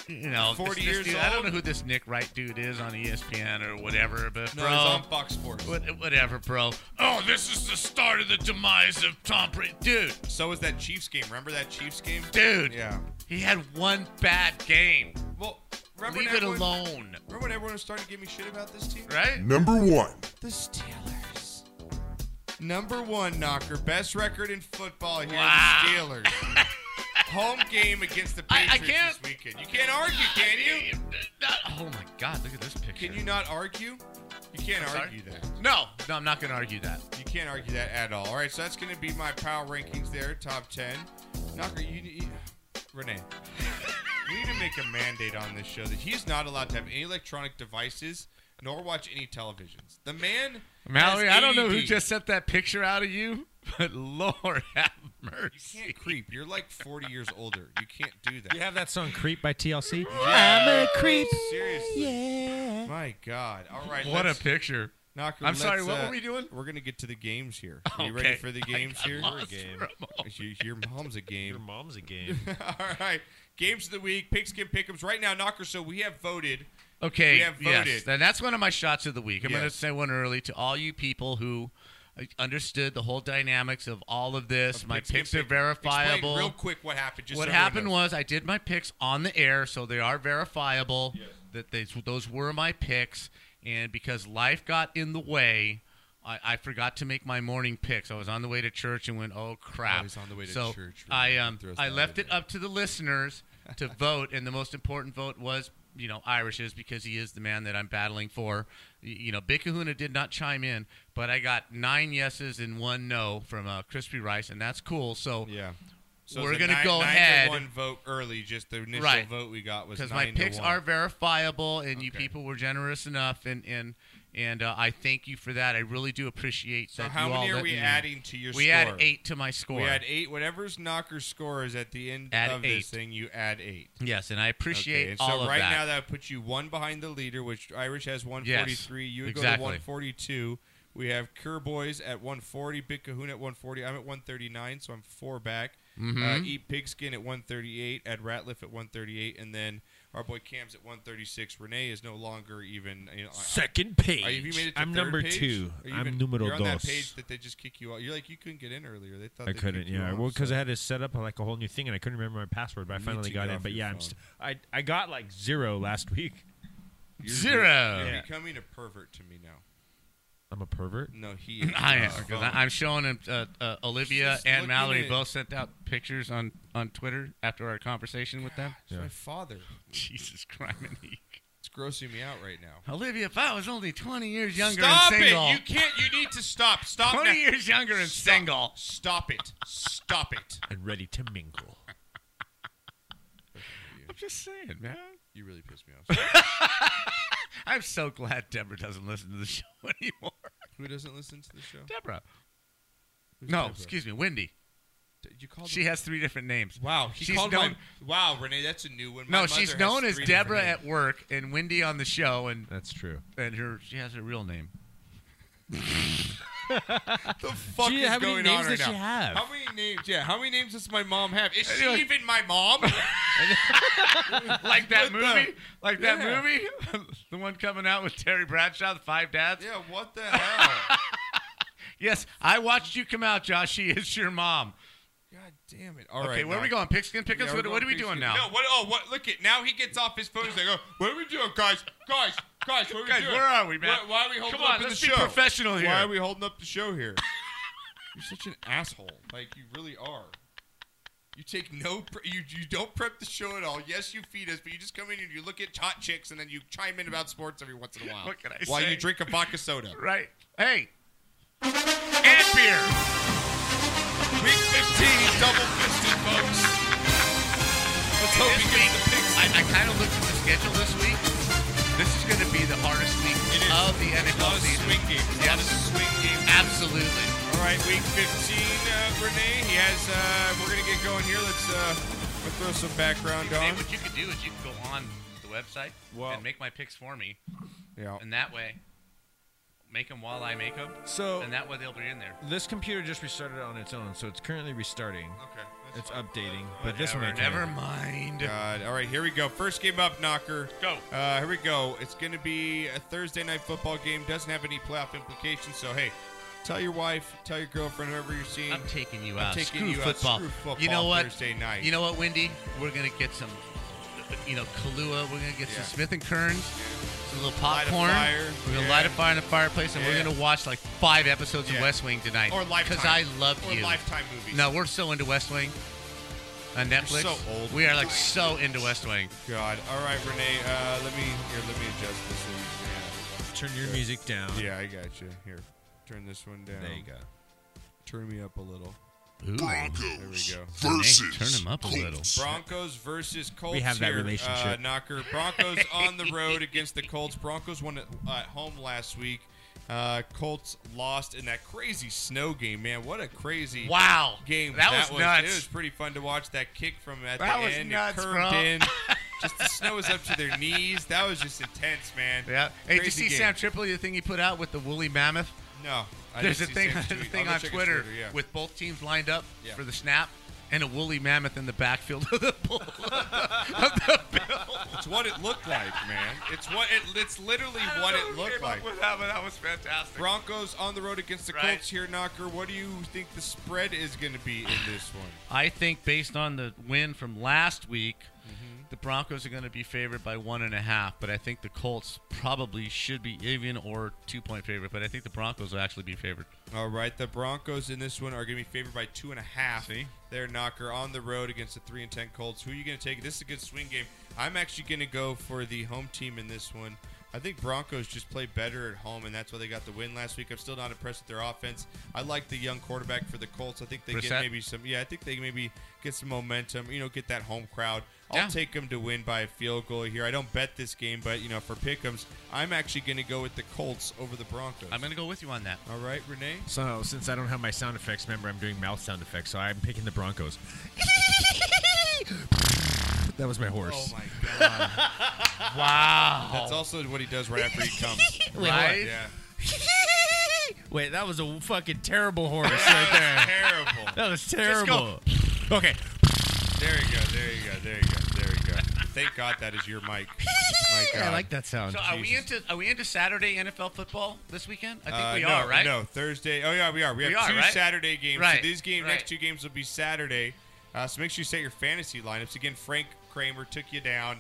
Speaker 3: you know,
Speaker 1: 40
Speaker 3: this- this
Speaker 1: years
Speaker 3: dude-
Speaker 1: old.
Speaker 3: I don't know who this Nick Wright dude is on E ESPN or whatever, but
Speaker 1: No,
Speaker 3: bro,
Speaker 1: he's on Fox Sports.
Speaker 3: What, whatever, bro. Oh, this is the start of the demise of Tom Brady, dude.
Speaker 1: So was that Chiefs game. Remember that Chiefs game,
Speaker 3: dude.
Speaker 1: Yeah.
Speaker 3: He had one bad game.
Speaker 1: Well, remember
Speaker 3: leave
Speaker 1: when
Speaker 3: it
Speaker 1: everyone-
Speaker 3: alone,
Speaker 1: Remember when everyone was starting to give me shit about this team?
Speaker 3: right?
Speaker 14: Number one.
Speaker 1: The Steelers. Number one knocker, best record in football here.
Speaker 3: Wow.
Speaker 1: The Steelers. Home game against the Patriots
Speaker 3: can't-
Speaker 1: this weekend. You can't argue, can you?
Speaker 3: Oh my God, look at this picture.
Speaker 1: Can you not argue? You can't
Speaker 3: I'm sorry?
Speaker 1: argue that.
Speaker 3: No, no, I'm not going to argue that.
Speaker 1: You can't argue that at all. All right, so that's going to be my power rankings there, top 10. Knocker, you, you Renee, we need to make a mandate on this show that he's not allowed to have any electronic devices nor watch any televisions. The man.
Speaker 3: Mallory,
Speaker 1: has
Speaker 3: I don't know who
Speaker 1: ADD.
Speaker 3: just sent that picture out of you, but Lord have mercy.
Speaker 1: You can't creep. You're like 40 years older. You can't do that.
Speaker 15: You have that song "Creep" by TLC.
Speaker 1: Yeah.
Speaker 15: I'm a creep.
Speaker 1: Seriously.
Speaker 15: Yeah.
Speaker 1: My God. All right.
Speaker 3: What a
Speaker 1: let's-
Speaker 3: picture.
Speaker 1: Knocker,
Speaker 3: I'm sorry,
Speaker 1: let's,
Speaker 3: what were
Speaker 1: uh,
Speaker 3: we doing?
Speaker 1: We're going to get to the games here. Are you ready
Speaker 3: Okay.
Speaker 1: for the
Speaker 3: I
Speaker 1: games
Speaker 3: got
Speaker 1: here?
Speaker 3: lost Game. for a
Speaker 1: Your, your mom's a game. Your
Speaker 15: mom's a game.
Speaker 1: All right. Games of the week, pigskin pickups. Right now, Knocker, so we have voted.
Speaker 3: Okay.
Speaker 1: We have voted.
Speaker 3: Yes. And that's one of my shots of the week. I'm going to
Speaker 1: Yes.
Speaker 3: say one early to all you people who uh, understood the whole dynamics of all of this. my
Speaker 1: pigskin
Speaker 3: picks are
Speaker 1: pick-
Speaker 3: verifiable.
Speaker 1: Explain real quick what happened. Just so
Speaker 3: what
Speaker 1: everyone
Speaker 3: happened
Speaker 1: knows.
Speaker 3: was I did my picks on the air, so they are verifiable. That they, those were my picks, and because life got in the way, I, I forgot to make my morning picks. I was on the way to church and went, "Oh crap!"
Speaker 1: he's on the way to
Speaker 3: so
Speaker 1: church.
Speaker 3: I um
Speaker 1: Throws
Speaker 3: I
Speaker 1: that
Speaker 3: left it up to the listeners to vote, and the most important vote was you know Irish's because he is the man that I'm battling for. Y- You know, Big Kahuna did not chime in, but I got nine yeses and one no from uh, Crispy Rice, and that's cool. So yeah,
Speaker 1: So
Speaker 3: we're
Speaker 1: the
Speaker 3: gonna
Speaker 1: nine-
Speaker 3: go
Speaker 1: nine to
Speaker 3: ahead.
Speaker 1: one vote early, just the initial
Speaker 3: right.
Speaker 1: vote we got was
Speaker 3: my
Speaker 1: nine to
Speaker 3: picks
Speaker 1: one.
Speaker 3: are verifiable, and you people were generous enough, and and and uh, I thank you for that. I really do appreciate
Speaker 1: So
Speaker 3: that.
Speaker 1: how
Speaker 3: you all
Speaker 1: many are
Speaker 3: let
Speaker 1: we
Speaker 3: me-
Speaker 1: adding to your
Speaker 3: we
Speaker 1: score?
Speaker 3: add eight to my score.
Speaker 1: We add eight. Whatever's Knocker's score is at the end
Speaker 3: Add
Speaker 1: of
Speaker 3: eight.
Speaker 1: this thing, you add eight.
Speaker 3: Yes, and I appreciate
Speaker 1: and
Speaker 3: all
Speaker 1: so
Speaker 3: of
Speaker 1: right
Speaker 3: that.
Speaker 1: now that puts you one behind the leader, which Irish has 143. you would go to
Speaker 3: exactly.
Speaker 1: 142. We have Kerboys at 140, Big Kahuna at 140. I'm at 139, so I'm four back. Uh,
Speaker 3: Mhm.
Speaker 1: Eat Pigskin at 138, Ed Ratliff at 138, and then our boy Cam's at 136. Renee is no longer even you know, I-
Speaker 2: Second
Speaker 1: Are you- have you
Speaker 2: page.
Speaker 1: made it to
Speaker 2: I'm
Speaker 1: third
Speaker 2: number
Speaker 1: page?
Speaker 2: two.
Speaker 1: Are you
Speaker 2: I'm
Speaker 1: even-
Speaker 2: numero
Speaker 1: you're on that
Speaker 2: dos.
Speaker 1: page that they just kick you out. You're like you couldn't get in earlier. They thought
Speaker 2: I
Speaker 1: they
Speaker 2: couldn't.
Speaker 1: kicked you
Speaker 2: Yeah,
Speaker 1: off,
Speaker 2: well,
Speaker 1: so-
Speaker 2: because I had to set up like a whole new thing, and I couldn't remember my password. But I
Speaker 1: You need
Speaker 2: finally
Speaker 1: to
Speaker 2: got
Speaker 1: get
Speaker 2: in.
Speaker 1: off
Speaker 2: But
Speaker 1: your
Speaker 2: yeah, I'm
Speaker 1: phone.
Speaker 2: st- I I got like zero last week.
Speaker 1: You're-
Speaker 3: Zero.
Speaker 1: You're
Speaker 3: Yeah.
Speaker 1: becoming a pervert to me now.
Speaker 2: I'm a pervert.
Speaker 1: No, he. Is
Speaker 3: I am
Speaker 1: His
Speaker 3: because
Speaker 1: phone.
Speaker 3: I'm showing him. Uh, uh, Olivia
Speaker 1: She's
Speaker 3: and
Speaker 1: looking
Speaker 3: Mallory
Speaker 1: at-
Speaker 3: both sent out pictures on on Twitter after our conversation with them.
Speaker 1: It's my father.
Speaker 3: Jesus Christ,
Speaker 1: it's grossing me out right now.
Speaker 3: Olivia, if I was only 20 years younger
Speaker 1: stop
Speaker 3: and single,
Speaker 1: it! You can't. You need to stop. Stop.
Speaker 3: 20
Speaker 1: now.
Speaker 3: years younger and
Speaker 1: Stop.
Speaker 3: single.
Speaker 1: Stop it! Stop it!
Speaker 2: And ready to mingle.
Speaker 3: I'm just saying, man.
Speaker 1: You really pissed me off.
Speaker 3: I'm so glad Deborah doesn't listen to the show anymore.
Speaker 1: Who doesn't listen to the show?
Speaker 3: Deborah.
Speaker 1: Who's
Speaker 3: no,
Speaker 1: Deborah?
Speaker 3: excuse me, Wendy.
Speaker 1: You called
Speaker 3: she
Speaker 1: her-
Speaker 3: has three different names.
Speaker 1: Wow, he
Speaker 3: she's
Speaker 1: called
Speaker 3: known,
Speaker 1: my. Wow, Renee, that's a new one. My
Speaker 3: No,
Speaker 1: mother
Speaker 3: she's
Speaker 1: has
Speaker 3: known as
Speaker 1: three different
Speaker 3: Deborah
Speaker 1: names.
Speaker 3: at work and Wendy on the show, and
Speaker 2: that's true.
Speaker 3: And her, she has her real name.
Speaker 1: the fuck
Speaker 3: Gee,
Speaker 1: is
Speaker 3: how many
Speaker 1: going
Speaker 3: names
Speaker 1: on right
Speaker 3: does she
Speaker 1: now?
Speaker 3: have?
Speaker 1: How many names? Yeah, how many names does my mom have? Is she
Speaker 3: Anyway.
Speaker 1: even my mom?
Speaker 3: like that movie, like that
Speaker 1: Yeah.
Speaker 3: movie, the one coming out with Terry Bradshaw, the Five Dads.
Speaker 1: Yeah, what the hell?
Speaker 3: yes, I watched you come out, Josh. She is your mom.
Speaker 1: God damn it! All right.
Speaker 3: okay, where
Speaker 1: now-
Speaker 3: are we going? Pigskin, pickles.
Speaker 1: Yeah, we're
Speaker 3: what, what
Speaker 1: going
Speaker 3: are we
Speaker 1: pigskin.
Speaker 3: doing now?
Speaker 1: No, what? Oh, what? Look at now. He gets off his phone. He's like, "Oh, what are we doing, guys? Guys, guys, what are we
Speaker 3: Guys,
Speaker 1: doing?
Speaker 3: where are we, man?
Speaker 1: Why, why are we holding
Speaker 3: Come on,
Speaker 1: up
Speaker 3: let's
Speaker 1: the
Speaker 3: be
Speaker 1: show?
Speaker 3: professional here.
Speaker 1: Why are we holding up the show here? You're such an asshole. Like you really are. You take no, pre- you you don't prep the show at all. Yes, you feed us, but you just come in and you look at hot chicks, and then you chime in about sports every once in a while.
Speaker 3: What can I
Speaker 1: While
Speaker 3: say?
Speaker 1: you drink a vodka soda,
Speaker 3: Right. Hey. And beer.
Speaker 1: Week 15, double fisted, folks. Let's
Speaker 3: hope we get the picks. I, I kind of looked at the schedule this week. This is going to be the hardest week of the NFL season.
Speaker 1: swing games. A lot of swing games.
Speaker 3: Absolutely.
Speaker 1: All right, week 15, uh, Renee. He has. Uh, we're gonna get going here. Let's uh, we'll throw some background
Speaker 3: Renee,
Speaker 1: on.
Speaker 3: what you could do is you could go on the website and make my picks for me.
Speaker 1: Yeah.
Speaker 3: And that way, make them while I make them.
Speaker 2: So-
Speaker 3: and that way they'll be in there.
Speaker 2: This computer just restarted on its own, so it's currently restarting.
Speaker 1: Okay. Uh,
Speaker 2: It's updating, but this one I
Speaker 1: Whatever,
Speaker 2: can't.
Speaker 1: never mind. God. All right, here we go. First game up, Knocker.
Speaker 3: Go.
Speaker 1: Uh, here we go. It's going to be a Thursday night football game. Doesn't have any playoff implications. So hey, tell your wife, tell your girlfriend, whoever you're seeing. I'm
Speaker 3: taking you
Speaker 1: I'm
Speaker 3: out.
Speaker 1: taking
Speaker 3: Screw
Speaker 1: you
Speaker 3: football.
Speaker 1: Out. Screw football.
Speaker 3: You know what?
Speaker 1: Thursday night.
Speaker 3: You know what, Wendy? We're gonna get some, you know, Kahlua. We're gonna get
Speaker 1: Yeah.
Speaker 3: some Smith and Kearns, some little
Speaker 1: Light a
Speaker 3: popcorn.
Speaker 1: fire.
Speaker 3: We're gonna
Speaker 1: Yeah.
Speaker 3: light a fire in the fireplace, and
Speaker 1: Yeah.
Speaker 3: we're gonna watch like five episodes
Speaker 1: Yeah.
Speaker 3: of West Wing tonight.
Speaker 1: Or Lifetime.
Speaker 3: Because I love
Speaker 1: Or
Speaker 3: you.
Speaker 1: Lifetime movies.
Speaker 3: No, we're so into West Wing. On Netflix,
Speaker 1: so old.
Speaker 3: we are like so into West Wing.
Speaker 1: God. All right, Renee. Uh, let me here. Let me adjust this one. Yeah.
Speaker 2: Turn your music down.
Speaker 1: Yeah, I got you. Here, turn this one down.
Speaker 2: There you go.
Speaker 1: Turn me up a little.
Speaker 3: Ooh.
Speaker 1: Broncos there we go.
Speaker 3: versus Turn 'em up a little. Colts.
Speaker 1: Broncos versus Colts.
Speaker 2: have that
Speaker 1: here, Uh,
Speaker 2: relationship.
Speaker 1: knocker. Broncos on the road against the Colts. Broncos won at, at home last week. Uh, Colts lost in that crazy snow game, man. What a crazy
Speaker 3: Wow.
Speaker 1: game
Speaker 3: That was nuts.
Speaker 1: It was pretty fun to watch that kick from at
Speaker 3: That
Speaker 1: the
Speaker 3: was
Speaker 1: end. It
Speaker 3: nuts,
Speaker 1: curved
Speaker 3: bro.
Speaker 1: in. Just the snow was up to their knees. That was just intense, man.
Speaker 3: Yeah. Hey, did you
Speaker 1: Crazy
Speaker 3: see
Speaker 1: game.
Speaker 3: Sam Tripoli, the thing he put out with the woolly mammoth?
Speaker 1: No, I
Speaker 3: There's a
Speaker 1: didn't see
Speaker 3: thing,
Speaker 1: Sam's
Speaker 3: there's a
Speaker 1: tweet.
Speaker 3: thing
Speaker 1: I'll go
Speaker 3: on
Speaker 1: check his
Speaker 3: Twitter,
Speaker 1: Twitter, yeah.
Speaker 3: with both teams lined up
Speaker 1: Yeah.
Speaker 3: for the snap and a woolly mammoth in the backfield of the bull. of the bill.
Speaker 1: It's what it looked like, man. It's what it. It's literally what it looked like.
Speaker 3: that, but that was fantastic.
Speaker 1: Broncos on the road against the Colts here, Knocker. What do you think the spread is going to be in this one?
Speaker 3: I think based on the win from last week, the Broncos are going to be favored by one and a half, but I think the Colts probably should be even or two point favorite, but I think the Broncos will actually be favored.
Speaker 1: All right, the Broncos in this one are going to be favored by two and a half. there, Knocker, on the road against the three and ten Colts. Who are you going to take? This is a good swing game. I'm actually going to go for the home team in this one. I think Broncos just play better at home, and that's why they got the win last week. I'm still not impressed with their offense. I like the young quarterback for the Colts. I think they get
Speaker 3: Brissett?
Speaker 1: maybe some. Yeah, I think they maybe get some momentum. You know, get that home crowd. I'll
Speaker 3: Yeah.
Speaker 1: take them to win by a field goal here. I don't bet this game, but you know, for pickums, I'm actually going to go with the Colts over the Broncos. I'm
Speaker 3: going to go with you on that.
Speaker 1: All right, Renee.
Speaker 15: So since I don't have my sound effects, remember I'm doing mouth sound effects. So I'm picking the Broncos. that was my horse.
Speaker 1: Oh my god!
Speaker 3: wow.
Speaker 1: That's also what he does right after he comes.
Speaker 15: Wait, what?
Speaker 1: Yeah.
Speaker 15: Wait, that was a fucking terrible horse right there.
Speaker 1: terrible.
Speaker 15: That was
Speaker 1: Just go-
Speaker 15: terrible. Okay.
Speaker 1: There you go. There you go. There you go. There you go. Thank God that is your mic. My God.
Speaker 3: Yeah, I like
Speaker 15: that sound.
Speaker 3: So are we into are we into Saturday NFL football this weekend? I think
Speaker 1: Uh,
Speaker 3: we
Speaker 1: no,
Speaker 3: are, right?
Speaker 1: No, Thursday. Oh yeah, we are. We have
Speaker 3: We are,
Speaker 1: two
Speaker 3: right?
Speaker 1: Saturday games.
Speaker 3: Right,
Speaker 1: So these game
Speaker 3: right.
Speaker 1: next two games will be Saturday. Uh, so make sure you set your fantasy lineups. Again, Frank Kramer took you down,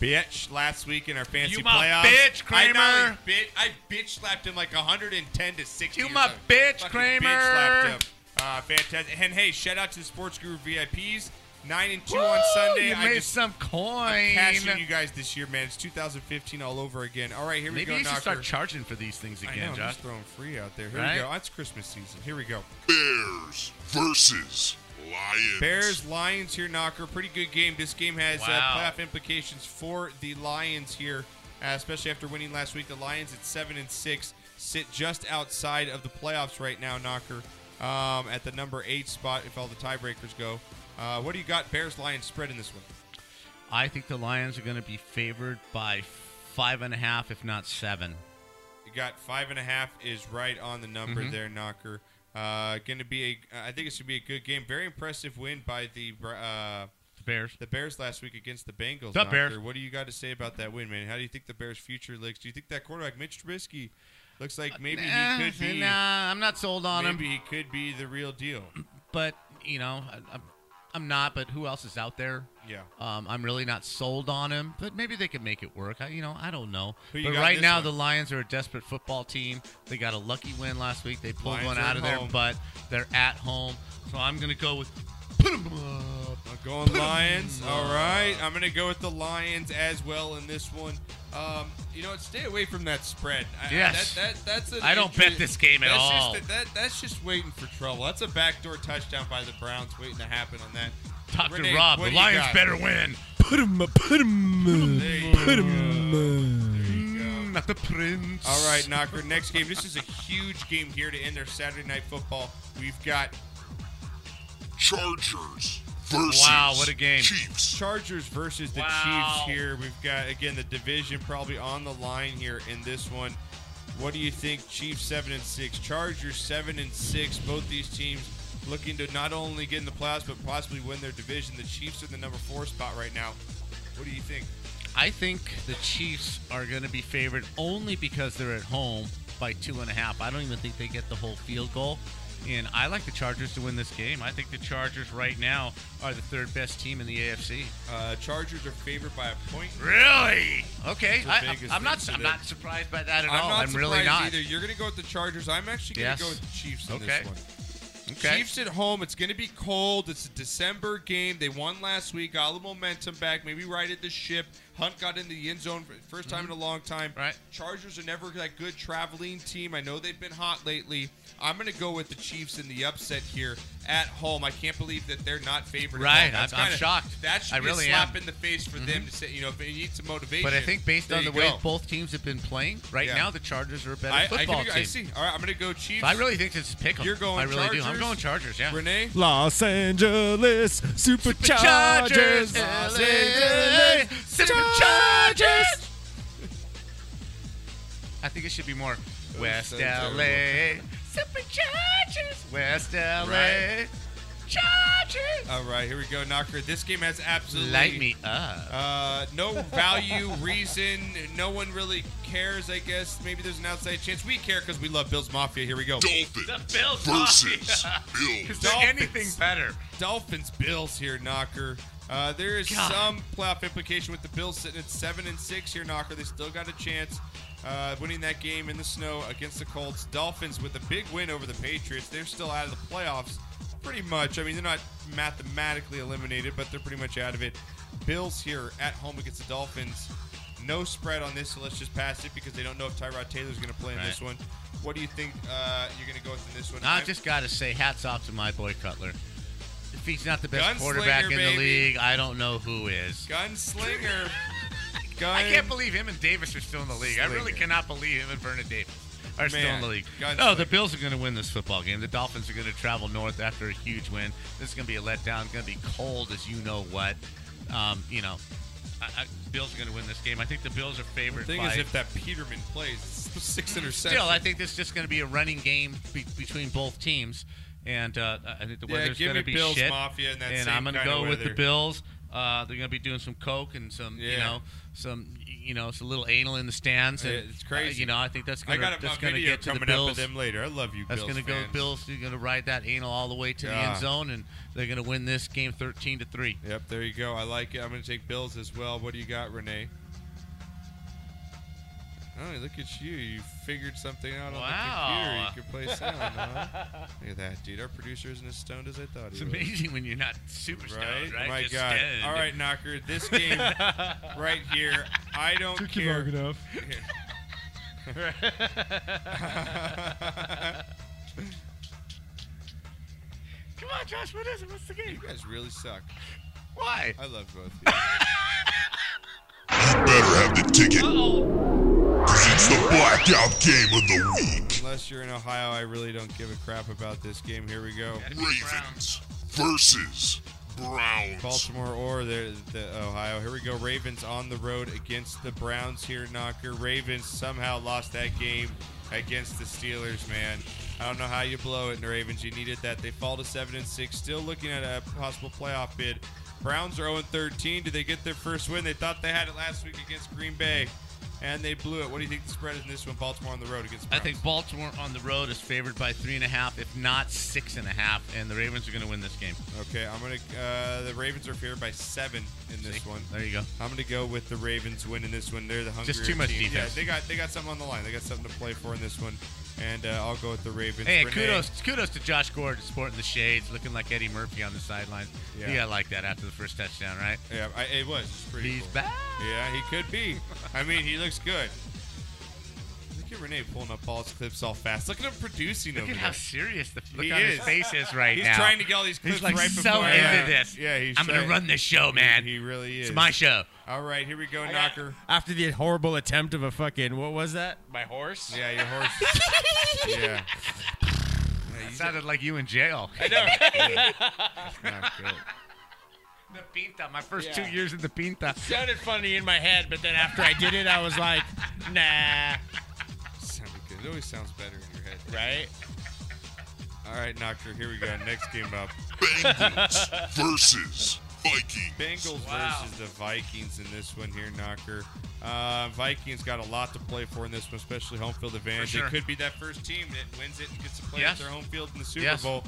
Speaker 1: bitch, last week in our fantasy
Speaker 3: You my
Speaker 1: playoffs.
Speaker 3: bitch,
Speaker 1: I not
Speaker 3: Kramer.
Speaker 1: only bit, I bitch slapped him like 110 to 60.
Speaker 3: You
Speaker 1: or
Speaker 3: my
Speaker 1: something.
Speaker 3: bitch,
Speaker 1: Fucking
Speaker 3: Kramer.
Speaker 1: Bitch slapped him. Uh, fantastic. And hey, shout out to the Sports Guru VIPs. Nine and two on Sunday.
Speaker 3: You
Speaker 1: I
Speaker 3: made
Speaker 1: just
Speaker 3: some coin.
Speaker 1: I'm cashing you guys this year, man. It's 2015 all over again. All right, here we
Speaker 3: Maybe
Speaker 1: go.
Speaker 3: you should
Speaker 1: Knocker.
Speaker 3: start charging for these things
Speaker 1: I
Speaker 3: again,
Speaker 1: know, I'm
Speaker 3: Josh.
Speaker 1: just throwing free out there. Here
Speaker 3: Right?
Speaker 1: we go. It's Christmas season. Here we go.
Speaker 14: Bears versus Lions.
Speaker 1: Bears Lions here, Knocker. Pretty good game. This game has
Speaker 14: Wow.
Speaker 1: uh, playoff implications for the Lions here, uh, especially after winning last week. The Lions at seven and six sit just outside of the playoffs right now, Knocker, um, at the number eight spot if all the tiebreakers go. Uh, what do you got? Bears Lions spread in this one.
Speaker 3: I think the Lions are going to be favored by five and a half, if not seven.
Speaker 1: You got five and a half is right on the number
Speaker 3: Mhm.
Speaker 1: there, Knocker. Uh, going to be a. I think it's going to be a good game. Very impressive win by the uh,
Speaker 3: Bears.
Speaker 1: The Bears last week against the Bengals.
Speaker 3: The
Speaker 1: Knocker.
Speaker 3: Bears.
Speaker 1: What do you got to say about that win, man? How do you think the Bears' future looks? Do you think that quarterback Mitch Trubisky looks like maybe
Speaker 3: Uh, Nah,
Speaker 1: he could be?
Speaker 3: nah, I'm not sold on him.
Speaker 1: maybe he could be the real deal.
Speaker 3: but you know, I, I'm, I'm not. But who else is out there?
Speaker 1: Yeah.
Speaker 3: Um, I'm really not sold on him, but maybe they could make it work. I, you know, I don't know.
Speaker 1: Who you
Speaker 3: but
Speaker 1: got
Speaker 3: right
Speaker 1: this
Speaker 3: now,
Speaker 1: one?
Speaker 3: the Lions are a desperate football team. They got a lucky win last week. They pulled
Speaker 1: Lions
Speaker 3: one
Speaker 1: are
Speaker 3: out
Speaker 1: at
Speaker 3: of their
Speaker 1: home.
Speaker 3: butt. They're at home, so I'm gonna go with.
Speaker 1: I'm going Lions. All right, I'm gonna go with the Lions as well in this one. Um, you know, what, stay away from that spread. I-
Speaker 3: Yes.
Speaker 1: that, that, that's an
Speaker 3: I don't
Speaker 1: injury-
Speaker 3: bet this game at
Speaker 1: that's
Speaker 3: all.
Speaker 1: Just, that, that's just waiting for trouble. That's a backdoor touchdown by the Browns waiting to happen on that.
Speaker 3: Doctor
Speaker 1: Renee,
Speaker 3: Rob,
Speaker 1: what
Speaker 3: the
Speaker 1: do you
Speaker 3: Lions
Speaker 1: got?
Speaker 3: better win.
Speaker 15: Put him, put him, put him.
Speaker 3: Not the prince.
Speaker 1: All right, Knocker. Next game. This is a huge game here to end their Saturday night football. We've got
Speaker 14: Chargers versus
Speaker 1: Wow, what a
Speaker 3: game.
Speaker 14: Chiefs.
Speaker 1: Chargers versus the Chiefs here. We've got again the division probably on the line here in this one. What do you think? Chiefs seven and six, Chargers seven and six. Both these teams looking to not only get in the playoffs but possibly win their division. The Chiefs are the number four spot right now. What do you think?
Speaker 3: I think the Chiefs are going to be favored only because they're at home by two and a half. I don't even think they get the whole field goal. And I like the Chargers to win this game. I think the Chargers right now are the third best team in the AFC.
Speaker 1: Uh, Chargers are favored by a point.
Speaker 3: Really? Okay.
Speaker 1: It's the
Speaker 3: I, I'm-
Speaker 1: biggest
Speaker 3: I'm not.
Speaker 1: thing
Speaker 3: I'm
Speaker 1: today.
Speaker 3: not surprised by that at
Speaker 1: I'm
Speaker 3: all.
Speaker 1: Not
Speaker 3: I'm really
Speaker 1: surprised
Speaker 3: not.
Speaker 1: Either. You're going to go with the Chargers. I'm actually going
Speaker 3: Yes.
Speaker 1: to go with the Chiefs in
Speaker 3: Okay.
Speaker 1: this one.
Speaker 3: Okay.
Speaker 1: Chiefs at home. It's going to be cold. It's a December game. They won last week. Got a little momentum back. Maybe righted the ship. Hunt got in the end zone for the first time in a long time.
Speaker 3: Mm-hmm. Right.
Speaker 1: Chargers are never that good traveling team. I know they've been hot lately. I'm going to go with the Chiefs in the upset here at home. I can't believe that they're not favored. at
Speaker 3: Right.
Speaker 1: home. That's
Speaker 3: I'm- I'm
Speaker 1: kinda-
Speaker 3: shocked.
Speaker 1: That should
Speaker 3: I
Speaker 1: be
Speaker 3: really
Speaker 1: a slap
Speaker 3: am. Mm-hmm.
Speaker 1: in the face for them to say, you know, if they need some motivation.
Speaker 3: But I think based
Speaker 1: there
Speaker 3: on the
Speaker 1: you
Speaker 3: way
Speaker 1: go.
Speaker 3: both teams have been playing right
Speaker 1: Yeah.
Speaker 3: now, the Chargers are a better
Speaker 1: I, I can
Speaker 3: football
Speaker 1: agree-
Speaker 3: team.
Speaker 1: I see. All right, I'm going to go Chiefs.
Speaker 3: So I really think this is pick 'em.
Speaker 1: You're going
Speaker 3: I really
Speaker 1: Chargers.
Speaker 3: do. I'm going Chargers. Yeah.
Speaker 1: Renee.
Speaker 15: Los Angeles
Speaker 3: Chargers,
Speaker 15: Superchargers.
Speaker 3: Los Angeles Superchargers. I think it should be more West
Speaker 15: so
Speaker 3: LA, Superchargers, West LA,
Speaker 1: Right.
Speaker 3: Chargers.
Speaker 1: All right, here we go, Knocker. This game has absolutely
Speaker 3: Light me up.
Speaker 1: Uh, no value, reason. No one really cares. I guess maybe there's an outside chance. We care because we love Bills Mafia. Here we go.
Speaker 14: Dolphins
Speaker 3: The Bills
Speaker 14: versus
Speaker 3: Mafia.
Speaker 14: Bills.
Speaker 3: Is there anything better?
Speaker 1: Dolphins Bills here, Knocker. Uh, there is
Speaker 3: God.
Speaker 1: some playoff implication with the Bills sitting at seven and six here, Knocker. They still got a chance uh, winning that game in the snow against the Colts. Dolphins with a big win over the Patriots. They're still out of the playoffs. Pretty much. I mean, they're not mathematically eliminated, but they're pretty much out of it. Bills here at home against the Dolphins. No spread on this, so let's just pass it because they don't know if Tyrod Taylor's going to play in
Speaker 3: Right.
Speaker 1: this one. What do you think uh, you're going to go with in this one?
Speaker 3: I
Speaker 1: I'm-
Speaker 3: just got to say, hats off to my boy Cutler. If he's not the best
Speaker 1: Gunslinger,
Speaker 3: quarterback in
Speaker 1: baby.
Speaker 3: the league, I don't know who is.
Speaker 1: Gunslinger.
Speaker 3: I can't believe him and Davis are still in the league. I really cannot believe him and Vernon Davis are still in
Speaker 1: Man,
Speaker 3: the league.
Speaker 1: gunslinger.
Speaker 15: Oh,
Speaker 3: No, the Bills are going to win this football game. The Dolphins are going to travel north after a huge win. This is going to be a letdown. It's going to be cold as you know what. Um, you know, I, I, Bills are going to win this game. I think the Bills are
Speaker 1: The
Speaker 3: favored
Speaker 1: thing
Speaker 3: by
Speaker 1: is, if that Peterman plays, it's six interceptions.
Speaker 3: Still, I think this is just going to be a running game be- between both teams, and uh, I think the
Speaker 1: Yeah,
Speaker 3: weather's
Speaker 1: give
Speaker 3: going to
Speaker 1: me
Speaker 3: be
Speaker 1: Bills
Speaker 3: shit.
Speaker 1: Mafia and that
Speaker 3: and
Speaker 1: same
Speaker 3: I'm gonna
Speaker 1: kinda
Speaker 3: go with the
Speaker 1: weather.
Speaker 3: Bills. Uh, they're going to be doing some coke and some, you
Speaker 1: Yeah.
Speaker 3: know, some, you know, some little anal in the stands.
Speaker 1: Yeah,
Speaker 3: And,
Speaker 1: it's crazy.
Speaker 3: uh, you know, I think that's
Speaker 1: I
Speaker 3: going
Speaker 1: got a-
Speaker 3: to
Speaker 1: a
Speaker 3: that's going to
Speaker 1: video
Speaker 3: get to the
Speaker 1: coming up of
Speaker 3: Bills.
Speaker 1: them later. I love you,
Speaker 3: That's
Speaker 1: Bills
Speaker 3: gonna
Speaker 1: fans.
Speaker 3: go Bills. You're going to ride that anal all the way to the
Speaker 1: Yeah.
Speaker 3: end zone, and they're going to win this game 13 to three.
Speaker 1: Yep, there you go. I like it. I'm going to take Bills as well. What do you got, Renee? Oh, look at you. You figured something out
Speaker 3: Wow.
Speaker 1: on the computer. You can play sound, huh? Look at that, dude. Our producer isn't as stoned as I thought
Speaker 3: It's
Speaker 1: he was.
Speaker 3: amazing when you're not super stoned, right?
Speaker 1: My
Speaker 3: Just
Speaker 1: God.
Speaker 3: stoned.
Speaker 1: All right, Knocker. This game right here, I don't
Speaker 3: Took you
Speaker 1: care.
Speaker 3: long enough. Come on, Josh. What is it? What's the game?
Speaker 1: You guys really suck.
Speaker 3: Why?
Speaker 1: I love both of you.
Speaker 14: Better have the ticket. Cause it's the blackout game of the week.
Speaker 1: Unless you're in Ohio, I really don't give a crap about this game. Here we go.
Speaker 14: Ravens versus Browns.
Speaker 1: Baltimore or the, the Ohio. Here we go. Ravens on the road against the Browns here, Knocker. Ravens somehow lost that game against the Steelers, man. I don't know how you blow it in the Ravens. You needed that. They fall to seven and six, still looking at a possible playoff bid. Browns are 0 13. Do they get their first win? They thought they had it last week against Green Bay, and they blew it. What do you think the spread is in this one? Baltimore on the road against.
Speaker 3: I
Speaker 1: Browns.
Speaker 3: think Baltimore on the road is favored by three and a half, if not six and a half, and the Ravens are going to win this game.
Speaker 1: Okay, I'm gonna. Uh, the Ravens are favored by seven in this one.
Speaker 3: There you go.
Speaker 1: I'm gonna go with the Ravens winning this one. They're the hungrier
Speaker 3: Just too much
Speaker 1: team.
Speaker 3: defense.
Speaker 1: Yeah, they got they got something on the line. They got something to play for in this one, and uh, I'll go with the Ravens.
Speaker 3: Hey,
Speaker 1: Renee,
Speaker 3: kudos kudos to Josh Gordon sporting the shades, looking like Eddie Murphy on the sideline.
Speaker 1: Yeah.
Speaker 3: You got to like that after the first touchdown, right?
Speaker 1: Yeah, I, it was. It's pretty
Speaker 3: He's
Speaker 1: cool.
Speaker 3: back.
Speaker 1: Yeah, he could be. I mean, he looks good. Look at Renee pulling up all his clips all fast. Look at him producing
Speaker 3: Look
Speaker 1: over
Speaker 3: at
Speaker 1: there.
Speaker 3: how serious the look
Speaker 1: He
Speaker 3: on
Speaker 1: is.
Speaker 3: his face is right
Speaker 1: He's
Speaker 3: now.
Speaker 1: trying to get all these clips
Speaker 3: He's like
Speaker 1: right
Speaker 3: so
Speaker 1: before-
Speaker 3: into
Speaker 1: Yeah.
Speaker 3: this.
Speaker 1: Yeah, he's
Speaker 3: I'm
Speaker 1: trying-
Speaker 3: to run this show, man. He,
Speaker 1: really
Speaker 3: It's
Speaker 1: is.
Speaker 3: my show.
Speaker 1: All right, here we go, Knocker.
Speaker 15: After the horrible attempt of a fucking what was that?
Speaker 1: My horse? Yeah, your horse. yeah.
Speaker 3: It sounded like you in jail.
Speaker 15: I know, right?
Speaker 3: Not good. The pinta. My first
Speaker 15: Yeah.
Speaker 3: two years in the pinta.
Speaker 15: Sounded funny in my head, but then after I did it, I was like, nah.
Speaker 1: Sounded good. It always sounds better in your head. Right? All right, Knocker, here we go. Next game up.
Speaker 14: Bengals versus Vikings.
Speaker 1: Bengals versus the Vikings in this one here, Knocker. Uh, Vikings got a lot to play for in this one, especially home field advantage.
Speaker 3: sure.
Speaker 1: They could be that first team that wins it and gets to play
Speaker 3: Yes.
Speaker 1: at their home field in the Super
Speaker 3: Yes.
Speaker 1: Bowl.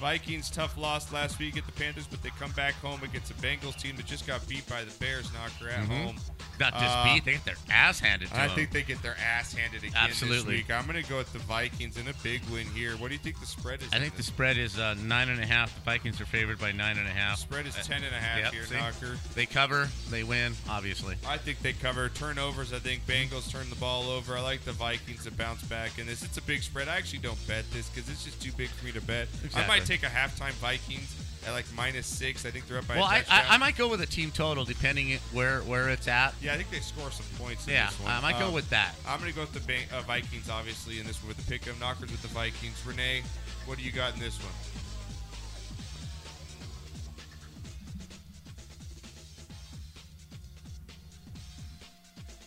Speaker 1: Vikings tough loss last week at the Panthers, but they come back home against a Bengals team that just got beat by the Bears, Knocker at
Speaker 3: Mhm.
Speaker 1: home.
Speaker 3: Not just
Speaker 1: Uh,
Speaker 3: beat, they get their ass handed to
Speaker 1: I
Speaker 3: them.
Speaker 1: think they get their ass handed again
Speaker 3: Absolutely.
Speaker 1: this week. I'm going to go with the Vikings in a big win here. What do you think the spread is?
Speaker 3: I
Speaker 1: in
Speaker 3: think the
Speaker 1: this?
Speaker 3: spread is uh, nine and a half. The Vikings are favored by nine and a half.
Speaker 1: Spread is
Speaker 3: Uh,
Speaker 1: ten and a half
Speaker 3: yep,
Speaker 1: here,
Speaker 3: see?
Speaker 1: Knocker.
Speaker 3: They cover, they win, obviously.
Speaker 1: I think they cover turnovers. I think Bengals turn the ball over. I like the Vikings to bounce back in this. It's a big spread. I actually don't bet this because it's just too big for me to bet. I might
Speaker 3: Exactly.
Speaker 1: take a halftime Vikings at like minus six. I think they're up by.
Speaker 3: Well,
Speaker 1: a
Speaker 3: I,
Speaker 1: touchdown.
Speaker 3: I, I might go with a team total depending it- where where it's at.
Speaker 1: Yeah, I think they score some points. In
Speaker 3: Yeah, um,
Speaker 1: this one. Um,
Speaker 3: I might go with that.
Speaker 1: I'm gonna go with the Ban- uh, Vikings, obviously, in this one with the pick 'em knockers with the Vikings. Renee, what do you got in this one?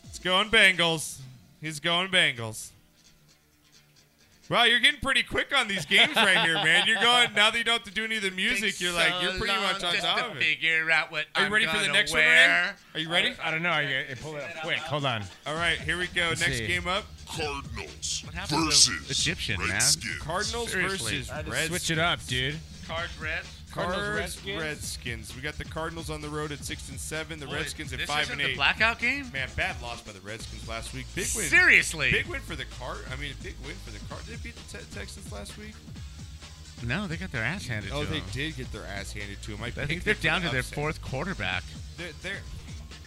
Speaker 1: It's going Bengals. He's going Bengals. Wow, you're getting pretty quick on these games right here, man. You're going now that you don't have to do any of the music. You're like you're pretty much on top of it.
Speaker 3: Figure out what
Speaker 1: Are you
Speaker 3: I'm
Speaker 1: ready for the
Speaker 3: gonna
Speaker 1: next one,
Speaker 3: wear.
Speaker 1: Renee? Are you ready?
Speaker 15: I don't know. I, I pull it up quick. Hold on.
Speaker 1: All right, here we go.
Speaker 15: Let's
Speaker 1: Next
Speaker 15: see.
Speaker 1: game up.
Speaker 14: Cardinals
Speaker 3: happened to versus Egyptian, man? Redskins?
Speaker 1: Cardinals
Speaker 3: Seriously.
Speaker 1: versus
Speaker 3: I had to
Speaker 1: Redskins.
Speaker 15: switch it up, dude.
Speaker 3: Cards Reds.
Speaker 1: Cards, Redskins. We got the Cardinals on the road at six and seven. The
Speaker 3: Boy,
Speaker 1: Redskins at
Speaker 3: this
Speaker 1: five
Speaker 3: isn't
Speaker 1: and
Speaker 3: the
Speaker 1: eight.
Speaker 3: blackout game.
Speaker 1: Man, bad loss by the Redskins last week. Big win.
Speaker 3: Seriously.
Speaker 1: Big win for the Card. I mean, a big win for the Card. Did they beat the Te- Texans last week?
Speaker 3: Uh, No, they got their ass handed
Speaker 1: Oh,
Speaker 3: to
Speaker 1: they
Speaker 3: them.
Speaker 1: did get their ass handed to them. I,
Speaker 3: I think
Speaker 1: picked
Speaker 3: they're
Speaker 1: them for
Speaker 3: down
Speaker 1: the
Speaker 3: to their
Speaker 1: upset.
Speaker 3: fourth quarterback.
Speaker 1: They're, they're,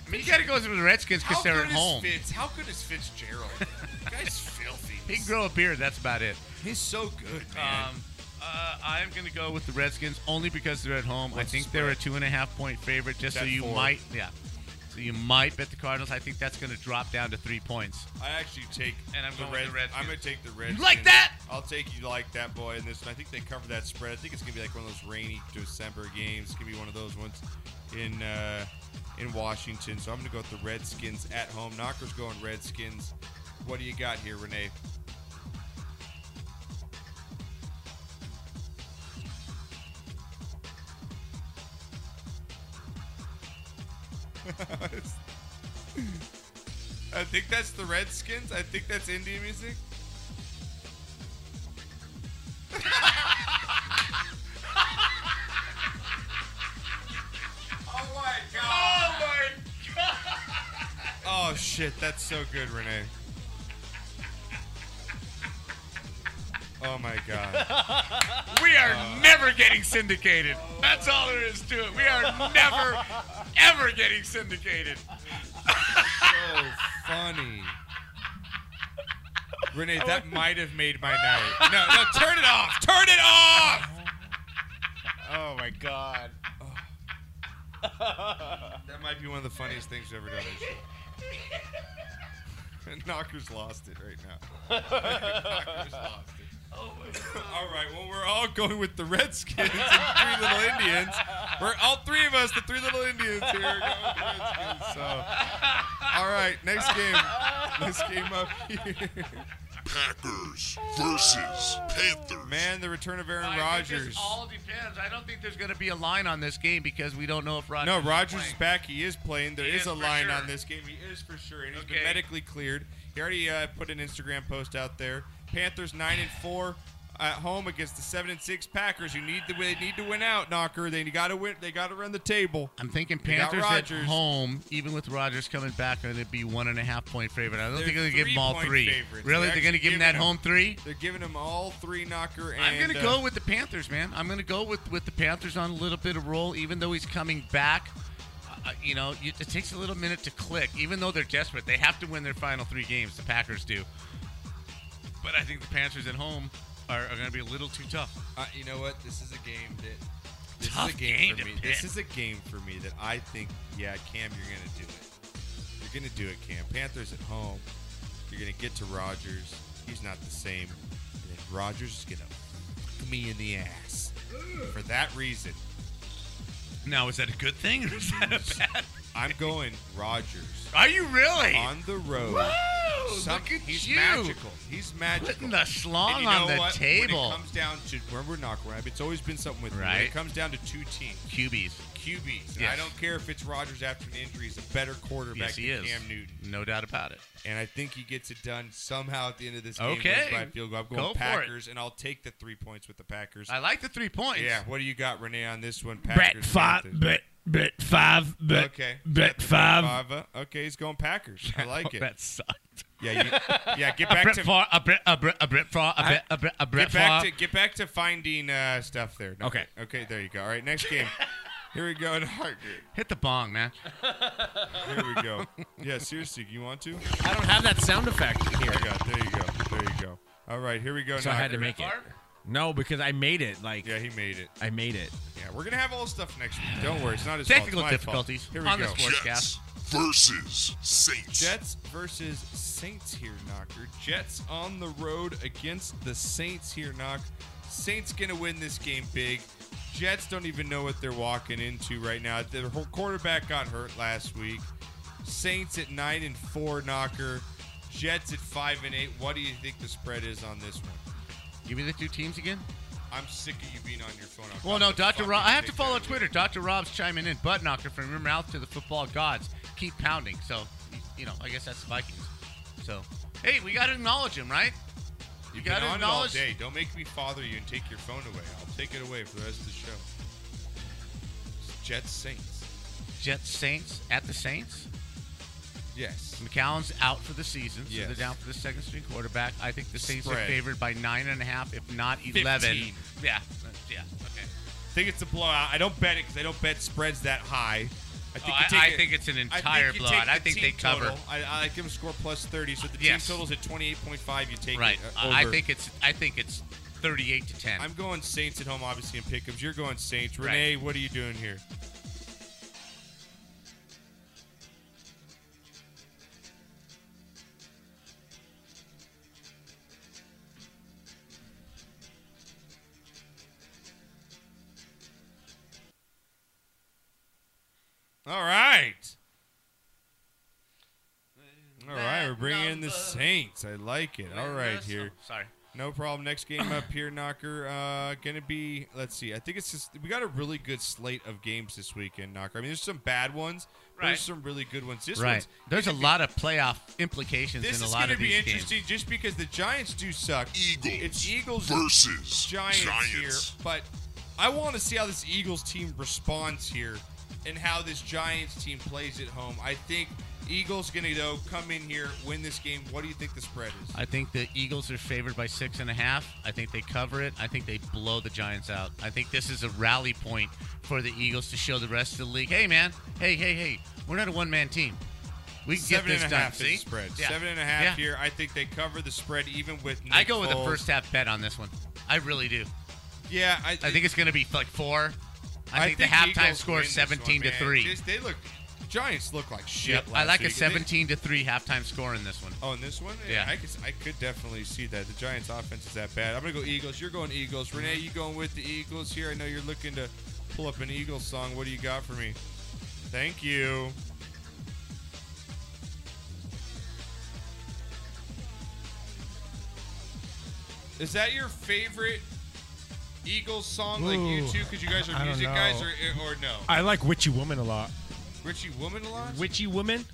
Speaker 3: I mean, you got to go with the Redskins
Speaker 1: How
Speaker 3: because they're
Speaker 1: good
Speaker 3: at
Speaker 1: is
Speaker 3: home.
Speaker 1: Fitz? How good is Fitzgerald? The guy's filthy.
Speaker 3: He can grow a beard. That's about it.
Speaker 1: He's so good, man.
Speaker 3: Um, uh, I'm going to go with the Redskins only because they're at home. I
Speaker 1: What's the
Speaker 3: think they're a two and a half point favorite. Just so
Speaker 1: That's
Speaker 3: you
Speaker 1: four.
Speaker 3: might, yeah. So you might bet the Cardinals. I think that's going to drop down to three points.
Speaker 1: I actually take
Speaker 3: and I'm
Speaker 1: the
Speaker 3: going with
Speaker 1: red.
Speaker 3: the Redskins.
Speaker 1: I'm gonna take the red.
Speaker 3: like that?
Speaker 1: I'll take you like that, boy. In this, and I think they cover that spread. I think it's gonna be like one of those rainy December games. It's gonna be one of those ones in uh, in Washington. So I'm gonna go with the Redskins at home. Knockers going Redskins. What do you got here, Renee? I think that's the Redskins. I think that's Indian music. Oh my god! Oh my god! Oh shit, that's so good, Renee. Oh my Uh. god.
Speaker 3: We are never getting syndicated. That's all there is to it. We are never, ever getting syndicated.
Speaker 1: so funny. Renee, that might have made my night. No, no, turn it off. Turn it off. Oh my god. Oh. That might be one of the funniest things we've ever done this show. Knockers lost it right now. Knockers lost it. Oh my god. All right, well we're all going with the Redskins and Three Little Indians. We're all three of us, the Three Little Indians here, are going with the Redskins. So, all right, next game. Next game up here.
Speaker 14: Packers versus Panthers.
Speaker 1: Man, the return of Aaron
Speaker 3: I think
Speaker 1: Rodgers.
Speaker 3: this all depends. I don't think there's going to be a line on this game because we don't know if Rodgers.
Speaker 1: No,
Speaker 3: is
Speaker 1: Rodgers is
Speaker 3: playing.
Speaker 1: back. He is playing. There
Speaker 3: He
Speaker 1: is
Speaker 3: is
Speaker 1: a
Speaker 3: for
Speaker 1: line
Speaker 3: sure.
Speaker 1: on this game. He is for sure, and he's been
Speaker 3: Okay.
Speaker 1: medically cleared. He already uh, put an Instagram post out there. Panthers nine and four at home against the seven and six Packers. You need to they need to win out, Knocker. They got to win. They got to run the table.
Speaker 3: I'm thinking
Speaker 1: They got
Speaker 3: Panthers at
Speaker 1: Rodgers.
Speaker 3: home, even with Rodgers coming back, going to be one and a half point favorite. I don't
Speaker 1: They're
Speaker 3: think they're going to give them all
Speaker 1: three-point
Speaker 3: three.
Speaker 1: favorites.
Speaker 3: Really,
Speaker 1: They're
Speaker 3: they're going to
Speaker 1: actually
Speaker 3: give
Speaker 1: giving
Speaker 3: them that
Speaker 1: them-
Speaker 3: home three.
Speaker 1: They're giving them all three, Knocker. And
Speaker 3: I'm going to
Speaker 1: uh,
Speaker 3: go with the Panthers, man. I'm going to go with with the Panthers on a little bit of roll, even though he's coming back. Uh, uh, you know, you, it takes a little minute to click. Even though they're desperate, they have to win their final three games. The Packers do, but I think the Panthers at home are, are going to be a little too tough.
Speaker 1: Uh, you know what? This is a game that this is
Speaker 3: Tough
Speaker 1: a game,
Speaker 3: game
Speaker 1: for
Speaker 3: to
Speaker 1: me.
Speaker 3: pick.
Speaker 1: This is a game for me that I think, yeah, Cam, you're gonna do it. You're gonna do it, Cam. Panthers at home. You're gonna get to Rogers. He's not the same. And then Rogers is gonna fuck me in the ass. For that reason,
Speaker 3: Now, is that a good thing or is that a bad?
Speaker 1: I'm going Rogers.
Speaker 3: Are you really
Speaker 1: on the road?
Speaker 3: Woo!
Speaker 1: Some-
Speaker 3: Look at
Speaker 1: he's
Speaker 3: you.
Speaker 1: magical. He's magical.
Speaker 3: Putting the schlong
Speaker 1: And you
Speaker 3: on
Speaker 1: know
Speaker 3: the
Speaker 1: what?
Speaker 3: table.
Speaker 1: When it comes down to remember knock rap, it's always been something with me. When
Speaker 3: Right.
Speaker 1: it comes down to two teams.
Speaker 3: QBs?
Speaker 1: QBs. And
Speaker 3: Yes.
Speaker 1: I don't care if it's Rodgers after an injury, he's a better quarterback
Speaker 3: Yes, he
Speaker 1: than
Speaker 3: is.
Speaker 1: Cam Newton.
Speaker 3: No doubt about it.
Speaker 1: And I think he gets it done somehow at the end of this game.
Speaker 3: Okay.
Speaker 1: wins by field goal. I'm going
Speaker 3: Go for it.
Speaker 1: Packers, and I'll take the three points with the Packers.
Speaker 3: I like the three points.
Speaker 1: Yeah. What do you got, Renee, on this one?
Speaker 15: Bet
Speaker 1: Packers.
Speaker 15: five,
Speaker 1: Panthers.
Speaker 15: bet bet five, bet
Speaker 1: okay. Got
Speaker 15: bet
Speaker 1: the
Speaker 15: five.
Speaker 1: Fava. Okay, he's going Packers. I like it.
Speaker 3: Oh, That sucked.
Speaker 1: Yeah, you, yeah. Get back
Speaker 3: a Brett
Speaker 1: to
Speaker 3: Favre, a Brett, a Brett, a Brett Favre, a Brett, a Brett, a Brett
Speaker 1: get back
Speaker 3: Favre.
Speaker 1: to get back to finding uh, stuff there. No,
Speaker 3: Okay.
Speaker 1: Okay. There you go. All right. Next game. Here we go. Here
Speaker 3: Hit the bong, man.
Speaker 1: we go. Yeah. Seriously, you want to?
Speaker 15: I don't have that sound effect here.
Speaker 1: There you go. There you go. There you go. All right. Here we go.
Speaker 15: So I had to
Speaker 1: Knocker.
Speaker 15: make it. No, because I made it. Like
Speaker 1: Yeah, he made it.
Speaker 15: I made it.
Speaker 1: Yeah, we're gonna have all stuff next week. Don't worry, it's not his
Speaker 15: Technical
Speaker 1: fault. It's my fault.
Speaker 15: difficulties
Speaker 1: Here we
Speaker 15: on
Speaker 1: go.
Speaker 15: the sports
Speaker 14: Jets versus Saints.
Speaker 1: Jets versus Saints here, Knocker. Jets on the road against the Saints here, Knock. Saints gonna win this game big. Jets don't even know what they're walking into right now. Their whole quarterback got hurt last week. Saints at nine and four, Knocker. Jets at five and eight. What do you think the spread is on this one?
Speaker 3: Give me the two teams again.
Speaker 1: I'm sick of you being on your phone. I've
Speaker 3: Well,
Speaker 1: got
Speaker 3: no,
Speaker 1: the
Speaker 3: Doctor
Speaker 1: fucking
Speaker 3: Rob. I have to
Speaker 1: take
Speaker 3: follow
Speaker 1: that
Speaker 3: Twitter.
Speaker 1: away.
Speaker 3: Doctor Rob's chiming in. Butt knocker from your mouth to the football gods. Keep pounding. So, you know, I guess that's the Vikings. So, hey, we gotta acknowledge him, right? You
Speaker 1: You've been
Speaker 3: gotta
Speaker 1: on it all
Speaker 3: acknowledge.
Speaker 1: day. Don't make me father you and take your phone away. I'll take it away for the rest of the show. Jets Saints.
Speaker 3: Jets Saints at the Saints.
Speaker 1: Yes.
Speaker 3: McCown's out for the season, so
Speaker 1: Yes.
Speaker 3: they're down for the second string quarterback. I think the Saints are
Speaker 1: Spread.
Speaker 3: favored by nine and a half, if not eleven.
Speaker 1: 15.
Speaker 3: Yeah, yeah. Okay.
Speaker 1: I think it's a blowout. I don't bet it because I don't bet spreads that high. I
Speaker 3: Oh,
Speaker 1: think,
Speaker 3: I-
Speaker 1: you take
Speaker 3: I
Speaker 1: it-
Speaker 3: think it's
Speaker 1: I
Speaker 3: an
Speaker 1: think
Speaker 3: entire
Speaker 1: you take
Speaker 3: blowout.
Speaker 1: the
Speaker 3: I think they
Speaker 1: team
Speaker 3: cover.
Speaker 1: total. I, I give them score plus thirty, so the team
Speaker 3: Yes.
Speaker 1: total's at twenty eight point five. You take
Speaker 3: Right.
Speaker 1: It, uh,
Speaker 3: I I
Speaker 1: over.
Speaker 3: think it's. I think it's thirty-eight to ten.
Speaker 1: I'm going Saints at home, obviously in pickups. You're going Saints. Renee, what are you doing here? All right. All right, we're bringing in the
Speaker 3: uh,
Speaker 1: Saints. I like it. All right, here.
Speaker 3: sorry.
Speaker 1: No problem. Next game up here, Knocker. Uh, gonna be. Let's see. I think it's just we got a really good slate of games this weekend, Knocker. I mean, there's some bad ones. But
Speaker 3: Right.
Speaker 1: there's some really good ones. This
Speaker 3: right.
Speaker 1: one's
Speaker 3: There's a lot of playoff implications
Speaker 1: this
Speaker 3: in a
Speaker 1: is
Speaker 3: lot
Speaker 1: gonna
Speaker 3: of
Speaker 1: be
Speaker 3: these games.
Speaker 1: interesting just because the Giants do suck. Eagles. It's Eagles
Speaker 14: versus
Speaker 1: Giants,
Speaker 14: Giants.
Speaker 1: here, but I want to see how this Eagles team responds here and how this Giants team plays at home. I think Eagles gonna go come in here, win this game. What do you think the spread is?
Speaker 3: I think the Eagles are favored by six and a half. I think they cover it. I think they blow the Giants out. I think this is a rally point for the Eagles to show the rest of the league, hey man, hey, hey, hey, we're not a one man team. We can
Speaker 1: Seven
Speaker 3: get this
Speaker 1: and a
Speaker 3: done.
Speaker 1: half
Speaker 3: See?
Speaker 1: is the spread.
Speaker 3: Yeah.
Speaker 1: Seven and a half
Speaker 3: Yeah.
Speaker 1: here. I think they cover the spread even with. Nick
Speaker 3: I go with a
Speaker 1: Foles.
Speaker 3: first half bet on this one. I really do.
Speaker 1: Yeah, I,
Speaker 3: think it's going to be like four. I, think, the halftime
Speaker 1: Eagles
Speaker 3: score
Speaker 1: win
Speaker 3: is
Speaker 1: this one,
Speaker 3: 17 to
Speaker 1: man.
Speaker 3: three.
Speaker 1: Just- they look. Giants look like shit.
Speaker 3: Yep. I
Speaker 1: last
Speaker 3: like a
Speaker 1: week. They-
Speaker 3: 17 to three halftime score in this one.
Speaker 1: Oh, in this one,
Speaker 3: Yeah.
Speaker 1: I could, I could definitely see that. The Giants' offense is that bad. I'm gonna go Eagles. You're going Eagles. Renee, you going with the Eagles here? I know you're looking to pull up an Eagles song. What do you got for me? Thank you. Is that your favorite Eagles song, like you
Speaker 15: Ooh,
Speaker 1: two, because you guys
Speaker 15: I
Speaker 1: are
Speaker 15: don't
Speaker 1: music guys,
Speaker 15: know.
Speaker 1: or, eh, or no?
Speaker 15: I like Witchy Woman a lot.
Speaker 1: Richie Woman a lot.
Speaker 15: Witchy Woman?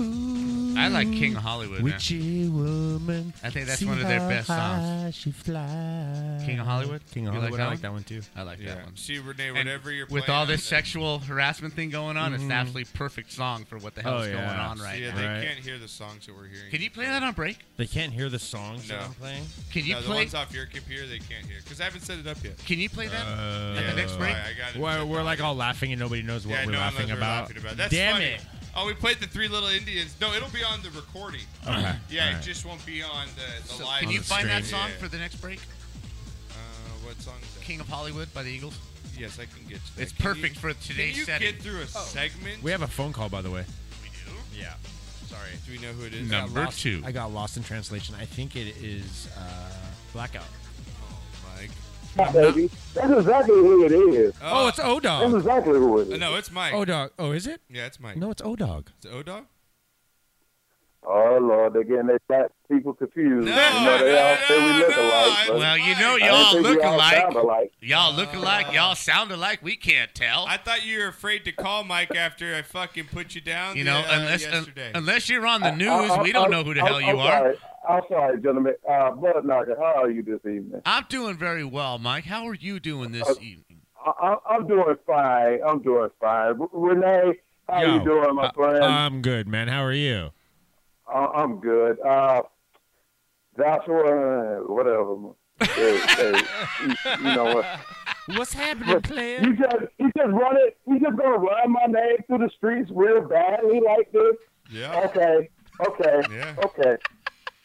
Speaker 3: I like King of Hollywood. man.
Speaker 15: Witchy Woman.
Speaker 3: I think that's one of their best songs.
Speaker 15: She flies.
Speaker 3: King of Hollywood.
Speaker 15: King of
Speaker 3: You
Speaker 15: Hollywood.
Speaker 3: that
Speaker 15: I like
Speaker 3: one?
Speaker 15: that one too.
Speaker 3: I like that one.
Speaker 1: See, Renee,
Speaker 3: And
Speaker 1: whatever you're
Speaker 3: with
Speaker 1: playing
Speaker 3: all
Speaker 1: on
Speaker 3: this
Speaker 1: there.
Speaker 3: sexual harassment thing going on, it's an
Speaker 1: Mhm.
Speaker 3: absolutely perfect song for what the hell
Speaker 15: Mm-hmm. Oh,
Speaker 3: is going
Speaker 15: yeah.
Speaker 3: on right
Speaker 1: See,
Speaker 3: now.
Speaker 1: They can't hear the songs that we're hearing.
Speaker 3: Can you play that on break?
Speaker 15: They can't hear the songs that I'm playing.
Speaker 3: Can you
Speaker 1: no, The
Speaker 3: play-
Speaker 1: ones off your computer they can't hear because I haven't set it up yet.
Speaker 3: Can you play that
Speaker 1: at the next break? I got it.
Speaker 15: We're, we're like all laughing and nobody knows Uh, what
Speaker 1: yeah,
Speaker 15: we're
Speaker 1: no,
Speaker 15: laughing,
Speaker 1: unless we're
Speaker 15: about.
Speaker 1: laughing about. That's
Speaker 15: Damn
Speaker 1: funny.
Speaker 15: it.
Speaker 1: Oh, we played the Three Little Indians. No, it'll be on the recording.
Speaker 15: Okay.
Speaker 1: Yeah, it
Speaker 15: Alright.
Speaker 1: just won't be on the, the
Speaker 3: So
Speaker 1: live.
Speaker 3: can you find that
Speaker 1: stream.
Speaker 3: song
Speaker 1: Yeah.
Speaker 3: for the next break?
Speaker 1: Uh, what song is that?
Speaker 3: King of Hollywood by the Eagles.
Speaker 1: Yes, I can get to that.
Speaker 3: It's
Speaker 1: Can
Speaker 3: perfect
Speaker 1: you-
Speaker 3: for today's
Speaker 1: Can you
Speaker 3: setting.
Speaker 1: get through a segment?
Speaker 15: We have a phone call, by the way.
Speaker 1: Yeah. Sorry. Do we know who it is?
Speaker 15: I got lost- I got lost in translation. I think it is uh, Blackout.
Speaker 1: Oh, Mike.
Speaker 16: Yeah, baby. That's exactly who it is.
Speaker 15: Oh, it's O Dog.
Speaker 16: That's exactly who it
Speaker 1: Uh,
Speaker 16: is.
Speaker 1: no, it's Mike.
Speaker 15: O Dog. Oh, is it?
Speaker 1: Yeah, it's Mike.
Speaker 15: No, it's O Dog.
Speaker 1: It's O Dog.
Speaker 16: Oh Lord, they're getting their black people confused. No, you know, they all say we look alike. but
Speaker 3: Well, you know,
Speaker 16: I don't
Speaker 3: y'all
Speaker 16: think we
Speaker 3: look
Speaker 16: all
Speaker 3: alike.
Speaker 16: sound alike.
Speaker 3: Y'all look alike. Y'all sound alike. We can't tell.
Speaker 1: I thought you were afraid to call Mike after I fucking put you down.
Speaker 3: You
Speaker 1: the,
Speaker 3: know,
Speaker 1: uh,
Speaker 3: unless un-
Speaker 1: yesterday.
Speaker 3: unless you're on the news,
Speaker 16: I- I-
Speaker 3: we don't
Speaker 16: I-
Speaker 3: know who the
Speaker 16: I-
Speaker 3: hell
Speaker 16: I'm
Speaker 3: you are.
Speaker 16: sorry. I'm sorry, gentlemen. Uh, Blood Knocker, how are you this evening?
Speaker 3: I'm doing very well, Mike. How are you doing this evening?
Speaker 16: I, I- I'm doing fine. I'm doing fine. R- Renee, how
Speaker 15: Yo,
Speaker 16: you doing, my
Speaker 15: uh,
Speaker 16: friend?
Speaker 15: I'm good, man. How are you?
Speaker 16: I- I'm good. Uh, Joshua, whatever. Hey, hey, you, you know what?
Speaker 15: What's happening,
Speaker 16: You just, you just run it. You just gonna run my name through the streets real badly like this?
Speaker 1: Yeah.
Speaker 16: Okay. Okay.
Speaker 1: Yeah.
Speaker 16: Okay.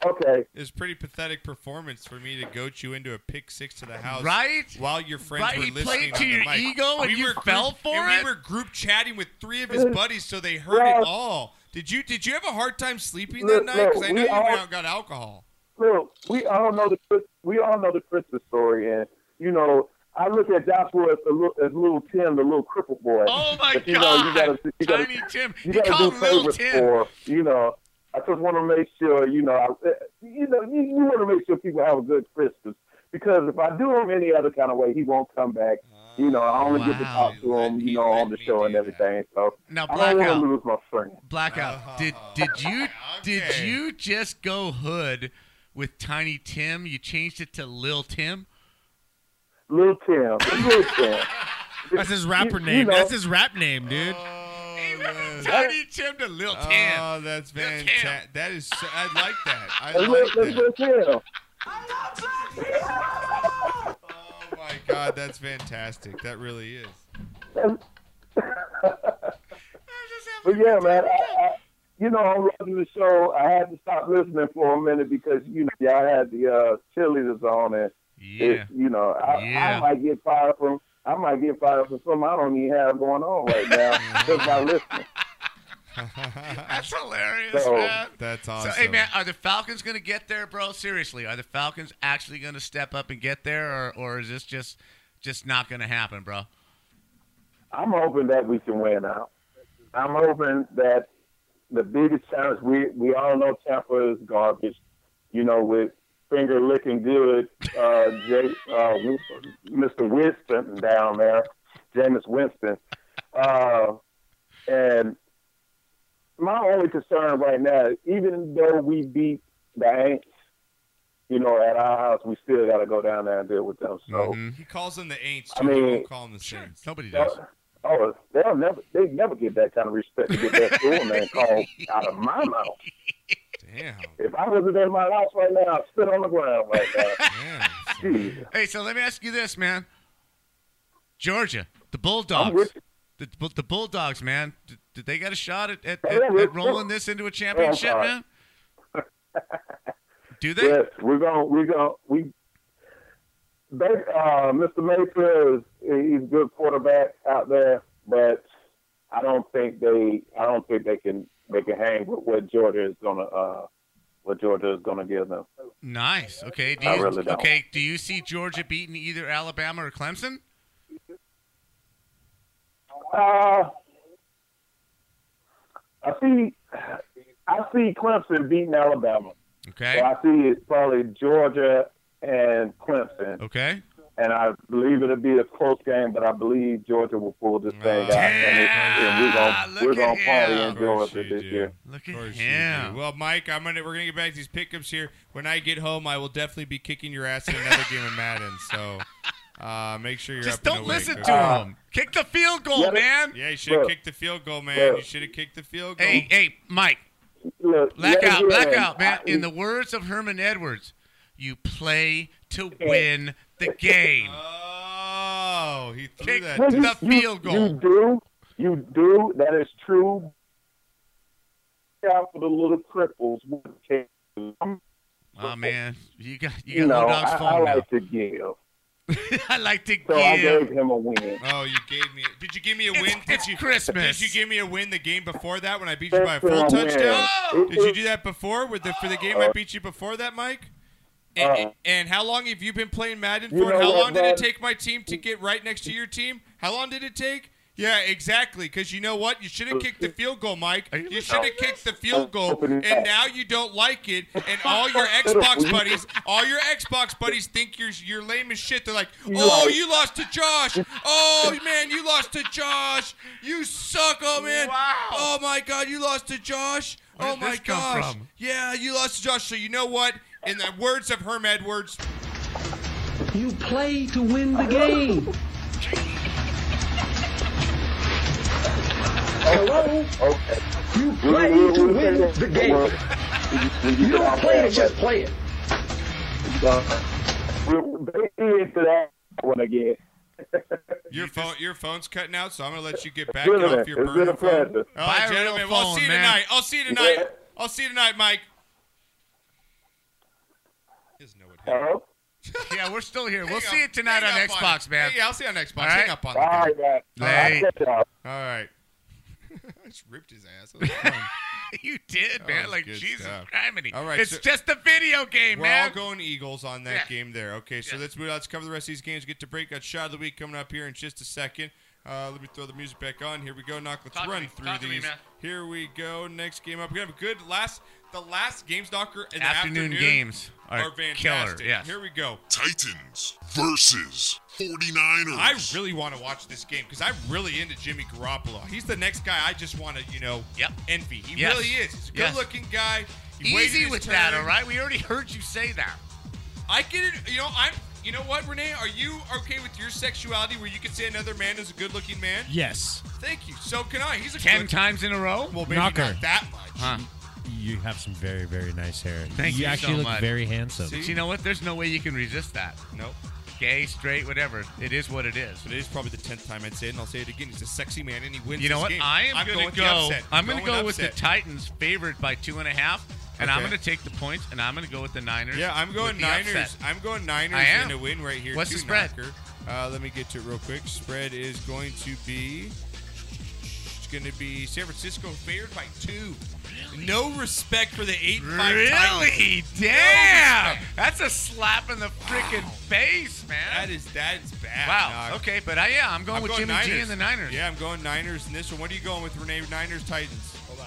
Speaker 16: Okay.
Speaker 1: It was pretty pathetic performance for me to goat you into a pick six to the house,
Speaker 3: Right?
Speaker 1: While your friends
Speaker 3: Right,
Speaker 1: were
Speaker 3: he
Speaker 1: listening
Speaker 3: played
Speaker 1: on
Speaker 3: to
Speaker 1: the
Speaker 3: your
Speaker 1: mic.
Speaker 3: ego and
Speaker 1: we
Speaker 3: you
Speaker 1: were group-
Speaker 3: fell for
Speaker 1: and
Speaker 3: it?
Speaker 1: We were group chatting with three of his buddies, so they heard it
Speaker 16: Look.
Speaker 1: all. Did you Did you have a hard time sleeping that
Speaker 16: Look,
Speaker 1: night?
Speaker 16: look,
Speaker 1: Because I know
Speaker 16: we
Speaker 1: you went
Speaker 16: all-
Speaker 1: out and got alcohol.
Speaker 16: Look, we all know the Chris- we all know the Christmas story, and you know I look at Joshua as, a little, as little Tim, the little crippled boy.
Speaker 3: Oh my
Speaker 16: But, you Know, you
Speaker 3: God.
Speaker 16: gotta, you gotta,
Speaker 3: Tiny Tim.
Speaker 16: You
Speaker 3: He
Speaker 16: gotta
Speaker 3: called
Speaker 16: do
Speaker 3: him Little
Speaker 16: favors
Speaker 3: Tim.
Speaker 16: for you know. I just want to make sure you know. I, eh, you know, you, you want to make sure people have a good Christmas because if I do him any other kind of way, he won't come back. You know, I only get
Speaker 3: Oh,
Speaker 16: to talk to him, you know, on the show and everything. So
Speaker 3: Now,
Speaker 16: I don't want
Speaker 3: Blackout.
Speaker 16: to lose my friend.
Speaker 3: Blackout.
Speaker 16: Uh-huh.
Speaker 3: did did you did you just go hood with Tiny Tim? You changed it to Lil Tim.
Speaker 16: Lil Tim. Lil Tim.
Speaker 15: That's his rapper
Speaker 16: You- you
Speaker 15: name.
Speaker 16: know.
Speaker 15: That's his rap name, dude.
Speaker 2: Tiny Tim to Lil Tam.
Speaker 1: Oh, that's fantastic. That is. So, I like that. I like
Speaker 16: Let's let-
Speaker 1: that.
Speaker 16: let's go tell.
Speaker 1: Oh my god, that's fantastic. That really is.
Speaker 16: But yeah, man, I, I, you know, I'm loving the show. I had to stop listening for a minute because you know y'all had the uh, cheerleaders on, and
Speaker 3: Yeah.
Speaker 16: it's, you know, I,
Speaker 3: Yeah.
Speaker 16: I might get fired from. I might get fired from something I don't even have going on right now just by listening.
Speaker 3: That's hilarious,
Speaker 16: So-
Speaker 3: man.
Speaker 1: That's
Speaker 3: So,
Speaker 1: awesome.
Speaker 3: hey, man, are the Falcons going to get there, bro? Seriously, are the Falcons actually going to step up and get there, or, or is this just just not going to happen, bro?
Speaker 16: I'm hoping that we can win out. I'm hoping that the biggest challenge we we all know Tampa is garbage. You know, with finger licking good, uh, Jay, uh, Mr. Winston down there, Jameis Winston, uh, and my only concern right now, even though we beat the Aints, you know, at our house, we still got to go down there and deal with them. So.
Speaker 1: He calls them the Aints.
Speaker 16: I
Speaker 1: Too. I
Speaker 16: mean-
Speaker 1: won't call them the Saints.
Speaker 3: Nobody
Speaker 16: Oh, they'll never they never get that kind of respect to get that school name called out of my mouth.
Speaker 1: Damn.
Speaker 16: If I wasn't in my house right now, I'd spit on the ground right now. Jeez.
Speaker 3: Hey, so let me ask you this, man. Georgia, the Bulldogs, the, the Bulldogs, man, did, did they got a shot at, at,
Speaker 16: Yeah,
Speaker 3: at,
Speaker 16: we're-
Speaker 3: at rolling this into a championship,
Speaker 16: sorry.
Speaker 3: man? Do they?
Speaker 16: Yes, we're gonna we're gonna we they uh Mr. Mayfield is he's a good quarterback out there, but I don't think they I don't think they can they can hang with what Georgia is gonna uh what Georgia is gonna give them.
Speaker 3: Nice. Okay. Do
Speaker 16: I
Speaker 3: you,
Speaker 16: really don't.
Speaker 3: Okay. Do you see Georgia beating either Alabama or Clemson?
Speaker 16: Uh, I see, I see Clemson beating Alabama.
Speaker 3: Okay.
Speaker 16: So I see it's probably Georgia and Clemson.
Speaker 3: Okay.
Speaker 16: And I believe it'll be a close game, but I believe Georgia will pull this
Speaker 3: Oh,
Speaker 16: thing out, and, it- and we're gonna we're gonna party in Georgia this year.
Speaker 3: Look
Speaker 1: at him. Well, Mike, I'm gonna we're gonna get back to these pickups here. When I get home, I will definitely be kicking your ass in another game of Madden. So uh, make sure you're
Speaker 3: Just
Speaker 1: up and
Speaker 3: don't
Speaker 1: awake,
Speaker 3: listen
Speaker 1: all
Speaker 3: to
Speaker 1: right?
Speaker 3: him. Um, Kick the field goal,
Speaker 1: Yeah, but-
Speaker 3: man.
Speaker 1: Yeah, you should have kicked the field goal, man.
Speaker 3: Look.
Speaker 1: You should have kicked the field goal.
Speaker 3: Hey, hey, Mike.
Speaker 16: Look,
Speaker 3: black
Speaker 1: let
Speaker 3: out,
Speaker 1: it
Speaker 3: black
Speaker 1: in.
Speaker 3: out, man. In the words of Herman Edwards, you play to win the game.
Speaker 1: Oh, he threw
Speaker 3: Kick
Speaker 1: that.
Speaker 16: Well,
Speaker 3: the field goal.
Speaker 16: You do, you do. That is true. Out for the little cripples.
Speaker 3: Oh man, you got you,
Speaker 16: You
Speaker 3: got
Speaker 16: know,
Speaker 3: Low Dog's
Speaker 16: I,
Speaker 3: phone
Speaker 16: I
Speaker 3: now.
Speaker 16: like to give.
Speaker 3: I like to
Speaker 16: So I
Speaker 3: give.
Speaker 16: gave him a win.
Speaker 1: Oh, you gave me. Did you give me a win? did you
Speaker 3: Christmas.
Speaker 1: Did you give me a win the game before that when I beat you by a
Speaker 16: That's
Speaker 1: full
Speaker 16: a win.
Speaker 1: touchdown?
Speaker 16: It Uh,
Speaker 1: Did you
Speaker 16: is-
Speaker 1: do that before with the for the game I beat you before that, Mike? And,
Speaker 16: Uh-uh.
Speaker 1: and how long have you been playing Madden
Speaker 16: You
Speaker 1: for? And
Speaker 16: know
Speaker 1: how
Speaker 16: what,
Speaker 1: long did it
Speaker 16: man?
Speaker 1: take my team to get right next to your team? How long did it take? Yeah, exactly. Because you know what? You should have kicked the field goal, Mike. You should have kicked the field goal,
Speaker 16: Open it
Speaker 1: and
Speaker 16: up.
Speaker 1: now you don't like it. And all your Xbox buddies, all your Xbox buddies think you're you're lame as shit. They're like,
Speaker 16: You
Speaker 1: "Oh,
Speaker 16: are-
Speaker 1: you lost to Josh. Oh man, you lost to Josh. You suck. Oh man. Oh my God, you lost to Josh.
Speaker 11: Where
Speaker 1: oh
Speaker 11: did
Speaker 1: my
Speaker 11: this come
Speaker 1: gosh.
Speaker 11: from?
Speaker 1: Yeah, you lost to Josh. So you know what? In the words of Herm Edwards,
Speaker 17: You play to win the game. Hello? You play to win the game. You don't play to just play it.
Speaker 16: We're into that one again.
Speaker 1: your phone your phone's cutting out. So I'm gonna let you get back
Speaker 16: Good of
Speaker 1: off
Speaker 16: it.
Speaker 1: your
Speaker 16: It's been
Speaker 1: burner
Speaker 16: a
Speaker 1: phone.
Speaker 16: pleasure.
Speaker 1: All
Speaker 16: Buy
Speaker 1: right,
Speaker 16: a real
Speaker 1: gentlemen. Well, I'll
Speaker 16: phone,
Speaker 1: see you
Speaker 16: man.
Speaker 1: tonight. I'll see you tonight. I'll see you tonight, Mike.
Speaker 16: Hello?
Speaker 3: Yeah, we're still here. We'll see it tonight on
Speaker 1: Hang up
Speaker 3: Xbox,
Speaker 1: it.
Speaker 3: man.
Speaker 1: Yeah, I'll see you on Xbox.
Speaker 3: All
Speaker 1: Hang
Speaker 3: right.
Speaker 1: up on
Speaker 16: All right, man.
Speaker 3: Hey.
Speaker 16: All
Speaker 1: right. I just ripped his ass. That was fun.
Speaker 3: you did,
Speaker 1: That
Speaker 3: man.
Speaker 1: was
Speaker 3: Like
Speaker 1: good
Speaker 3: Jesus
Speaker 1: stuff.
Speaker 3: Christ.
Speaker 1: All right,
Speaker 3: it's
Speaker 1: so-
Speaker 3: just a video game,
Speaker 1: We're
Speaker 3: man.
Speaker 1: all going Eagles on that game there. Okay, so let's move. Let's cover the rest of these games. Get to break. Got shot of the week coming up here in just a second. Uh, let me throw the music back on. Here we go. Knock. Let's
Speaker 3: Talk to
Speaker 1: run
Speaker 3: me.
Speaker 1: through
Speaker 3: Talk to
Speaker 1: these.
Speaker 3: me, man.
Speaker 1: Here we go. Next game up. We have a good last. The last games knocker in the
Speaker 3: Afternoon
Speaker 1: afternoon
Speaker 3: games are killer,
Speaker 1: fantastic.
Speaker 3: yes.
Speaker 1: Here we go.
Speaker 14: Titans versus 49ers.
Speaker 1: I really want to watch this game because I'm really into Jimmy Garoppolo. He's the next guy I just want to, you know, envy. He
Speaker 3: Yes.
Speaker 1: really is. He's a
Speaker 3: Yes.
Speaker 1: good-looking guy. He waited
Speaker 3: Easy
Speaker 1: his
Speaker 3: with that,
Speaker 1: turn.
Speaker 3: all right? We already heard you say that.
Speaker 1: I get it. You know, I'm You know what, Renee? Are you okay with your sexuality where you can say another man is a good looking man?
Speaker 15: Yes.
Speaker 1: Thank you. So can I. He's a
Speaker 11: Ten
Speaker 1: good-
Speaker 11: times in a row?
Speaker 1: Well, maybe
Speaker 15: Knocker.
Speaker 1: not that much.
Speaker 15: Huh. You have some very, very nice hair.
Speaker 3: Thank you,
Speaker 15: actually
Speaker 3: so
Speaker 15: look
Speaker 3: much.
Speaker 15: very handsome.
Speaker 3: But you know what? There's no way you can resist that.
Speaker 1: Nope.
Speaker 3: Gay, straight, whatever. It is what it is.
Speaker 1: Today's probably the tenth time I'd say it, and I'll say it again. He's a sexy man, and he wins.
Speaker 3: You know
Speaker 1: this
Speaker 3: what?
Speaker 1: game.
Speaker 3: I am
Speaker 1: I'm
Speaker 3: gonna
Speaker 1: going with the
Speaker 3: go.
Speaker 1: upset.
Speaker 3: I'm gonna
Speaker 1: going
Speaker 3: go with the
Speaker 1: upset.
Speaker 3: Titans favored by two and a half, and I'm
Speaker 1: Okay.
Speaker 3: gonna take the points, and I'm gonna go with the Niners.
Speaker 1: Yeah, I'm
Speaker 3: with
Speaker 1: going
Speaker 3: the
Speaker 1: Niners.
Speaker 3: upset.
Speaker 1: I'm going Niners
Speaker 3: I am.
Speaker 1: in a win right here.
Speaker 3: What's the
Speaker 1: too,
Speaker 3: spread?
Speaker 1: Knocker. Uh, let me get to it real quick. Spread is going to be. It's going to be San Francisco favored by two. No respect for the eight.
Speaker 3: Really? Damn! That's a slap in the freaking face, man.
Speaker 1: That is that is bad.
Speaker 3: Wow.
Speaker 1: Knock.
Speaker 3: Okay, but I, yeah, I'm going with Jimmy G and the Niners.
Speaker 1: Yeah, I'm going Niners in this one. What are you going with, Renee? Niners, Titans. Hold on.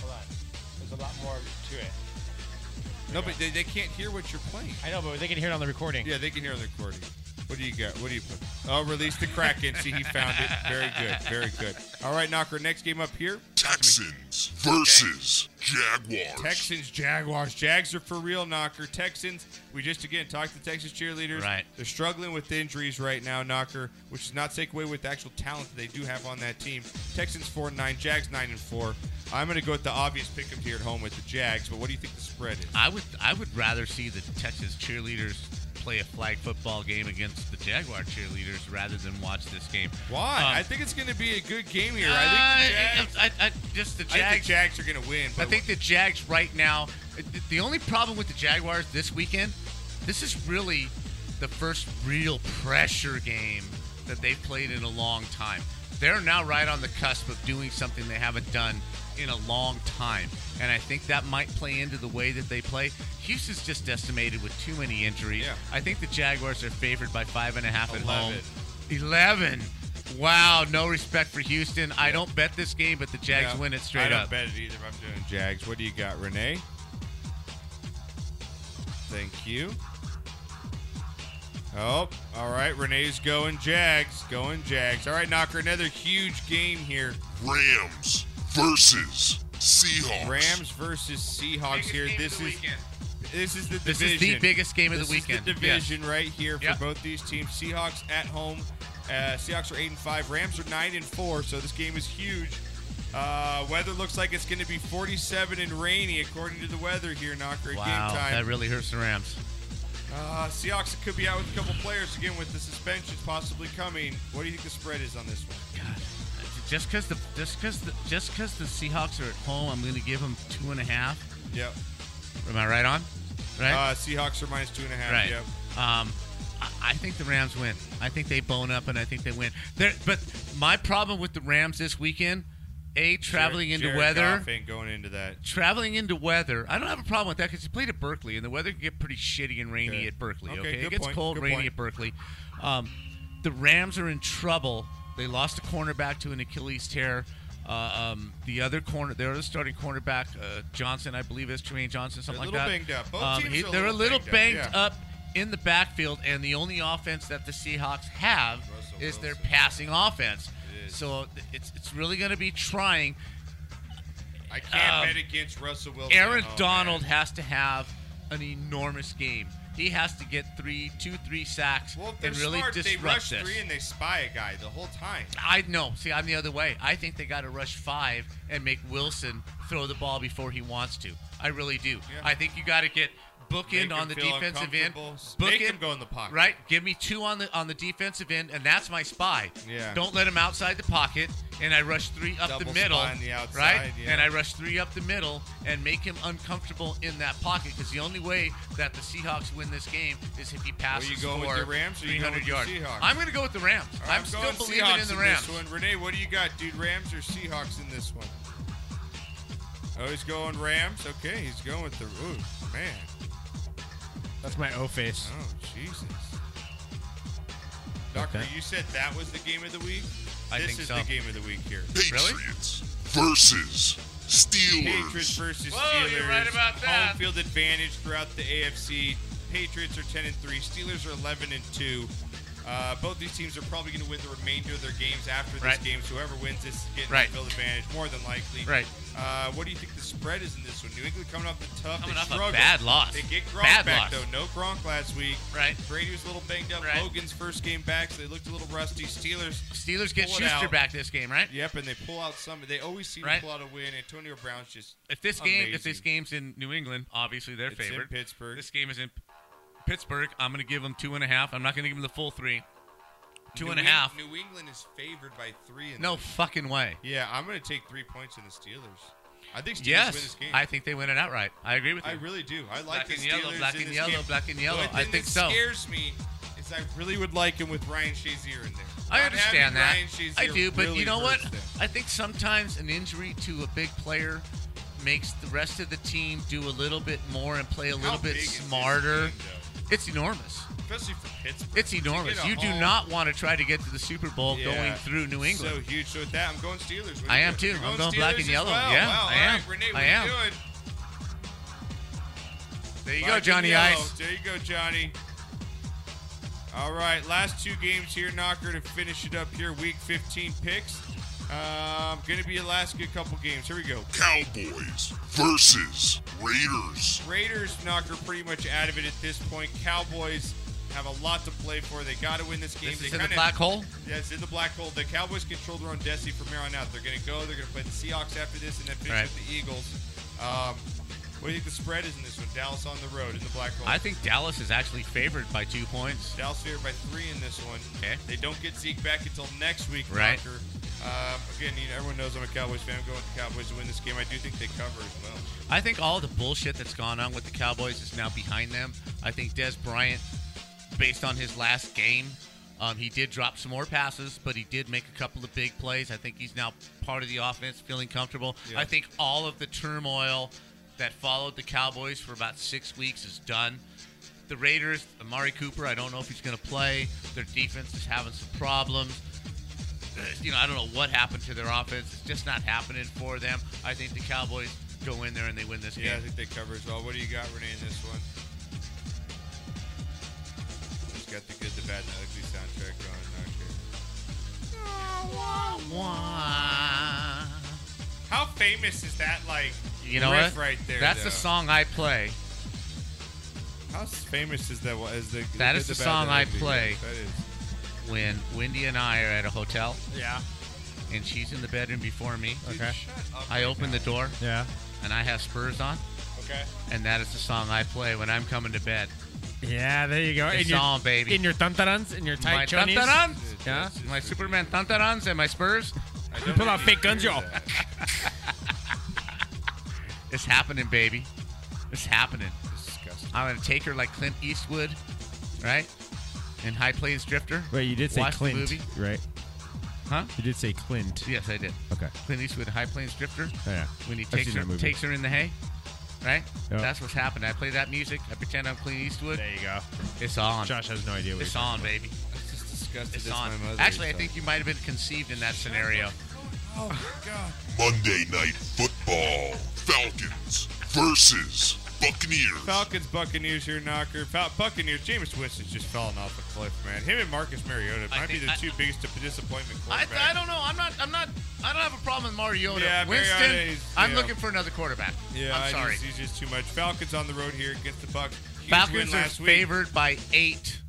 Speaker 18: Hold on. There's a lot more to it.
Speaker 1: No, but they, they can't hear what you're playing.
Speaker 18: I know, but they can hear it on the recording.
Speaker 1: Yeah, they can hear the recording. What do you got? What do you put? Oh, release the Kraken. See, he found it. Very good. Very good. All right, Knocker. Next game up here.
Speaker 14: Texans versus Jaguars.
Speaker 1: Texans, Jaguars. Jags are for real, Knocker. Texans, we just again talked to the Texas cheerleaders.
Speaker 3: Right.
Speaker 1: They're struggling with injuries right now, Knocker, which does not take away with the actual talent that they do have on that team. Texans 4 and 9, Jags 9 and 4. I'm going to go with the obvious pick 'em here at home with the Jags, but what do you think the spread is?
Speaker 3: I would I would rather see the Texas cheerleaders play a flag football game against the Jaguar cheerleaders rather than watch this game.
Speaker 1: Why?
Speaker 3: Um,
Speaker 1: I think it's going to be a good game here. I think the Jags.
Speaker 3: I, I, I, just the
Speaker 1: I think
Speaker 3: Jags.
Speaker 1: the Jags are going to win.
Speaker 3: I
Speaker 1: But
Speaker 3: think the Jags right now. th- The only problem with the Jaguars this weekend, this is really the first real pressure game that they've played in a long time. They're now right on the cusp of doing something they haven't done in a long time, and I think that might play into the way that they play. Houston's just decimated with too many injuries. I think the Jaguars are favored by five and a half at home. Eleven. Wow, no respect for Houston. I don't bet this game, but the Jags
Speaker 1: No,
Speaker 3: win it straight
Speaker 1: I don't
Speaker 3: up.
Speaker 1: bet it either. I'm doing Jags. What do you got, Renee? Thank you. Oh, all right. Renee's going Jags. Going Jags. All right, Knocker. Another huge game here.
Speaker 14: Rams versus Seahawks.
Speaker 1: Rams versus Seahawks here. This is this is the
Speaker 3: This
Speaker 1: division.
Speaker 3: is the biggest game of the
Speaker 1: This is
Speaker 3: weekend.
Speaker 1: the division right here for
Speaker 3: Yep.
Speaker 1: both these teams. Seahawks at home. Uh, Seahawks are eight and five. Rams are nine and four. So this game is huge. Uh, weather looks like it's going to be 47 and rainy according to the weather here, Knocker. at
Speaker 3: Wow,
Speaker 1: game time.
Speaker 3: that really hurts the Rams.
Speaker 1: Uh, Seahawks could be out with a couple players again with the suspensions possibly coming. What do you think the spread is on this one?
Speaker 3: Just because the just because the just because the Seahawks are at home, I'm going to give them two and a half.
Speaker 1: Yep.
Speaker 3: Am I right on? Right.
Speaker 1: Uh, Seahawks are minus two and a half.
Speaker 3: right.
Speaker 1: Yep.
Speaker 3: Um, I, I think the Rams win. I think they bone up, and I think they win. There, but my problem with the Rams this weekend, a traveling
Speaker 1: Jared-
Speaker 3: into
Speaker 1: Jared
Speaker 3: weather.
Speaker 1: Goff ain't going into that.
Speaker 3: Traveling into weather, I don't have a problem with that because you played at Berkeley, and the weather can get pretty shitty and rainy
Speaker 1: Okay.
Speaker 3: at Berkeley.
Speaker 1: Okay,
Speaker 3: Okay,
Speaker 1: good
Speaker 3: it gets
Speaker 1: point,
Speaker 3: cold,
Speaker 1: good
Speaker 3: rainy
Speaker 1: point.
Speaker 3: at Berkeley. Um, the Rams are in trouble. They lost a cornerback to an Achilles tear. Uh, um, the other corner, their other starting cornerback, uh, Johnson, I believe, is Tremaine Johnson, something
Speaker 1: They're a
Speaker 3: like that. Um,
Speaker 1: little banged up. Both teams are a
Speaker 3: they're
Speaker 1: little
Speaker 3: a little
Speaker 1: banged up,
Speaker 3: banged
Speaker 1: yeah.
Speaker 3: up in the backfield, and the only offense that the Seahawks have is their passing offense. So it's it's really going to be trying.
Speaker 1: I can't
Speaker 3: Um,
Speaker 1: bet against Russell Wilson.
Speaker 3: Aaron
Speaker 1: Oh, man.
Speaker 3: Donald has to have an enormous game. He has to get three, two, three sacks
Speaker 1: Well, if they're
Speaker 3: and really
Speaker 1: smart, they
Speaker 3: disrupt
Speaker 1: rush
Speaker 3: this.
Speaker 1: three and they spy a guy the whole time.
Speaker 3: I know. See, I'm the other way. I think they got to rush five and make Wilson throw the ball before he wants to. I really do. I think you got to get
Speaker 1: Make him
Speaker 3: bookend on the
Speaker 1: feel
Speaker 3: defensive end.
Speaker 1: uncomfortable. S-
Speaker 3: Bookend,
Speaker 1: make him go in the pocket.
Speaker 3: Right. Give me two on the on the defensive end, and that's my spy.
Speaker 1: Yeah.
Speaker 3: Don't let him outside the pocket, and I rush three up
Speaker 1: Double
Speaker 3: the middle.
Speaker 1: spy on the outside,
Speaker 3: right.
Speaker 1: yeah.
Speaker 3: And I rush three up the middle and make him uncomfortable in that pocket because the only way that the Seahawks win this game is if he passes
Speaker 1: you going with
Speaker 3: for
Speaker 1: your Rams or you
Speaker 3: 300
Speaker 1: going with your
Speaker 3: yards.
Speaker 1: Seahawks?
Speaker 3: I'm going to go with the Rams.
Speaker 1: All right,
Speaker 3: I'm, still
Speaker 1: going
Speaker 3: believing
Speaker 1: Seahawks
Speaker 3: in the
Speaker 1: this
Speaker 3: Rams.
Speaker 1: one. Renee, what do you got, dude? Rams or Seahawks in this one? Oh, he's going Rams. Okay, he's going with the. Ooh, man.
Speaker 15: That's my O face.
Speaker 1: Oh, Jesus. Doctor,
Speaker 15: Okay.
Speaker 1: you said that was the game of the week.
Speaker 14: I
Speaker 1: this
Speaker 14: think
Speaker 1: is
Speaker 14: so.
Speaker 1: the game of the week here.
Speaker 14: Patriots versus Steelers.
Speaker 1: Patriots versus
Speaker 14: Whoa,
Speaker 1: Steelers.
Speaker 14: you're right about that.
Speaker 1: Home field advantage throughout the AFC. Patriots are 10 and 3. Steelers are 11 and 2. Uh, both these teams are probably going to win the remainder of their games after this
Speaker 3: Right.
Speaker 1: game. So whoever wins this is getting
Speaker 3: Right.
Speaker 1: the field advantage, more than likely.
Speaker 3: Right.
Speaker 1: Uh, what do you think the spread is in this one? New England coming off the tough.
Speaker 3: Coming
Speaker 1: they
Speaker 3: off a
Speaker 1: struggled.
Speaker 3: bad loss.
Speaker 1: They get Gronk
Speaker 3: Bad
Speaker 1: back
Speaker 3: loss.
Speaker 1: though. No Gronk last week.
Speaker 3: Right.
Speaker 1: Brady was a little banged up. Logan's first game back, so they looked a little rusty. Steelers.
Speaker 3: Steelers get
Speaker 1: pull it
Speaker 3: Schuster
Speaker 1: out.
Speaker 3: back this game, right?
Speaker 1: Yep, and they pull out some. They always seem
Speaker 3: Right.
Speaker 1: to pull out a win. Antonio Brown's just
Speaker 3: If this game,
Speaker 1: amazing.
Speaker 3: if this game's in New England, obviously they're
Speaker 1: It's in
Speaker 3: favored. Pittsburgh. This game is in P- Pittsburgh. I'm going to give them two and a half. I'm not going to give them the full three. Two
Speaker 1: New
Speaker 3: and a
Speaker 1: Eng-
Speaker 3: half.
Speaker 1: New England is favored by three. In
Speaker 3: No
Speaker 1: this.
Speaker 3: fucking way.
Speaker 1: Yeah, I'm going to take three points in the Steelers. I think Steelers
Speaker 3: yes,
Speaker 1: win this game.
Speaker 3: I think they win it outright. I agree with you.
Speaker 1: I really do. I like
Speaker 3: Black
Speaker 1: the
Speaker 3: and yellow,
Speaker 1: Steelers
Speaker 3: black
Speaker 1: in
Speaker 3: and
Speaker 1: this
Speaker 3: yellow,
Speaker 1: game.
Speaker 3: black and yellow.
Speaker 1: The only
Speaker 3: I
Speaker 1: thing
Speaker 3: think
Speaker 1: that
Speaker 3: so.
Speaker 1: scares me is I really would like him with Ryan Shazier in there.
Speaker 3: I
Speaker 1: Not
Speaker 3: understand that.
Speaker 1: having
Speaker 3: I
Speaker 1: Ryan Shazier
Speaker 3: do, but
Speaker 1: really
Speaker 3: you know what?
Speaker 1: hurts them.
Speaker 3: I think sometimes an injury to a big player makes the rest of the team do a little bit more and play a little bit
Speaker 1: big is this
Speaker 3: smarter.
Speaker 1: game,
Speaker 3: it's enormous.
Speaker 1: Especially for Pittsburgh.
Speaker 3: It's
Speaker 1: To get
Speaker 3: enormous.
Speaker 1: a
Speaker 3: You do
Speaker 1: home-
Speaker 3: not want to try to get to the Super Bowl
Speaker 1: Yeah.
Speaker 3: going through New England.
Speaker 1: So huge. So with that, I'm going Steelers. What
Speaker 3: I
Speaker 1: are you
Speaker 3: am
Speaker 1: doing?
Speaker 3: too.
Speaker 1: You're
Speaker 3: I'm going
Speaker 1: Steelers
Speaker 3: black and
Speaker 1: as
Speaker 3: yellow.
Speaker 1: well.
Speaker 3: Yeah,
Speaker 1: wow.
Speaker 3: I
Speaker 1: All right,
Speaker 3: am.
Speaker 1: Renee, what
Speaker 3: I
Speaker 1: are you
Speaker 3: am.
Speaker 1: doing?
Speaker 3: There you
Speaker 1: Black
Speaker 3: go,
Speaker 1: and
Speaker 3: Johnny
Speaker 1: yellow.
Speaker 3: Ice.
Speaker 1: There you go, Johnny. All right, last two games here, Knocker, to finish it up here. Week 15 picks. Um, going to be the last good couple games. Here we go.
Speaker 14: Cowboys versus Raiders.
Speaker 1: Raiders, Knocker, pretty much out of it at this point. Cowboys have a lot to play for. They got to win this game.
Speaker 3: This
Speaker 1: they
Speaker 3: is in the
Speaker 1: kinda-
Speaker 3: black hole?
Speaker 1: Yeah, it's in the black hole. The Cowboys control their own destiny from here on out. They're going to go. They're going to play the Seahawks after this, and then finish
Speaker 3: Right.
Speaker 1: with the Eagles. Um, what do you think the spread is in this one? Dallas on the road in the black hole.
Speaker 3: I think Dallas is actually favored by two points.
Speaker 1: Dallas favored by three in this one.
Speaker 3: Okay.
Speaker 1: They don't get Zeke back until next week.
Speaker 3: Right.
Speaker 1: Knocker. Um, again, you know, everyone knows I'm a Cowboys fan. I'm going with the Cowboys to win this game. I do think they cover as well.
Speaker 3: I think all the bullshit that's gone on with the Cowboys is now behind them. I think Des Bryant, based on his last game, um, he did drop some more passes, but he did make a couple of big plays. I think he's now part of the offense, feeling comfortable.
Speaker 15: Yeah.
Speaker 3: I think all of the turmoil that followed the Cowboys for about six weeks is done. The Raiders, Amari Cooper, I don't know if he's going to play. Their defense is having some problems Uh, you know, I don't know what happened to their offense. It's just not happening for them. I think the Cowboys go in there and they win this
Speaker 1: Yeah, I
Speaker 3: game.
Speaker 1: think they cover as well. What do you got, Renee, in this one? Just got the good, the bad, and the ugly soundtrack going. How famous is that, like,
Speaker 3: You know
Speaker 1: riff
Speaker 3: what?
Speaker 1: right there?
Speaker 3: That's
Speaker 1: though?
Speaker 3: the song I play.
Speaker 1: How famous is that? Is the,
Speaker 3: That is the
Speaker 1: Good, Bad,
Speaker 3: song
Speaker 1: and
Speaker 3: I
Speaker 1: Ugly?
Speaker 3: play
Speaker 1: That is.
Speaker 3: when Wendy and I are at a hotel.
Speaker 1: Yeah.
Speaker 3: And she's in the bedroom before me.
Speaker 15: Dude, Okay.
Speaker 1: shut up
Speaker 3: I
Speaker 1: right
Speaker 3: open the door.
Speaker 15: Yeah.
Speaker 3: And I have Spurs on.
Speaker 1: Okay.
Speaker 3: And that is the song I play when I'm coming to bed.
Speaker 15: Yeah, there you go.
Speaker 3: It's
Speaker 15: in your,
Speaker 3: on, baby.
Speaker 15: In your tantarans, in your
Speaker 3: my
Speaker 15: tight chonies.
Speaker 3: tantarans,
Speaker 15: Yeah.
Speaker 3: my Superman tantarans, and my Spurs.
Speaker 15: You pull out fake guns, y'all.
Speaker 3: It's happening, baby. It's happening.
Speaker 1: Disgusting.
Speaker 3: I'm gonna take her like Clint Eastwood, right? In High Plains Drifter.
Speaker 15: Wait, you did say
Speaker 3: Watch
Speaker 15: Clint,
Speaker 3: the movie.
Speaker 15: right?
Speaker 3: Huh?
Speaker 15: You did say Clint.
Speaker 3: Yes, I did.
Speaker 15: Okay.
Speaker 3: Clint Eastwood, High Plains Drifter.
Speaker 15: Oh, yeah.
Speaker 3: When he
Speaker 15: I've
Speaker 3: takes
Speaker 15: seen that
Speaker 3: her,
Speaker 15: movie.
Speaker 3: takes her in the hay, right?
Speaker 15: Yeah.
Speaker 3: That's what's happening. I play that music. I pretend I'm Clint Eastwood. There you go. It's on.
Speaker 15: Josh has no idea what
Speaker 3: it's
Speaker 15: you're
Speaker 3: on,
Speaker 15: talking
Speaker 3: baby.
Speaker 1: It's just disgusting.
Speaker 3: It's
Speaker 1: That's
Speaker 3: on.
Speaker 1: my mother,
Speaker 3: Actually, I
Speaker 1: so-
Speaker 3: think you might have been conceived in that scenario.
Speaker 1: Oh, my God.
Speaker 14: Monday Night Football. Falcons versus Buccaneers.
Speaker 1: Falcons, Buccaneers here, knocker. Fal- Buccaneers, Jameis Winston's just falling off a cliff, man. Him and Marcus Mariota
Speaker 3: I
Speaker 1: might be
Speaker 3: think-
Speaker 1: the
Speaker 3: I-
Speaker 1: two biggest disappointment
Speaker 3: I,
Speaker 1: quarterbacks.
Speaker 3: I don't know. I'm not. I'm not. I don't have a problem with Mariota.
Speaker 1: Yeah,
Speaker 3: Winston.
Speaker 1: Mariota is-
Speaker 3: I'm
Speaker 1: yeah.
Speaker 3: looking for another quarterback.
Speaker 1: Yeah, I
Speaker 3: I'm sorry.
Speaker 1: Just, he's just too much. Falcons on the road here against the Bucks. Huge win
Speaker 3: Falcons are
Speaker 1: last week.
Speaker 3: favored by eight.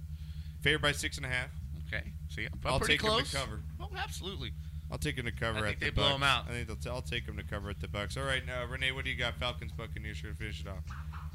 Speaker 1: Favored by six and a half.
Speaker 3: Okay. See, I'm
Speaker 1: I'll
Speaker 3: pretty
Speaker 1: take
Speaker 3: close.
Speaker 1: him to cover.
Speaker 3: Oh, absolutely.
Speaker 1: I'll take him to cover
Speaker 3: I
Speaker 1: at
Speaker 3: think
Speaker 1: the
Speaker 3: they blow
Speaker 1: Bucks.
Speaker 3: 'em out.
Speaker 1: I think they'll t- I'll take him to cover at the Bucks. All right, now Renee, what do you got? Falcons, Buccaneers here to finish it off.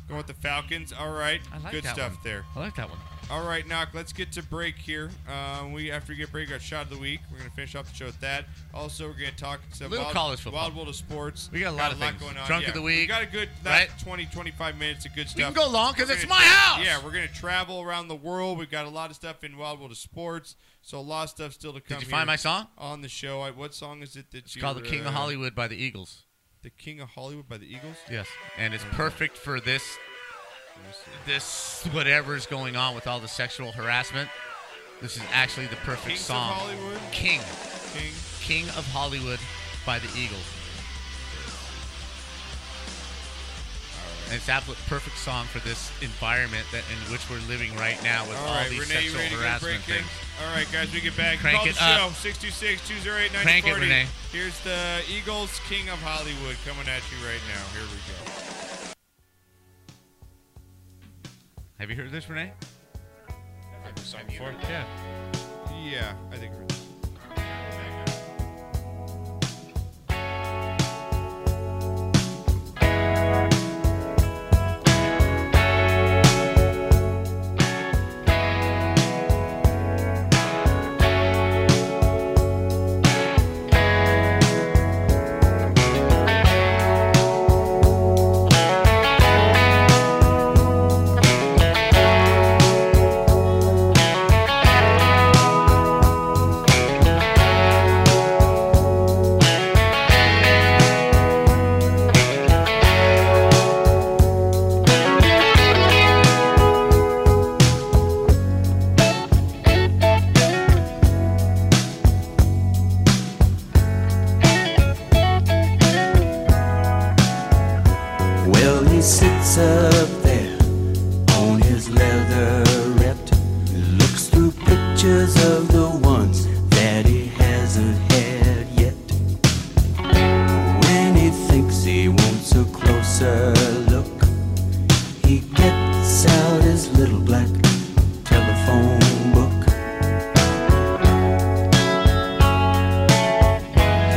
Speaker 1: Going with the Falcons. All right,
Speaker 3: I like
Speaker 1: good
Speaker 3: that
Speaker 1: stuff
Speaker 3: one.
Speaker 1: there.
Speaker 3: I like that one.
Speaker 1: All right, knock. Let's get to break here. Um, we after we get break, we got shot of the week. We're gonna finish off the show with that. Also, we're gonna talk some
Speaker 3: Little
Speaker 1: wild,
Speaker 3: college football.
Speaker 1: wild world of sports.
Speaker 3: We got a lot of things.
Speaker 1: going on.
Speaker 3: Drunk
Speaker 1: yeah.
Speaker 3: of the
Speaker 1: We
Speaker 3: week,
Speaker 1: got a good last 20, 25 minutes of good stuff.
Speaker 3: We can go long 'cause
Speaker 1: We're
Speaker 3: it's
Speaker 1: gonna
Speaker 3: my
Speaker 1: tra-
Speaker 3: house.
Speaker 1: Yeah, we're gonna travel around the world. We've got a lot of stuff in wild world of sports. So a lot of stuff still to come.
Speaker 3: you find
Speaker 1: here
Speaker 3: my song?
Speaker 1: on the show? I, what song is it that
Speaker 3: It's
Speaker 1: you?
Speaker 3: called The King
Speaker 1: uh,
Speaker 3: of Hollywood by the Eagles.
Speaker 1: The King of Hollywood by the Eagles.
Speaker 3: Yes, and it's perfect for this, this whatever's going on with all the sexual harassment. This is actually the perfect
Speaker 1: Kings of
Speaker 3: song.
Speaker 1: Hollywood?
Speaker 3: King.
Speaker 1: King.
Speaker 3: King of Hollywood by the Eagles.
Speaker 1: All right.
Speaker 3: And it's absolute perfect song for this environment that in which we're living right now with all,
Speaker 1: All right,
Speaker 3: these
Speaker 1: Renee, you
Speaker 3: sexual
Speaker 1: ready to get
Speaker 3: harassment
Speaker 1: break in?
Speaker 3: things.
Speaker 1: All right, guys, we get back.
Speaker 3: Crank
Speaker 1: Call
Speaker 3: it
Speaker 1: the
Speaker 3: up.
Speaker 1: show, 626-208-9040.
Speaker 3: Crank it, Renee.
Speaker 1: Here's the Eagles, King of Hollywood, coming at you right now. Here we go.
Speaker 3: Have you heard this, Renee?
Speaker 1: I've heard this song before.
Speaker 3: Yeah.
Speaker 1: Yeah, I think we're
Speaker 19: Well, he sits up there on his leather reptile. Looks through pictures of the ones that he hasn't had yet. When he thinks he wants a closer look, he gets out his little black telephone book.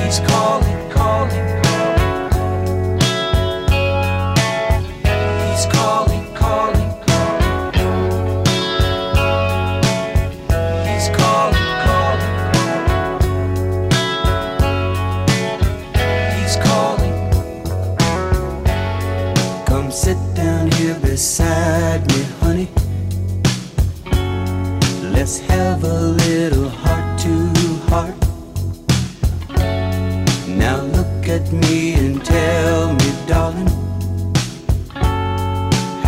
Speaker 19: He's calling, calling, calling. He's calling, calling, calling. He's calling, calling, calling. He's calling. Come sit down here beside me, honey. Let's have a little heart to heart. Now look at me and tell me, darling.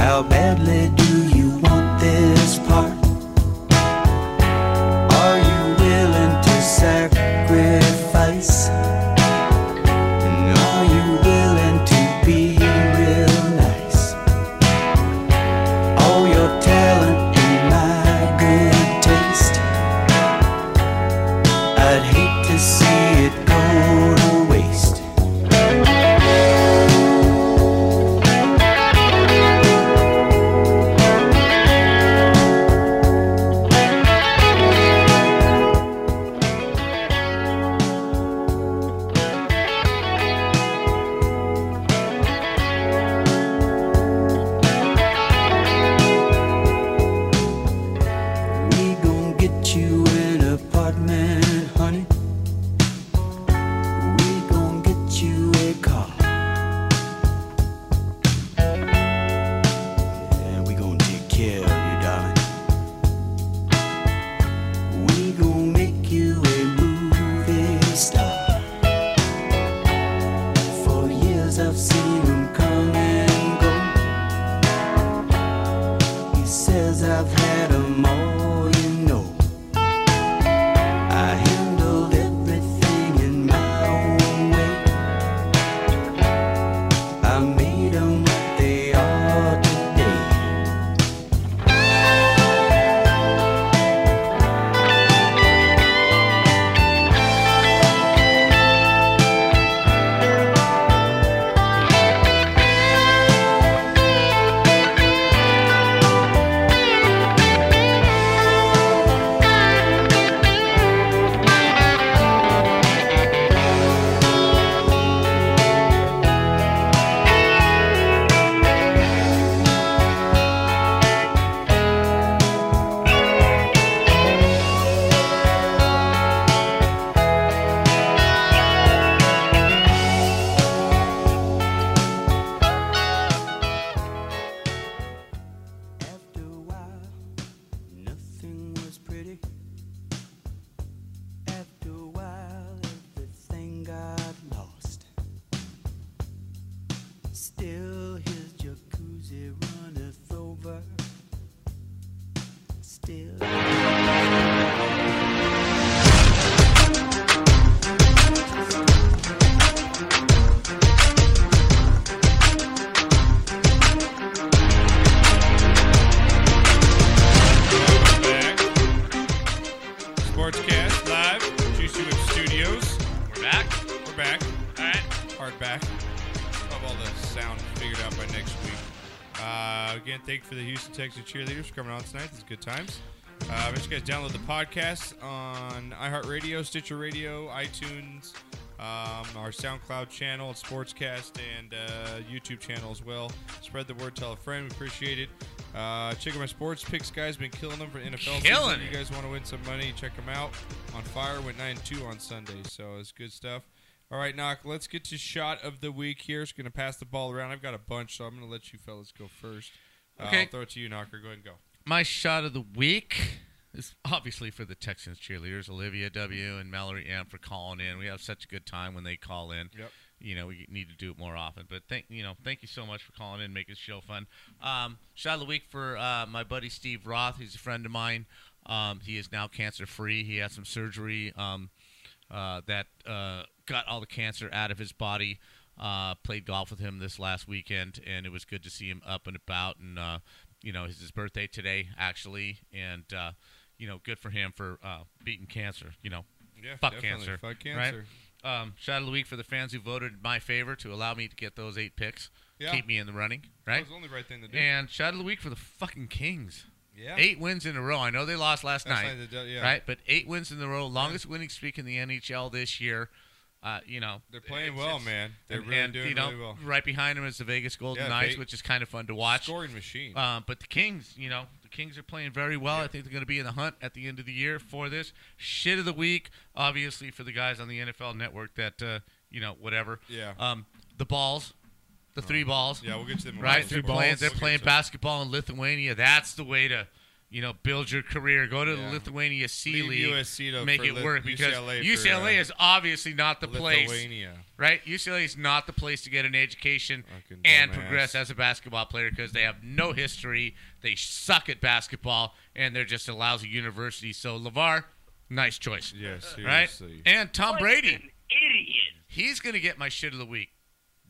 Speaker 19: How badly do you want this part? Are you willing to sacrifice? And are you willing to be real nice? All your talent and my good taste. I'd hate to see it go to waste.
Speaker 1: Uh, again, thank you for the Houston Texas cheerleaders for coming on tonight. It's good times. Uh, make sure you guys download the podcast on iHeartRadio, Stitcher Radio, iTunes, um, our SoundCloud channel, and Sportscast, and uh, YouTube channel as well. Spread the word, tell a friend. We appreciate it. Uh, check out my sports picks, guys. Been killing them for NFL.
Speaker 3: Killing
Speaker 1: season.
Speaker 3: it.
Speaker 1: You guys want to win some money? Check them out. On fire went nine two on Sunday, so it's good stuff. All right, knock. Let's get to shot of the week here. It's gonna pass the ball around. I've got a bunch, so I'm gonna let you fellas go first. Uh,
Speaker 3: Okay.
Speaker 1: I'll throw it to you, knocker. Go ahead and go.
Speaker 3: My shot of the week is obviously for the Texans cheerleaders, Olivia W. and Mallory M. for calling in. We have such a good time when they call in.
Speaker 1: Yep.
Speaker 3: You know, we need to do it more often. But thank you know, thank you so much for calling in, making the show fun. Um, shot of the week for uh, my buddy Steve Roth. He's a friend of mine. Um, he is now cancer free. He had some surgery. Um, uh, that uh, got all the cancer out of his body. Uh, played golf with him this last weekend, and it was good to see him up and about. And uh, you know, it's his birthday today, actually, and uh, you know, good for him for uh, beating cancer. You know,
Speaker 1: Yeah,
Speaker 3: fuck
Speaker 1: definitely.
Speaker 3: cancer,
Speaker 1: Fuck
Speaker 3: right?
Speaker 1: cancer.
Speaker 3: Um, shot of the week for the fans who voted in my favor to allow me to get those eight picks,
Speaker 1: Yeah.
Speaker 3: keep me in the running,
Speaker 1: That
Speaker 3: right?
Speaker 1: was the only right thing to do.
Speaker 3: And shot of the week for the fucking Kings.
Speaker 1: Yeah.
Speaker 3: Eight wins in a row. I know they lost last
Speaker 1: That's
Speaker 3: night.
Speaker 1: like the- yeah.
Speaker 3: Right? But eight wins in a row, longest winning streak in the NHL this year. Uh, you know,
Speaker 1: They're playing well, man. They're
Speaker 3: and-
Speaker 1: really
Speaker 3: and,
Speaker 1: doing
Speaker 3: you know,
Speaker 1: really well.
Speaker 3: Right behind them is the Vegas Golden
Speaker 1: Yeah,
Speaker 3: Knights,
Speaker 1: they-
Speaker 3: which is kind of fun to watch.
Speaker 1: Scoring machine.
Speaker 3: Um, but the Kings, you know, the Kings are playing very well. I think they're going to be in the hunt at the end of the year for this shit of the week. Obviously, for the guys on the NFL Network that uh, you know, whatever.
Speaker 1: Yeah. Uh,
Speaker 3: Um, the balls, the three balls.
Speaker 1: Yeah, we'll get to them in
Speaker 3: Right,
Speaker 1: balls.
Speaker 3: they're
Speaker 1: Three
Speaker 3: playing.
Speaker 1: balls.
Speaker 3: They're
Speaker 1: We'll get
Speaker 3: playing
Speaker 1: to them.
Speaker 3: basketball in Lithuania. That's the way to. You know, build your career. Go to
Speaker 1: Yeah.
Speaker 3: the Lithuania C
Speaker 1: Leave
Speaker 3: League.
Speaker 1: USC to-
Speaker 3: make
Speaker 1: for
Speaker 3: it
Speaker 1: Lit-
Speaker 3: work because
Speaker 1: UCLA for,
Speaker 3: UCLA
Speaker 1: uh,
Speaker 3: is obviously not the
Speaker 1: Lithuania.
Speaker 3: place. Right? UCLA is not the place to get an education
Speaker 1: Fucking
Speaker 3: and
Speaker 1: dumbass.
Speaker 3: progress as a basketball player because they have no history. They suck at basketball and they're just a lousy university. So, LeVar, nice choice.
Speaker 1: Yes,
Speaker 3: Right?
Speaker 1: seriously.
Speaker 3: And Tom Brady. Oh, idiot. He's going to get my shit of the week.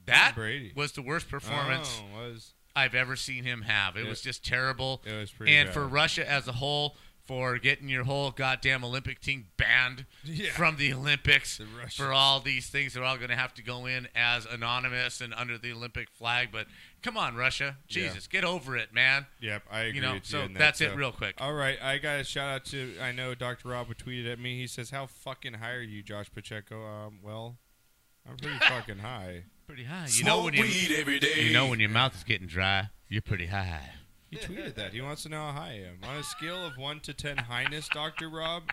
Speaker 3: That
Speaker 1: Brady.
Speaker 3: was the worst performance
Speaker 1: Oh, was.
Speaker 3: I've ever seen him have. It
Speaker 1: Yeah.
Speaker 3: was just terrible.
Speaker 1: It was pretty
Speaker 3: And
Speaker 1: bad.
Speaker 3: for Russia as a whole, for getting your whole goddamn Olympic team banned
Speaker 1: Yeah.
Speaker 3: from the Olympics
Speaker 1: The Russians.
Speaker 3: for all these things, they're all going to have to go in as anonymous and under the Olympic flag. But come on, Russia,
Speaker 1: Yeah.
Speaker 3: Jesus, get over it, man.
Speaker 1: Yep, I agree.
Speaker 3: You know,
Speaker 1: with
Speaker 3: so
Speaker 1: on that,
Speaker 3: that's it, real quick.
Speaker 1: All right, I got a shout out to. I know Dr. Rob tweeted at me. He says, "How fucking high are you, Josh Pacheco?" Um, well, I'm pretty fucking high.
Speaker 3: Pretty high. You know when you, You know when your mouth is getting dry, you're pretty high.
Speaker 1: He tweeted that. He wants to know how high I am. On a scale of one to ten highness, Doctor Rob,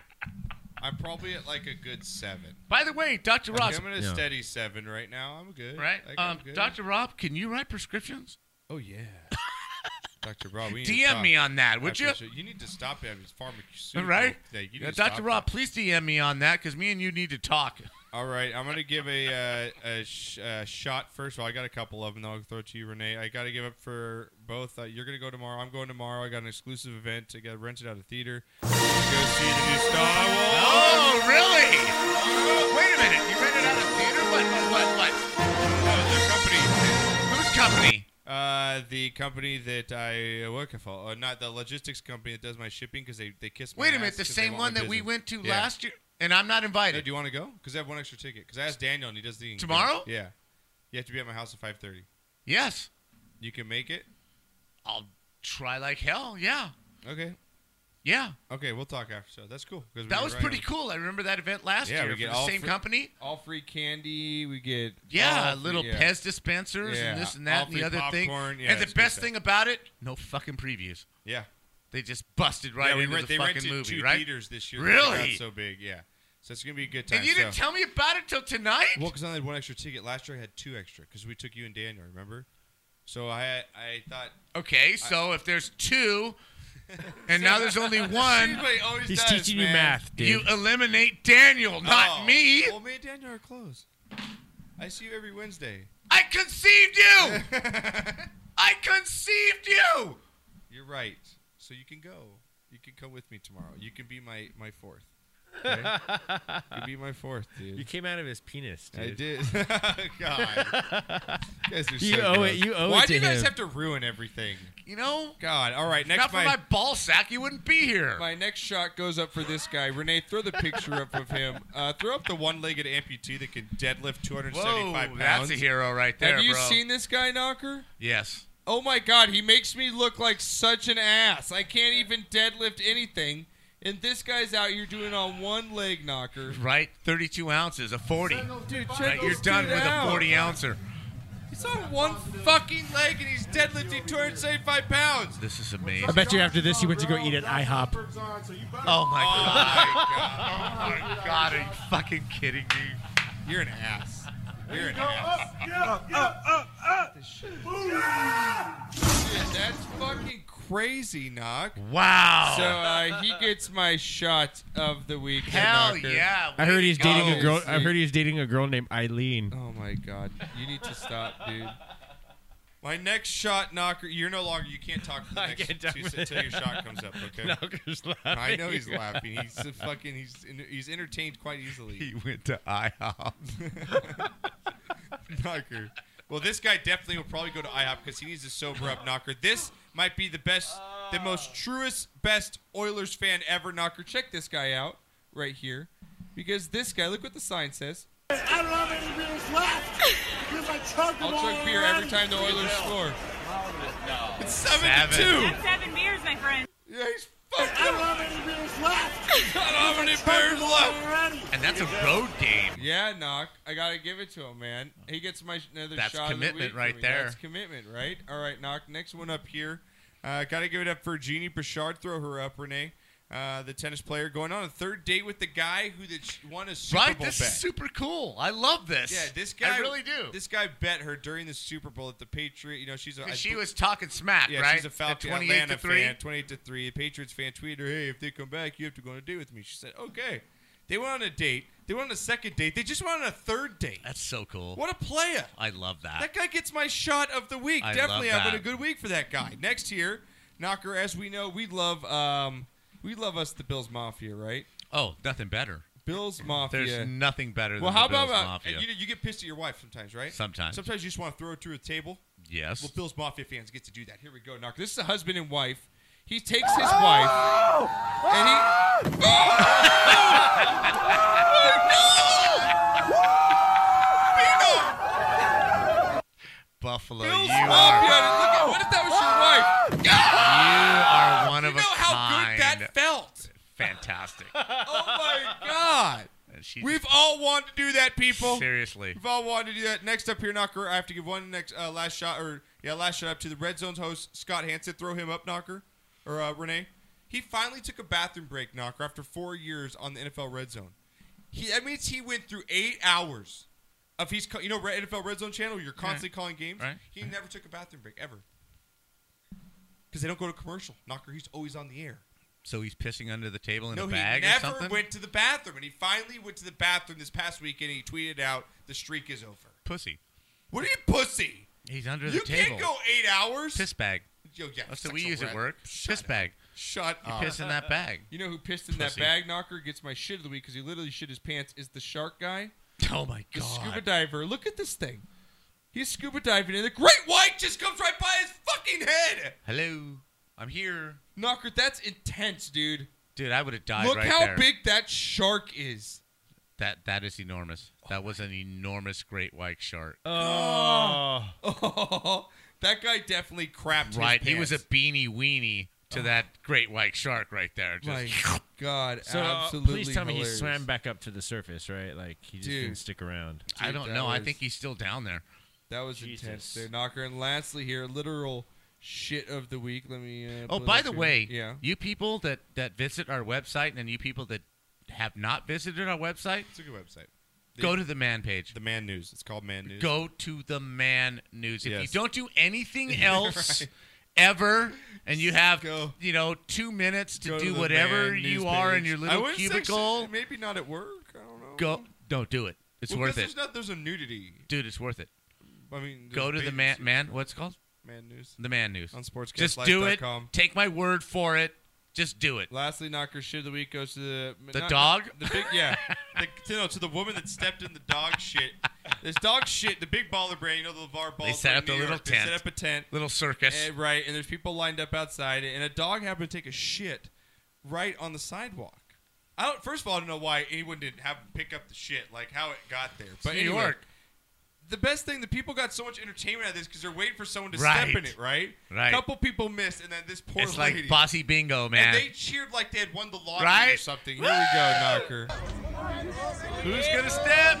Speaker 1: I'm probably at like a good seven.
Speaker 3: By the way, Dr.
Speaker 1: Like,
Speaker 3: Ross-
Speaker 1: I'm at a
Speaker 3: Yeah.
Speaker 1: steady seven right now. I'm good.
Speaker 3: Right?
Speaker 1: Like, I'm
Speaker 3: Um,
Speaker 1: good.
Speaker 3: Dr. Rob, can you write prescriptions?
Speaker 1: Oh yeah. Dr. Rob, we need to
Speaker 3: DM
Speaker 1: talk.
Speaker 3: me on
Speaker 1: I
Speaker 3: that, would you?
Speaker 1: appreciate- You need to stop having this pharmaceutical
Speaker 3: right?
Speaker 1: thing. You need
Speaker 3: Yeah,
Speaker 1: to
Speaker 3: Dr.
Speaker 1: stop
Speaker 3: Rob, please DM me on that because me and you need to talk.
Speaker 1: All right, I'm gonna give a uh, a, sh- uh shot first. Well, I got a couple of them. Then I'll throw it to you, Renee. I gotta give up for both. Uh, you're gonna go tomorrow. I'm going tomorrow. I got an exclusive event. I got rented out a theater. Go see the new Star Wars.
Speaker 3: Oh, really? Wait a minute. You rented out a theater? What? What? What? Whose company?
Speaker 1: Uh, the company that I work for, or not the logistics company that does my shipping, because they they kiss. my
Speaker 3: Wait a minute,
Speaker 1: ass
Speaker 3: the
Speaker 1: 'cause they
Speaker 3: same
Speaker 1: want
Speaker 3: one
Speaker 1: my
Speaker 3: that we
Speaker 1: business.
Speaker 3: went to
Speaker 1: Yeah.
Speaker 3: last year, and I'm not invited.
Speaker 1: Hey, do you want to go? Because I have one extra ticket. Because I asked Daniel, and he doesn't think he can go.
Speaker 3: Tomorrow?
Speaker 1: Yeah, you have to be at my house at 5:30.
Speaker 3: Yes.
Speaker 1: You can make it.
Speaker 3: I'll try like hell. Yeah.
Speaker 1: Okay.
Speaker 3: Yeah.
Speaker 1: Okay, we'll talk after. So that's cool. 'cause we
Speaker 3: That
Speaker 1: get
Speaker 3: was
Speaker 1: right
Speaker 3: pretty
Speaker 1: on.
Speaker 3: cool. I remember that event last
Speaker 1: Yeah, we
Speaker 3: year
Speaker 1: get
Speaker 3: for the
Speaker 1: all
Speaker 3: same
Speaker 1: free-
Speaker 3: company.
Speaker 1: All free candy. We get
Speaker 3: Yeah,
Speaker 1: all free-
Speaker 3: little
Speaker 1: yeah.
Speaker 3: Pez dispensers
Speaker 1: Yeah,
Speaker 3: and this and
Speaker 1: all
Speaker 3: that and
Speaker 1: free
Speaker 3: the other
Speaker 1: popcorn.
Speaker 3: thing.
Speaker 1: Yeah, it's
Speaker 3: and the
Speaker 1: good
Speaker 3: best
Speaker 1: stuff.
Speaker 3: thing about it, no fucking previews.
Speaker 1: Yeah.
Speaker 3: They just busted right
Speaker 1: yeah, we
Speaker 3: into
Speaker 1: rent-
Speaker 3: the
Speaker 1: they
Speaker 3: fucking
Speaker 1: rented
Speaker 3: movie,
Speaker 1: two
Speaker 3: right?
Speaker 1: theaters this year. 'cause it
Speaker 3: Really?
Speaker 1: got so big. Yeah. So it's gonna be a good time.
Speaker 3: and you didn't
Speaker 1: So-
Speaker 3: tell me about it till tonight?
Speaker 1: Well, because I only had one extra ticket last year. I had two extra because we took you and Daniel. Remember? So I had, I thought.
Speaker 3: Okay, so if there's two, and now there's only one,
Speaker 1: He's what he always He's does, teaching you man. math, dude.
Speaker 3: You eliminate Daniel, not
Speaker 1: Oh,
Speaker 3: me.
Speaker 1: Well, me and Daniel are close. I see you every Wednesday.
Speaker 3: I conceived you. I conceived you.
Speaker 1: You're right. So you can go. You can come with me tomorrow. You can be my my fourth. Okay? you can be my fourth, dude.
Speaker 15: You came out of his penis, dude.
Speaker 1: I did. God. You guys are
Speaker 15: You
Speaker 1: so
Speaker 15: owe
Speaker 1: gross.
Speaker 15: it- you owe
Speaker 1: Why
Speaker 15: it
Speaker 1: do
Speaker 15: to
Speaker 1: you guys
Speaker 15: him.
Speaker 1: have to ruin everything?
Speaker 3: You know.
Speaker 1: God. All right. Next,
Speaker 3: Not for my ball sack, you wouldn't be here.
Speaker 1: My next shot goes up for this guy. Renee, throw the picture up of him. Uh, throw up the one-legged amputee that can deadlift 275
Speaker 3: Whoa,
Speaker 1: pounds.
Speaker 3: that's a hero right there,
Speaker 1: Have you
Speaker 3: bro.
Speaker 1: seen this guy, Knocker?
Speaker 3: Yes.
Speaker 1: Oh my God, he makes me look like such an ass. I can't even deadlift anything. And this guy's out here doing a one leg knocker.
Speaker 3: Right? 32 ounces, a 40.
Speaker 1: Dude, check
Speaker 3: Right, You're
Speaker 1: this
Speaker 3: done
Speaker 1: dude
Speaker 3: with
Speaker 1: out.
Speaker 3: a 40 ouncer.
Speaker 1: He's on one fucking leg and he's deadlifting 275 pounds.
Speaker 3: This is amazing.
Speaker 15: I bet you after this, you went to go eat at IHOP.
Speaker 1: God.
Speaker 3: Oh my Oh my God, are you fucking kidding me?
Speaker 1: You're an ass. You're an
Speaker 3: Go
Speaker 1: ass.
Speaker 17: Up, up, up, up.
Speaker 1: Shit, that's fucking crazy, Knock.
Speaker 3: Wow.
Speaker 1: So uh, he gets my shot of the week.
Speaker 3: Hell
Speaker 1: Knocker.
Speaker 3: yeah.
Speaker 15: I heard he's dating a
Speaker 1: Go.
Speaker 15: girl. I heard he's dating a girl named Eileen.
Speaker 1: Oh my god, you need to stop, dude. My next shot, Knocker. You're no longer. You can't talk for the next
Speaker 15: can't talk
Speaker 1: two,
Speaker 15: for-
Speaker 1: until your shot comes up. Okay.
Speaker 15: Knocker's
Speaker 1: I
Speaker 15: laughing.
Speaker 1: know he's laughing. He's a fucking. He's he's entertained quite easily.
Speaker 3: He went to IHOP.
Speaker 1: Knocker. Well, this guy definitely will probably go to IHOP because he needs to sober up, Knocker. This might be the best, the most truest, best Oilers fan ever, Knocker. Check this guy out right here because this guy, look what the sign says.
Speaker 17: I don't have any beers left because I chugged
Speaker 1: I'll chug beer every time the Oilers score. It's seven, to two.
Speaker 20: That's seven beers, my friend.
Speaker 1: Yeah, he's
Speaker 17: fucked I don't have any beers left.
Speaker 1: I don't have any beers left.
Speaker 3: And that's a road game.
Speaker 1: Yeah, knock. I gotta give it to him, man. He gets my another
Speaker 3: That's
Speaker 1: shot. of the
Speaker 3: commitment
Speaker 1: week
Speaker 3: right
Speaker 1: for me.
Speaker 3: there.
Speaker 1: That's commitment, right? All right, knock. Next one up here. Uh, gotta give it up for Jeannie Bouchard. Throw her up, Renee. Uh, the tennis player going on a third date with the guy who the ch- won a Super
Speaker 3: Right?
Speaker 1: Bowl
Speaker 3: This
Speaker 1: bet.
Speaker 3: is super cool. I love this.
Speaker 1: Yeah, this guy
Speaker 3: I really do.
Speaker 1: This guy bet her during the Super Bowl that the Patriot. You know, she's a. I
Speaker 3: 'Cause she
Speaker 1: bel-
Speaker 3: was talking smack,
Speaker 1: yeah,
Speaker 3: right?
Speaker 1: she's a
Speaker 3: At
Speaker 1: Falcon
Speaker 3: 28 to
Speaker 1: Atlanta
Speaker 3: three?
Speaker 1: fan. Twenty-eight to three. The Patriots fan tweeted her, "Hey, if they come back, you have to go on a date with me." She said, "Okay." They went on a date. They went on a second date. They just went on a third date.
Speaker 3: That's so cool.
Speaker 1: What a player!
Speaker 3: I love that.
Speaker 1: That guy gets my shot of the week.
Speaker 3: I
Speaker 1: Definitely
Speaker 3: love
Speaker 1: having
Speaker 3: that.
Speaker 1: a good week for that guy. Next here, Knocker. As we know, we love um, we love us the Bills Mafia, right?
Speaker 3: Oh, nothing better.
Speaker 1: Bills Mafia.
Speaker 3: There's nothing better
Speaker 1: Well,
Speaker 3: than
Speaker 1: how
Speaker 3: the
Speaker 1: about
Speaker 3: Bills
Speaker 1: uh,
Speaker 3: Mafia.
Speaker 1: and you, you get pissed at your wife sometimes, right?
Speaker 3: Sometimes.
Speaker 1: Sometimes you just want to throw her to a table.
Speaker 3: Yes.
Speaker 1: Well, Bills Mafia fans get to do that. Here we go, Knocker. This is a husband and wife. He takes his wife and he. Oh
Speaker 3: Buffalo,
Speaker 1: Bills Mafia.
Speaker 3: you are,
Speaker 1: Look at what if that was your wife? Ah!
Speaker 3: you are one
Speaker 1: you
Speaker 3: of
Speaker 1: know
Speaker 3: a
Speaker 1: how
Speaker 3: kind.
Speaker 1: good that felt.
Speaker 3: Fantastic.
Speaker 1: Oh my God.
Speaker 3: And she
Speaker 1: We've
Speaker 3: just-
Speaker 1: all wanted to do that, people.
Speaker 3: Seriously.
Speaker 1: We've all wanted to do that. Next up here, Knocker. I have to give one next uh, last shot or yeah, last shot up to the Red Zone's host Scott Hansen. Throw him up, Knocker, or uh, Renee. He finally took a bathroom break, Knocker, after four years on the NFL Red Zone. He that means he went through eight hours of he's co- you know Red- NFL Red Zone channel. You're constantly calling games.
Speaker 3: Right.
Speaker 1: He never took a bathroom break ever because they don't go to commercial. Knocker, he's always on the air
Speaker 3: So he's pissing under the table in
Speaker 1: no,
Speaker 3: a bag
Speaker 1: he never
Speaker 3: or something?
Speaker 1: went to the bathroom, and he finally went to the bathroom this past weekend. And he tweeted out, "The streak is over."
Speaker 3: Pussy.
Speaker 1: What are you, pussy?
Speaker 3: He's under
Speaker 1: you
Speaker 3: the table.
Speaker 1: can't go eight hours.
Speaker 3: Piss bag.
Speaker 1: Yo, yeah,
Speaker 3: That's what we
Speaker 1: sexual
Speaker 3: use
Speaker 1: rep.
Speaker 3: at work. Piss bag.
Speaker 1: Shut
Speaker 3: you
Speaker 1: up.
Speaker 3: piss in that bag.
Speaker 1: You know who pissed in that
Speaker 3: Pussy.
Speaker 1: bag knocker gets my shit of the week because he literally shit his pants is the shark guy.
Speaker 3: Oh my
Speaker 1: The
Speaker 3: God.
Speaker 1: scuba diver. Look at this thing. He's scuba diving and the great white just comes right by his fucking head.
Speaker 3: Hello. I'm here.
Speaker 1: Knocker, that's intense, dude.
Speaker 3: Dude, I would have died
Speaker 1: Look
Speaker 3: right
Speaker 1: how
Speaker 3: there.
Speaker 1: big that shark is.
Speaker 3: That that is enormous. that was an enormous great white shark.
Speaker 1: Oh. that guy definitely crapped
Speaker 3: right.
Speaker 1: his
Speaker 3: He was a
Speaker 1: pants. Oh.
Speaker 3: beanie weenie to that great white shark right there. Just
Speaker 1: My God,
Speaker 15: So uh,
Speaker 1: absolutely
Speaker 15: please tell me he
Speaker 1: hilarious.
Speaker 15: swam back up to the surface, right? Like he just
Speaker 1: Dude.
Speaker 15: didn't stick around.
Speaker 3: I don't know. I think he's still down there.
Speaker 1: That was intense there, Knocker. And lastly here, literal shit of the week. Let me uh, pull
Speaker 3: Oh,
Speaker 1: it
Speaker 3: by
Speaker 1: up
Speaker 3: the
Speaker 1: here.
Speaker 3: way,
Speaker 1: Yeah.
Speaker 3: you people that that visit our website and then you people that have not visited our website,
Speaker 1: it's a good website.
Speaker 3: Go to the man page.
Speaker 1: The man news. It's called man news.
Speaker 3: Go to the man news. If you
Speaker 1: Yes.
Speaker 3: don't do anything else
Speaker 1: Right.
Speaker 3: ever and you have you know 2 minutes to
Speaker 1: Go
Speaker 3: do
Speaker 1: the
Speaker 3: whatever
Speaker 1: man news
Speaker 3: you are in
Speaker 1: page.
Speaker 3: your
Speaker 1: I
Speaker 3: little
Speaker 1: wouldn't say
Speaker 3: cubicle,
Speaker 1: shit, maybe not at work. I don't know.
Speaker 3: go don't do it. It's
Speaker 1: Well, 'cause
Speaker 3: worth
Speaker 1: There's,
Speaker 3: it.
Speaker 1: not, there's a nudity.
Speaker 3: Dude, it's worth it.
Speaker 1: I mean,
Speaker 3: go to
Speaker 1: there's
Speaker 3: the
Speaker 1: big-
Speaker 3: man man what's it called?
Speaker 1: Man news.
Speaker 3: The man news.
Speaker 1: On sportscastlife.com.
Speaker 3: Just do it. Take my word for it. Just do it.
Speaker 1: Lastly, knocker shit of the week goes to the
Speaker 3: The
Speaker 1: not-
Speaker 3: dog?
Speaker 1: the big yeah, the, to, no, to the woman that stepped in the dog shit. This dog shit, the big baller brand, you know the LeVar ball.
Speaker 3: They set up a little
Speaker 1: They
Speaker 3: tent.
Speaker 1: set up a tent,
Speaker 3: Little circus.
Speaker 1: And- right? And there's people lined up outside, and a dog happened to take a shit right on the sidewalk. I don't. First of all, I don't know why anyone didn't have him pick up the shit, like how it got there. But
Speaker 3: New
Speaker 1: anyway,
Speaker 3: York.
Speaker 1: the best thing, the people got so much entertainment out of this because they're waiting for someone to
Speaker 3: Right.
Speaker 1: step in it, right?
Speaker 3: Right.
Speaker 1: couple people missed, and then this poor
Speaker 3: It's like
Speaker 1: lady.
Speaker 3: bossy bingo, Oh, man.
Speaker 1: And they cheered like they had won the lottery or
Speaker 3: Right?
Speaker 1: something. Here we go, Knocker.
Speaker 3: Who's gonna step?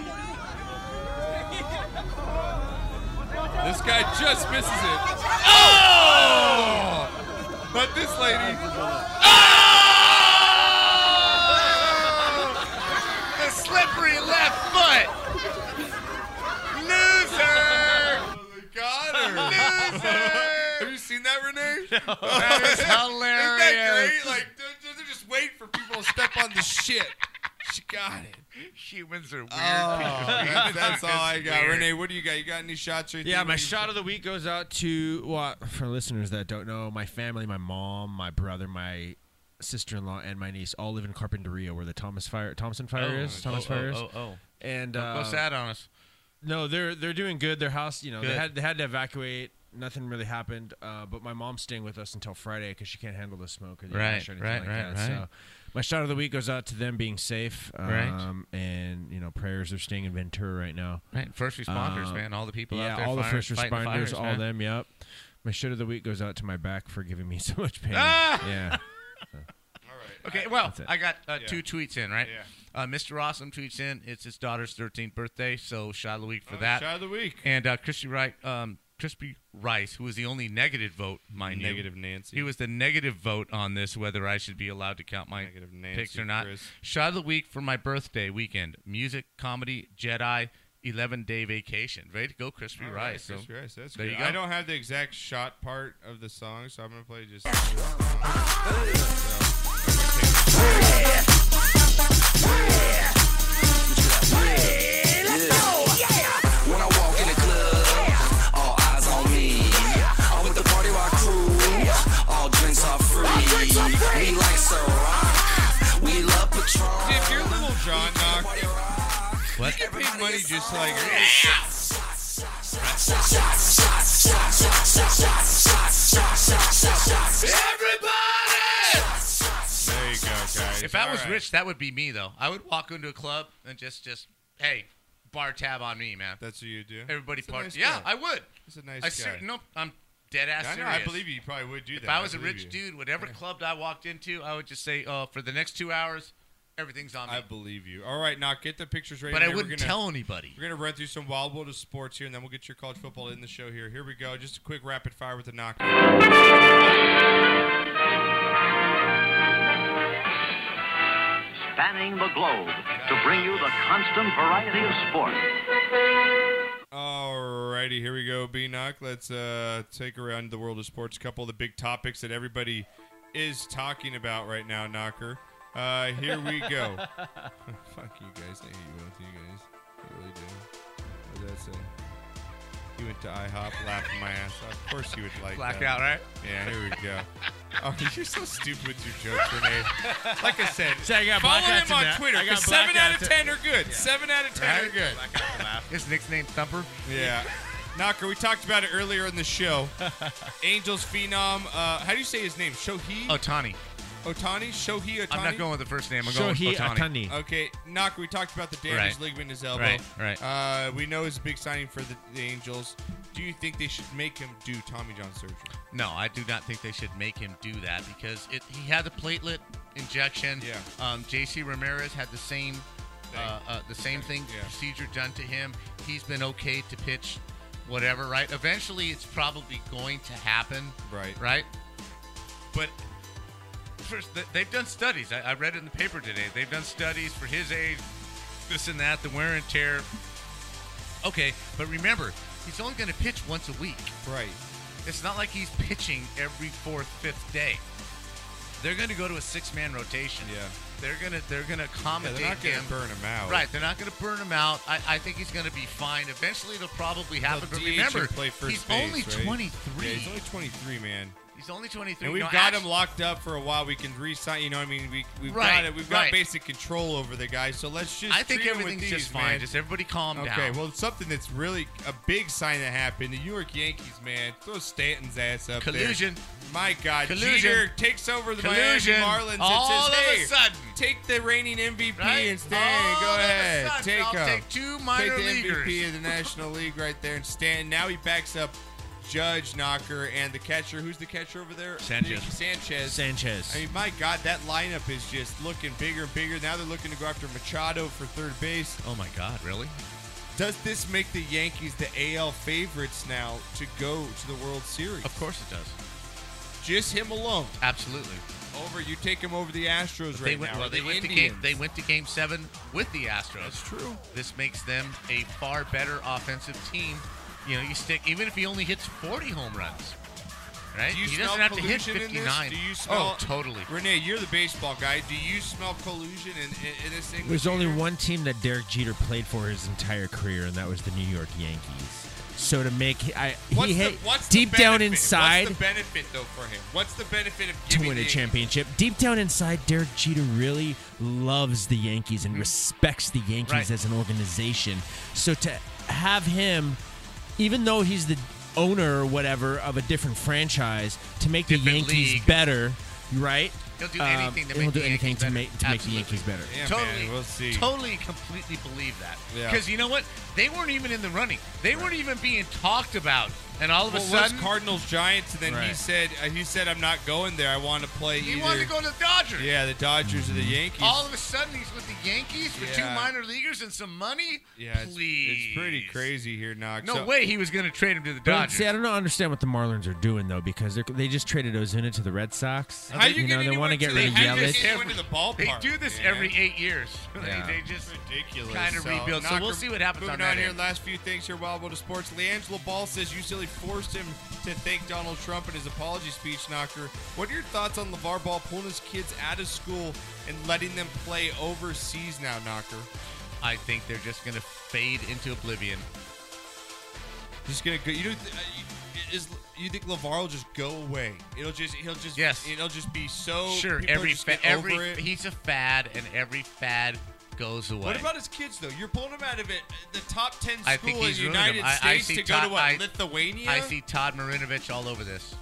Speaker 1: This guy just misses it. Oh! But this lady. Oh!
Speaker 3: The slippery left foot. Loser.
Speaker 1: Got her. Have you seen that, Renee? That
Speaker 3: is
Speaker 1: Isn't that
Speaker 3: hilarious.
Speaker 1: great? Like, they're- they're they're just waiting for people to step on the shit. She got it.
Speaker 3: Humans are weird.
Speaker 1: Oh,
Speaker 3: people.
Speaker 1: that- that's all I got.
Speaker 3: Weird.
Speaker 1: Renee, what do you got? You got any shots or anything?
Speaker 2: Yeah, my shot of the week goes out to well, for listeners that don't know, my family, my mom, my brother, my sister-in-law, and my niece all live in Carpinteria, where the Thomas Fire Thompson Fire
Speaker 3: Oh,
Speaker 2: is. Thomas
Speaker 3: oh,
Speaker 2: Fire is.
Speaker 3: oh, oh, oh.
Speaker 2: And
Speaker 3: Don't go
Speaker 2: uh,
Speaker 3: sad on us.
Speaker 2: No, they're they're doing good. Their house, you know, they
Speaker 3: Good.
Speaker 2: had they had to evacuate. Nothing really happened. Uh, but my mom's staying with us until Friday because she can't handle the smoke or the
Speaker 3: Right,
Speaker 2: ash or anything
Speaker 3: right,
Speaker 2: like
Speaker 3: right,
Speaker 2: that. So
Speaker 3: right.
Speaker 2: my shot of the week goes out to them being safe.
Speaker 3: Right.
Speaker 2: Um, and you know, prayers. They're staying in Ventura right now.
Speaker 3: Right, first responders, man, all the people out
Speaker 2: Uh, yeah,
Speaker 3: there
Speaker 2: all the
Speaker 3: fire-
Speaker 2: first
Speaker 3: fighting
Speaker 2: responders,
Speaker 3: fires,
Speaker 2: all
Speaker 3: man.
Speaker 2: them. Yep. My shit of the week goes out to my back for giving me so much pain.
Speaker 3: Ah!
Speaker 2: Yeah.
Speaker 3: Okay, well,
Speaker 2: That's it.
Speaker 3: I got uh,
Speaker 2: Yeah.
Speaker 3: two tweets in, right?
Speaker 2: Yeah.
Speaker 3: Uh, Mr. Awesome tweets in. It's his daughter's 13th birthday, so shot of the week for
Speaker 1: Oh,
Speaker 3: that.
Speaker 1: shot of the week.
Speaker 3: And uh, Crispy Rice, um, Crispy Rice, who was the only negative vote, mind you.
Speaker 1: Negative Nancy.
Speaker 3: He was the negative vote on this, whether I should be allowed to count my
Speaker 1: Nancy,
Speaker 3: picks or not.
Speaker 1: Chris.
Speaker 3: Shot of the week for my birthday weekend: music, comedy, Jedi, 11-day vacation. Ready to go, Crispy
Speaker 1: All right,
Speaker 3: Rice. So
Speaker 1: Crispy Rice, that's
Speaker 3: there
Speaker 1: good.
Speaker 3: you go.
Speaker 1: I don't have the exact shot part of the song, so I'm gonna play just.
Speaker 17: When I walk in the club, all eyes on me. I'm with the party rock crew. All drinks are free. We like Ciroc. We love Patron.
Speaker 1: If you're little John Knock,
Speaker 3: what?
Speaker 1: you can pay money just like. There you go, guys.
Speaker 3: If I
Speaker 1: All
Speaker 3: was
Speaker 1: right.
Speaker 3: rich, that would be me though. I would walk into a club and just just hey, bar tab on me, man.
Speaker 1: That's what you do.
Speaker 3: Everybody
Speaker 1: That's a
Speaker 3: party.
Speaker 1: nice
Speaker 3: yeah,
Speaker 1: guy.
Speaker 3: I would.
Speaker 1: That's a nice
Speaker 3: I ser-
Speaker 1: guy.
Speaker 3: No, I'm dead ass
Speaker 1: I know,
Speaker 3: serious.
Speaker 1: I believe you. You probably would do
Speaker 3: If
Speaker 1: that.
Speaker 3: I
Speaker 1: I
Speaker 3: was a
Speaker 1: believe
Speaker 3: rich
Speaker 1: you.
Speaker 3: dude, whatever club I walked into, I would just say, "Oh, for the next two hours, everything's on me."
Speaker 1: I believe you. All right, now get the pictures ready.
Speaker 3: But I
Speaker 1: Here, we're
Speaker 3: wouldn't
Speaker 1: gonna-
Speaker 3: tell anybody.
Speaker 1: We're gonna run through some wild world of sports here, and then we'll get your college football in the show here. Here we go. Just a quick rapid fire with the knock.
Speaker 20: Spanning the globe to bring you the constant variety of sport.
Speaker 1: Alrighty, here we go, B Knock. Let's uh, take around the world of sports. A couple of the big topics that everybody is talking about right now, Knocker. Uh, here we go. Fuck you guys. I hate both you guys. I really do. What did I say? You went to IHOP, laughing my ass off. Of course you would like
Speaker 3: Black
Speaker 1: that.
Speaker 3: out, right?
Speaker 1: Yeah, here we go. Oh, you're so stupid with your jokes, Renee. Like I said,
Speaker 3: So I got
Speaker 1: follow
Speaker 3: blackouts
Speaker 1: him on
Speaker 3: in that.
Speaker 1: Twitter.
Speaker 3: I got
Speaker 1: 'cause seven out
Speaker 3: blackouts
Speaker 1: of
Speaker 3: in-
Speaker 1: ten are good. Seven out of ten
Speaker 3: Right?
Speaker 1: are good.
Speaker 3: His nickname Thumper.
Speaker 1: Yeah. Knocker, we talked about it earlier in the show. Angels phenom. Uh, how do you say his name? Shohei
Speaker 3: Otani.
Speaker 1: Otani? Shohei Otani?
Speaker 3: I'm not going with the first name. I'm going with Otani.
Speaker 1: Okay, Knocker, we talked about the damaged
Speaker 3: Right.
Speaker 1: ligament in his elbow.
Speaker 3: Right, right.
Speaker 1: Uh, we know it's a big signing for the, the Angels. Do you think they should make him do Tommy John surgery?
Speaker 3: No, I do not think they should make him do that because it, he had the platelet injection. Yeah. Um, JC Ramirez had the same uh, uh, the same thing procedure done to him. He's been okay to pitch whatever, right? Eventually it's probably going to happen.
Speaker 1: Right.
Speaker 3: Right? But first th- they've done studies. I, I read it in the paper today. They've done studies for his age, this and that, the wear and tear. Okay, but remember, he's only going to pitch once a week.
Speaker 1: Right.
Speaker 3: It's not like he's pitching every fourth, fifth day. They're going to go to a six-man rotation.
Speaker 1: Yeah.
Speaker 3: They're gonna they're gonna accommodate
Speaker 1: not gonna
Speaker 3: him.
Speaker 1: burn him out.
Speaker 3: Right. They're not going to burn him out. I, I think he's going to be fine. Eventually, it'll probably happen.
Speaker 1: They'll
Speaker 3: But
Speaker 1: DH and
Speaker 3: remember,
Speaker 1: play first
Speaker 3: he's
Speaker 1: base,
Speaker 3: only
Speaker 1: right?
Speaker 3: 23.
Speaker 1: Yeah, he's only 23, man.
Speaker 3: He's only 23.
Speaker 1: And we've
Speaker 3: No,
Speaker 1: got
Speaker 3: actually-
Speaker 1: him locked up for a while. We can re-sign. You know, what I mean, we we've got
Speaker 3: Right,
Speaker 1: it. We've got
Speaker 3: right.
Speaker 1: basic control over the guy. So let's just.
Speaker 3: I think
Speaker 1: treat him with
Speaker 3: everything's
Speaker 1: these,
Speaker 3: just fine.
Speaker 1: man.
Speaker 3: Just everybody calm down.
Speaker 1: Okay. Well, something that's really a big sign that happened. The New York Yankees, man, throw Stanton's ass up there.
Speaker 3: Collusion.
Speaker 1: My God,
Speaker 3: Collusion.
Speaker 1: uh, Jeter takes over the
Speaker 3: Collusion.
Speaker 1: Miami Marlins
Speaker 3: All
Speaker 1: and says,
Speaker 3: of a
Speaker 1: "Hey,
Speaker 3: sudden.
Speaker 1: take the reigning MVP
Speaker 3: Right?
Speaker 1: and Stanton.
Speaker 3: All
Speaker 1: go
Speaker 3: of a
Speaker 1: ahead,
Speaker 3: sudden,
Speaker 1: take
Speaker 3: I'll
Speaker 1: him.
Speaker 3: take two minor
Speaker 1: take the MVP
Speaker 3: leaguers.
Speaker 1: of the National League right there and Stanton. Now he backs up." Judge Knocker and the catcher. Who's the catcher over there?
Speaker 2: Sanchez.
Speaker 1: Sanchez.
Speaker 2: Sanchez.
Speaker 1: I mean, my God, that lineup is just looking bigger and bigger. Now they're looking to go after Machado for third base.
Speaker 3: Oh my God, really?
Speaker 1: Does this make the Yankees the AL favorites now to go to the World Series? Of
Speaker 3: course it does.
Speaker 1: Just him alone. Oh,
Speaker 3: Absolutely.
Speaker 1: Over you take him over the Astros
Speaker 3: They
Speaker 1: right
Speaker 3: went,
Speaker 1: now.
Speaker 3: well,
Speaker 1: or
Speaker 3: they
Speaker 1: the
Speaker 3: went to
Speaker 1: Indians.
Speaker 3: game. They went to game seven with the Astros. That's
Speaker 1: true.
Speaker 3: This makes them a far better offensive team. You know, you stick even if he only hits 40 home runs, right?
Speaker 1: Do you
Speaker 3: he
Speaker 1: smell
Speaker 3: doesn't have to hit
Speaker 1: collusion in this?
Speaker 3: 59.
Speaker 1: Do you smell
Speaker 3: oh, totally.
Speaker 1: Renee, you're the baseball guy. Do you smell collusion in, in, in this thing?
Speaker 2: There's only one team that Derek Jeter played for his entire career, and that was the New York Yankees. So to make I
Speaker 1: What's
Speaker 2: he
Speaker 1: the-
Speaker 2: hit
Speaker 1: what's the
Speaker 2: deep down
Speaker 1: benefit?
Speaker 2: inside
Speaker 1: What's the benefit though for him? What's the benefit of
Speaker 2: to
Speaker 1: giving
Speaker 2: win a
Speaker 1: the-
Speaker 2: championship. Deep down inside, Derek Jeter really loves the Yankees and respects the Yankees
Speaker 3: Mm. Right.
Speaker 2: as an organization. So to have him, even though he's the owner or whatever of a different franchise, to make the Yankees better, right?
Speaker 3: He'll do
Speaker 2: Um,
Speaker 3: anything to
Speaker 2: he'll
Speaker 3: make
Speaker 2: do
Speaker 3: the
Speaker 2: anything
Speaker 3: Yankees
Speaker 2: to
Speaker 3: better.
Speaker 2: make to make the Yankees better.
Speaker 3: totally, totally, completely believe that.
Speaker 2: Yeah.
Speaker 3: Because you know what? They weren't even in the running. They weren't even being talked about. And all of a
Speaker 1: Well, it was
Speaker 3: sudden,
Speaker 1: Cardinals Giants, and then he
Speaker 3: Right.
Speaker 1: said uh, he said I'm not going there. I want to play.
Speaker 3: he
Speaker 1: either,
Speaker 3: wanted to go to the Dodgers.
Speaker 1: Yeah, the Dodgers or the Yankees.
Speaker 3: All of a sudden, he's with the Yankees with two
Speaker 1: Yeah.
Speaker 3: minor leaguers and some money.
Speaker 1: yeah, it's,
Speaker 3: Please.
Speaker 1: it's pretty crazy here, Knox.
Speaker 3: No
Speaker 1: So-
Speaker 3: way he was going to trade him to the
Speaker 2: But
Speaker 3: Dodgers.
Speaker 2: see, I don't know- understand what the Marlins are doing though, because they're- they just traded Ozuna to the Red Sox.
Speaker 3: How you
Speaker 2: you know,
Speaker 3: get
Speaker 2: they want to
Speaker 3: anyone
Speaker 2: get
Speaker 3: to-
Speaker 2: rid of
Speaker 3: they have this
Speaker 2: Yelich.
Speaker 3: every-
Speaker 1: Went to the ballpark.
Speaker 3: They do this
Speaker 1: man.
Speaker 3: every eight years.
Speaker 1: Yeah.
Speaker 3: They, they just
Speaker 1: ridiculous.
Speaker 3: Kind of
Speaker 1: So,
Speaker 3: rebuild. So
Speaker 1: Knocker,
Speaker 3: we'll see what happens
Speaker 1: moving
Speaker 3: on that.
Speaker 1: here,
Speaker 3: end.
Speaker 1: last few things here, Wild World of Sports. LeAngelo Ball says UCLA forced him to thank Donald Trump in his apology speech, Knocker. What are your thoughts on LeVar Ball pulling his kids out of school and letting them play overseas now, Knocker?
Speaker 3: I think they're just going to fade into oblivion.
Speaker 1: Just gonna go. You know, uh, is you think Levar will just go away? It'll just he'll just
Speaker 3: Yes.
Speaker 1: It'll just be so
Speaker 3: Oh, sure,
Speaker 1: people
Speaker 3: every
Speaker 1: just
Speaker 3: fa-
Speaker 1: get
Speaker 3: every
Speaker 1: over it.
Speaker 3: he's a fad, and every fad goes away.
Speaker 1: What about his kids though? You're pulling him out of it. The top ten
Speaker 3: I
Speaker 1: school
Speaker 3: think
Speaker 1: in
Speaker 3: he's
Speaker 1: the
Speaker 3: ruined 'em.
Speaker 1: United
Speaker 3: I,
Speaker 1: States
Speaker 3: I see
Speaker 1: to go
Speaker 3: Todd,
Speaker 1: to what
Speaker 3: I-
Speaker 1: Lithuania.
Speaker 3: I see Todd Marinovich all over this.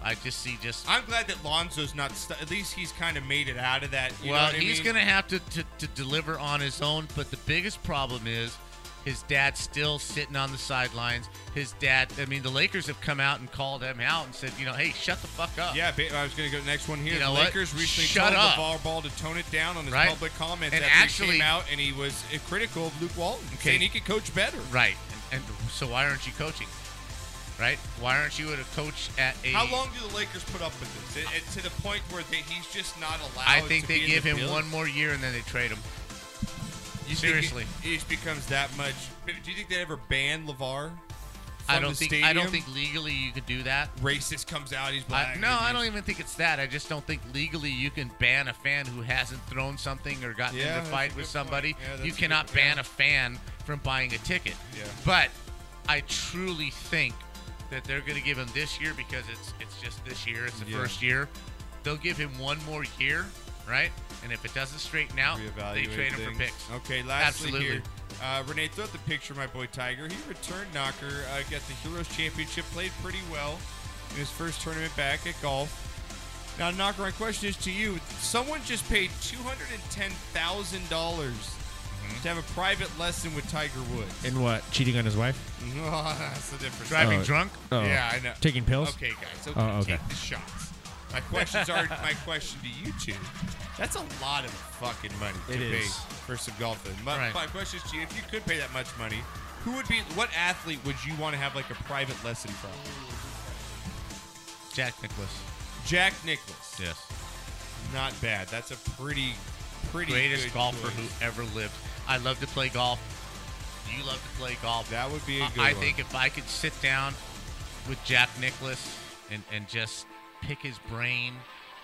Speaker 3: I just see just.
Speaker 1: I'm glad that Lonzo's not. St- at least he's kind of made it out of that. You know
Speaker 3: well,
Speaker 1: what I
Speaker 3: he's
Speaker 1: mean?
Speaker 3: going to have to, to to deliver on his own. But the biggest problem is his dad's still sitting on the sidelines. His dad. I mean, the Lakers have come out and called him out and said, you know, hey, shut the fuck up.
Speaker 1: Yeah, ba- I was going to go to the next one here.
Speaker 3: You know
Speaker 1: the
Speaker 3: what?
Speaker 1: Lakers recently
Speaker 3: Shut
Speaker 1: told
Speaker 3: up.
Speaker 1: LeVar Ball to tone it down on his
Speaker 3: Right.
Speaker 1: public comments
Speaker 3: And
Speaker 1: after he
Speaker 3: actually-
Speaker 1: came out and he was uh, critical of Luke Walton,
Speaker 3: Okay.
Speaker 1: saying he could coach better.
Speaker 3: Right. And, and so why aren't you coaching? Right? Why aren't you at a coach at a?
Speaker 1: How long do the Lakers put up with this? It, it- to the point where they, he's just not allowed.
Speaker 3: I think
Speaker 1: to
Speaker 3: they
Speaker 1: be in
Speaker 3: give
Speaker 1: the
Speaker 3: him
Speaker 1: building?
Speaker 3: one more year and then they trade him.
Speaker 1: You think
Speaker 3: Seriously.
Speaker 1: it, it just becomes that much. Do you think they ever ban Levar?
Speaker 3: I
Speaker 1: from
Speaker 3: don't
Speaker 1: the
Speaker 3: think I don't
Speaker 1: stadium?
Speaker 3: think legally you could do that.
Speaker 1: Racist comes out. He's
Speaker 3: I-
Speaker 1: black.
Speaker 3: no, I don't even think it's that. I just don't think legally you can ban a fan who hasn't thrown something or gotten
Speaker 1: Yeah,
Speaker 3: into a
Speaker 1: that's
Speaker 3: fight
Speaker 1: a
Speaker 3: with
Speaker 1: good
Speaker 3: somebody.
Speaker 1: point. Yeah, that's
Speaker 3: you
Speaker 1: a good
Speaker 3: cannot
Speaker 1: point.
Speaker 3: ban a fan from buying a ticket.
Speaker 1: Yeah.
Speaker 3: But I truly think that they're going to give him this year because it's it's just this year. It's the
Speaker 1: Yeah.
Speaker 3: first year. They'll give him one more year, right? And if it doesn't straighten out, they
Speaker 1: Reevaluate
Speaker 3: trade him for
Speaker 1: things.
Speaker 3: picks.
Speaker 1: Okay, lastly
Speaker 3: Absolutely.
Speaker 1: here, uh, Renee, throw out the picture of my boy Tiger. He returned knocker, uh, got the Heroes Championship, played pretty well in his first tournament back at golf. Now, Knocker, my question is to you. Someone just paid $210,000 dollars
Speaker 3: Mm-hmm.
Speaker 1: to have a private lesson with Tiger Woods.
Speaker 2: And what? Cheating on his wife?
Speaker 1: That's the difference.
Speaker 2: Driving Oh. drunk? Oh.
Speaker 1: Yeah, I know.
Speaker 2: Taking pills?
Speaker 1: Okay, guys. Okay,
Speaker 2: Oh, okay.
Speaker 1: take the shots. My questions are my question to you two. That's a lot of fucking money to
Speaker 2: It
Speaker 1: pay
Speaker 2: is.
Speaker 1: for some golfing. My,
Speaker 2: Right.
Speaker 1: my question is to you: If you could pay that much money, who would be? What athlete would you want to have like a private lesson from?
Speaker 3: Jack Nicklaus.
Speaker 1: Jack Nicklaus.
Speaker 3: Yes.
Speaker 1: Not bad. That's a pretty, pretty
Speaker 3: greatest
Speaker 1: good
Speaker 3: golfer
Speaker 1: choice.
Speaker 3: who ever lived. I love to play golf. You love to play golf.
Speaker 1: That would be a good
Speaker 3: I
Speaker 1: one.
Speaker 3: think if I could sit down with Jack Nicholas and, and just pick his brain,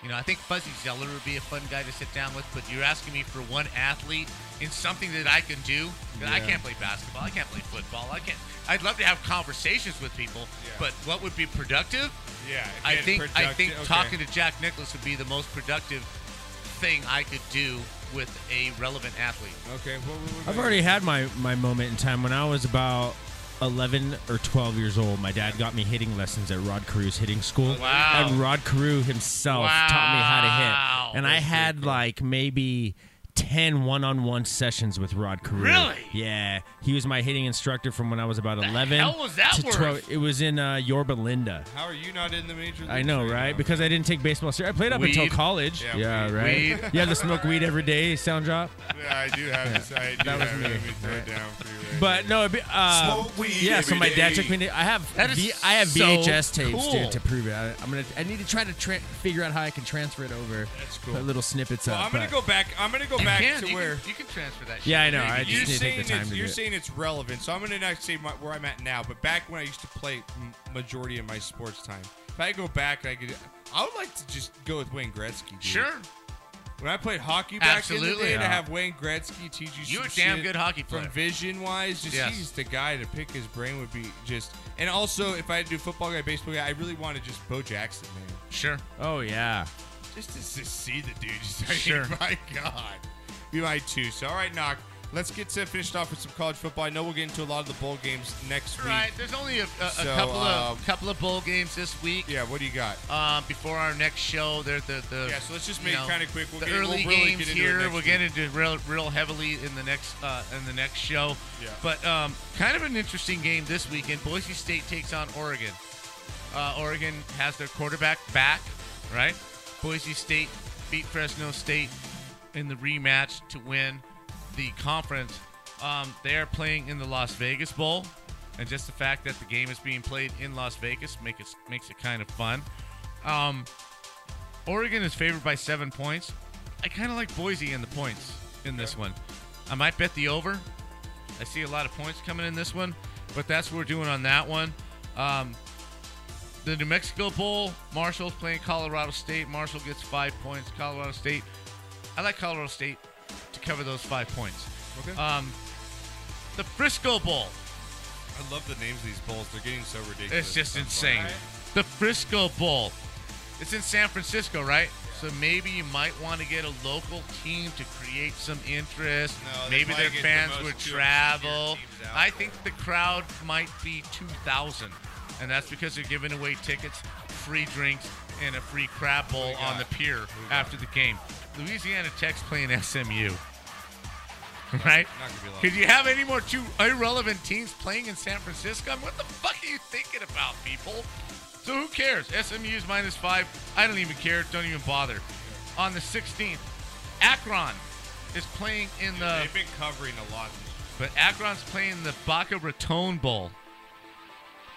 Speaker 3: you know, I think Fuzzy Zeller would be a fun guy to sit down with. But you're asking me for one athlete in something that I can do. That I
Speaker 1: Yeah.
Speaker 3: can't play basketball. I can't play football. I can't. I'd love to have conversations with people. But what would be productive?
Speaker 1: Yeah,
Speaker 3: I
Speaker 1: again,
Speaker 3: think I
Speaker 1: productive-
Speaker 3: think
Speaker 1: okay.
Speaker 3: talking to Jack Nicholas would be the most productive thing I could do with a relevant athlete.
Speaker 1: Okay,
Speaker 2: I've already had my, my moment in time when I was about 11 or 12 years old, my dad got me hitting lessons at Rod Carew's hitting
Speaker 1: Oh,
Speaker 2: school.
Speaker 3: Wow.
Speaker 2: And Rod Carew himself taught me how to hit. And I had like maybe 10 one on one sessions with Rod Carew.
Speaker 3: Really?
Speaker 2: Yeah. He was my hitting instructor from when I was about 11.
Speaker 1: hell was that
Speaker 2: to
Speaker 1: worth?
Speaker 2: 12. It was in uh, Yorba Linda.
Speaker 1: How are you not in the major?
Speaker 2: I
Speaker 1: leagues
Speaker 2: know, right? Because I didn't take baseball serious. I played up until
Speaker 1: Weed.
Speaker 2: college.
Speaker 1: Yeah,
Speaker 2: Yeah,
Speaker 1: weed.
Speaker 2: right.
Speaker 1: Weed.
Speaker 2: You have to smoke weed every day. Sound drop.
Speaker 1: Yeah, I do have this. I do
Speaker 2: that was
Speaker 1: have
Speaker 2: me.
Speaker 1: it. Let me throw it down for you. right
Speaker 2: But no, it'd be, uh,
Speaker 1: Smoke weed
Speaker 2: yeah. So
Speaker 1: every
Speaker 2: my dad
Speaker 1: day.
Speaker 2: took me to. I have
Speaker 1: That is
Speaker 2: V- I have
Speaker 1: so
Speaker 2: VHS tapes,
Speaker 1: cool.
Speaker 2: dude, to prove it. I, I'm gonna. I need to try to tra- figure out how I can transfer it over. That's
Speaker 1: cool.
Speaker 2: Put little snippets
Speaker 1: Well,
Speaker 2: up.
Speaker 1: I'm gonna
Speaker 2: but-
Speaker 1: go back. I'm gonna go
Speaker 3: You
Speaker 1: back
Speaker 3: can,
Speaker 1: to
Speaker 3: you can-
Speaker 1: where
Speaker 3: you can transfer that
Speaker 2: Yeah, I know. I
Speaker 1: you're
Speaker 2: just need to
Speaker 1: saying
Speaker 2: take the time
Speaker 1: it's,
Speaker 2: to
Speaker 1: You're
Speaker 2: do it.
Speaker 1: saying it's relevant, so I'm gonna not say my, where I'm at now, but back when I used to play m- majority of my sports time. If I go back, I could. I would like to just go with Wayne Gretzky. Dude.
Speaker 3: Sure.
Speaker 1: When I played hockey back in the
Speaker 3: Absolutely.
Speaker 1: day, to
Speaker 3: Yeah.
Speaker 1: have Wayne Gretzky teach you,
Speaker 3: You
Speaker 1: some
Speaker 3: were a damn
Speaker 1: shit
Speaker 3: good hockey player.
Speaker 1: from vision wise, just
Speaker 3: Yes.
Speaker 1: he's the guy to pick his brain would be just. And also, if I had to do football guy, baseball guy, I really want to just Bo Jackson, man.
Speaker 3: Sure.
Speaker 2: Oh yeah.
Speaker 1: Just to s- see the dude. Just, I mean,
Speaker 3: Sure.
Speaker 1: my God. Be my two. So, all right, Knock. Let's get to finished off with some college football. I know we'll get into a lot of the bowl games next week.
Speaker 3: Right. There's only a, a, a
Speaker 1: So,
Speaker 3: couple
Speaker 1: um,
Speaker 3: of couple of bowl games this week.
Speaker 1: Yeah. What do you got?
Speaker 3: Um,
Speaker 1: uh,
Speaker 3: before our next show, there the the
Speaker 1: Yeah, so let's just
Speaker 3: you
Speaker 1: make it
Speaker 3: know,
Speaker 1: kinda quick. We'll
Speaker 3: the
Speaker 1: get- we'll
Speaker 3: early
Speaker 1: really
Speaker 3: games
Speaker 1: get into it
Speaker 3: here.
Speaker 1: next
Speaker 3: we'll get into real real heavily in the next uh, in the next show.
Speaker 1: Yeah.
Speaker 3: But um, kind of an interesting game this weekend. Boise State takes on Oregon. Uh, Oregon has their quarterback back, right? Boise State beat Fresno State in the rematch to win the conference. Um, they are playing in the Las Vegas Bowl, and just the fact that the game is being played in Las Vegas make it, makes it kind of fun. Um, Oregon is favored by seven points. I kind of like Boise in the points in this one. I might bet the over. I see a lot of points coming in this one, but that's what we're doing on that one. Um, the New Mexico Bowl, Marshall's playing Colorado State. Marshall gets five points. Colorado State. I like Colorado State to cover those five points.
Speaker 1: Okay.
Speaker 3: Um, the Frisco Bowl.
Speaker 1: I love the names of these bowls. They're getting so ridiculous.
Speaker 3: It's just
Speaker 1: sometimes.
Speaker 3: insane. The Frisco Bowl. It's in San Francisco, right? So maybe you might want to get a local team to create some interest.
Speaker 1: No, they
Speaker 3: maybe
Speaker 1: might
Speaker 3: their
Speaker 1: get the
Speaker 3: fans
Speaker 1: most
Speaker 3: would
Speaker 1: two
Speaker 3: travel.
Speaker 1: teams out
Speaker 3: I think the crowd might be 2,000, and that's because they're giving away tickets, free drinks, and a free crab bowl on the pier after the game. Louisiana Tech's playing SMU. Right?
Speaker 1: not gonna be a lot.
Speaker 3: Could you have any more two irrelevant teams playing in San Francisco? I mean, what the fuck are you thinking about, people? So who cares? SMU's minus five. I don't even care. Don't even bother. On the 16th, Akron is playing in
Speaker 1: Dude,
Speaker 3: the.
Speaker 1: They've been covering a lot.
Speaker 3: But Akron's playing the Baca Raton Bowl.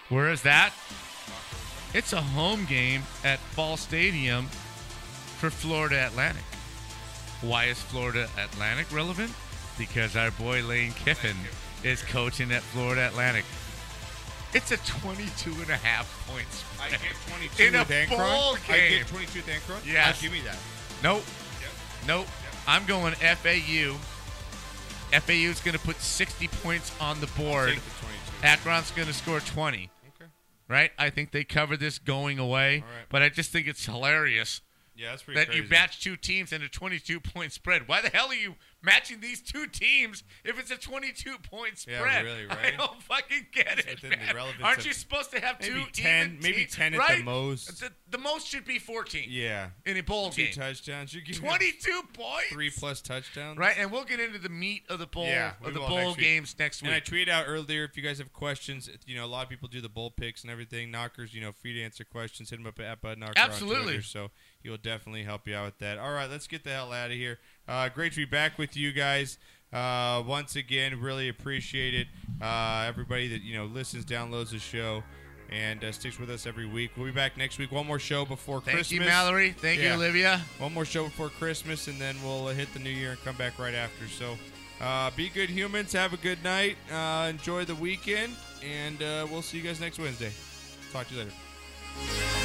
Speaker 3: Where is that? It's a home game at Ball Stadium for Florida Atlantic. Why is Florida Atlantic relevant? Because our boy Lane Kiffin is coaching at Florida Atlantic. It's a 22 and a half point
Speaker 1: I
Speaker 3: spread.
Speaker 1: get 22
Speaker 3: in a
Speaker 1: with Ankron.
Speaker 3: bowl game.
Speaker 1: I get 22 with Ankron.
Speaker 3: Yes.
Speaker 1: Ah, give me that.
Speaker 3: Nope. Nope. I'm going FAU. FAU is going to put 60 points on the board.
Speaker 1: take the 22.
Speaker 3: Akron's going to score 20. Okay. Right? I think they cover this going away, but I just think it's hilarious.
Speaker 1: Yeah, that's pretty
Speaker 3: That you
Speaker 1: crazy.
Speaker 3: match two teams in a 22 point spread. Why the hell are you matching these two teams if it's a 22 point
Speaker 1: Yeah,
Speaker 3: spread?
Speaker 1: really,
Speaker 3: I
Speaker 1: right?
Speaker 3: don't fucking get it.
Speaker 1: within the
Speaker 3: man.
Speaker 1: relevance
Speaker 3: Aren't
Speaker 1: of
Speaker 3: you supposed to have
Speaker 1: maybe
Speaker 3: two
Speaker 1: 10
Speaker 3: even
Speaker 1: maybe
Speaker 3: teams?
Speaker 1: 10 at the
Speaker 3: Right?
Speaker 1: most.
Speaker 3: The, the most should be 14.
Speaker 1: Yeah.
Speaker 3: In a bowl
Speaker 1: Two
Speaker 3: game.
Speaker 1: touchdowns. You're giving up
Speaker 3: 22 points.
Speaker 1: Three plus touchdowns.
Speaker 3: Right, and we'll get into the meat of the bowl
Speaker 1: yeah, we
Speaker 3: of the
Speaker 1: will
Speaker 3: bowl
Speaker 1: next week.
Speaker 3: games next week.
Speaker 1: And I tweeted out earlier if you guys have questions, you know, a lot of people do the bowl picks and everything. Knockers, you know, free to answer questions. Hit him up at Bud Knocker. on
Speaker 3: Absolutely.
Speaker 1: Twitter, so he will definitely help you out with that. All right, let's get the hell out of here. Uh, great to be back with you guys. Uh, once again, really appreciate it. Uh, everybody that, you know, listens, downloads the show. And uh, sticks with us every week. We'll be back next week. One more show before
Speaker 3: Thank
Speaker 1: Christmas.
Speaker 3: you, Mallory. Thank you, Olivia.
Speaker 1: One more show before Christmas, and then we'll uh, hit the new year and come back right after. So uh, be good humans. Have a good night. Uh, enjoy the weekend. And uh, we'll see you guys next Wednesday. Talk to you later.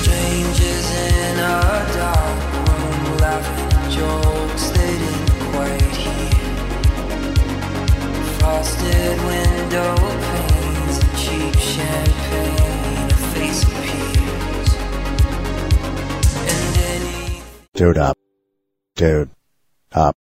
Speaker 17: Strangers in a dark room laughing at jokes they didn't quite hear. Frosted window panes, a cheap champagne, a face appears. And any
Speaker 13: Dude up. Dude up.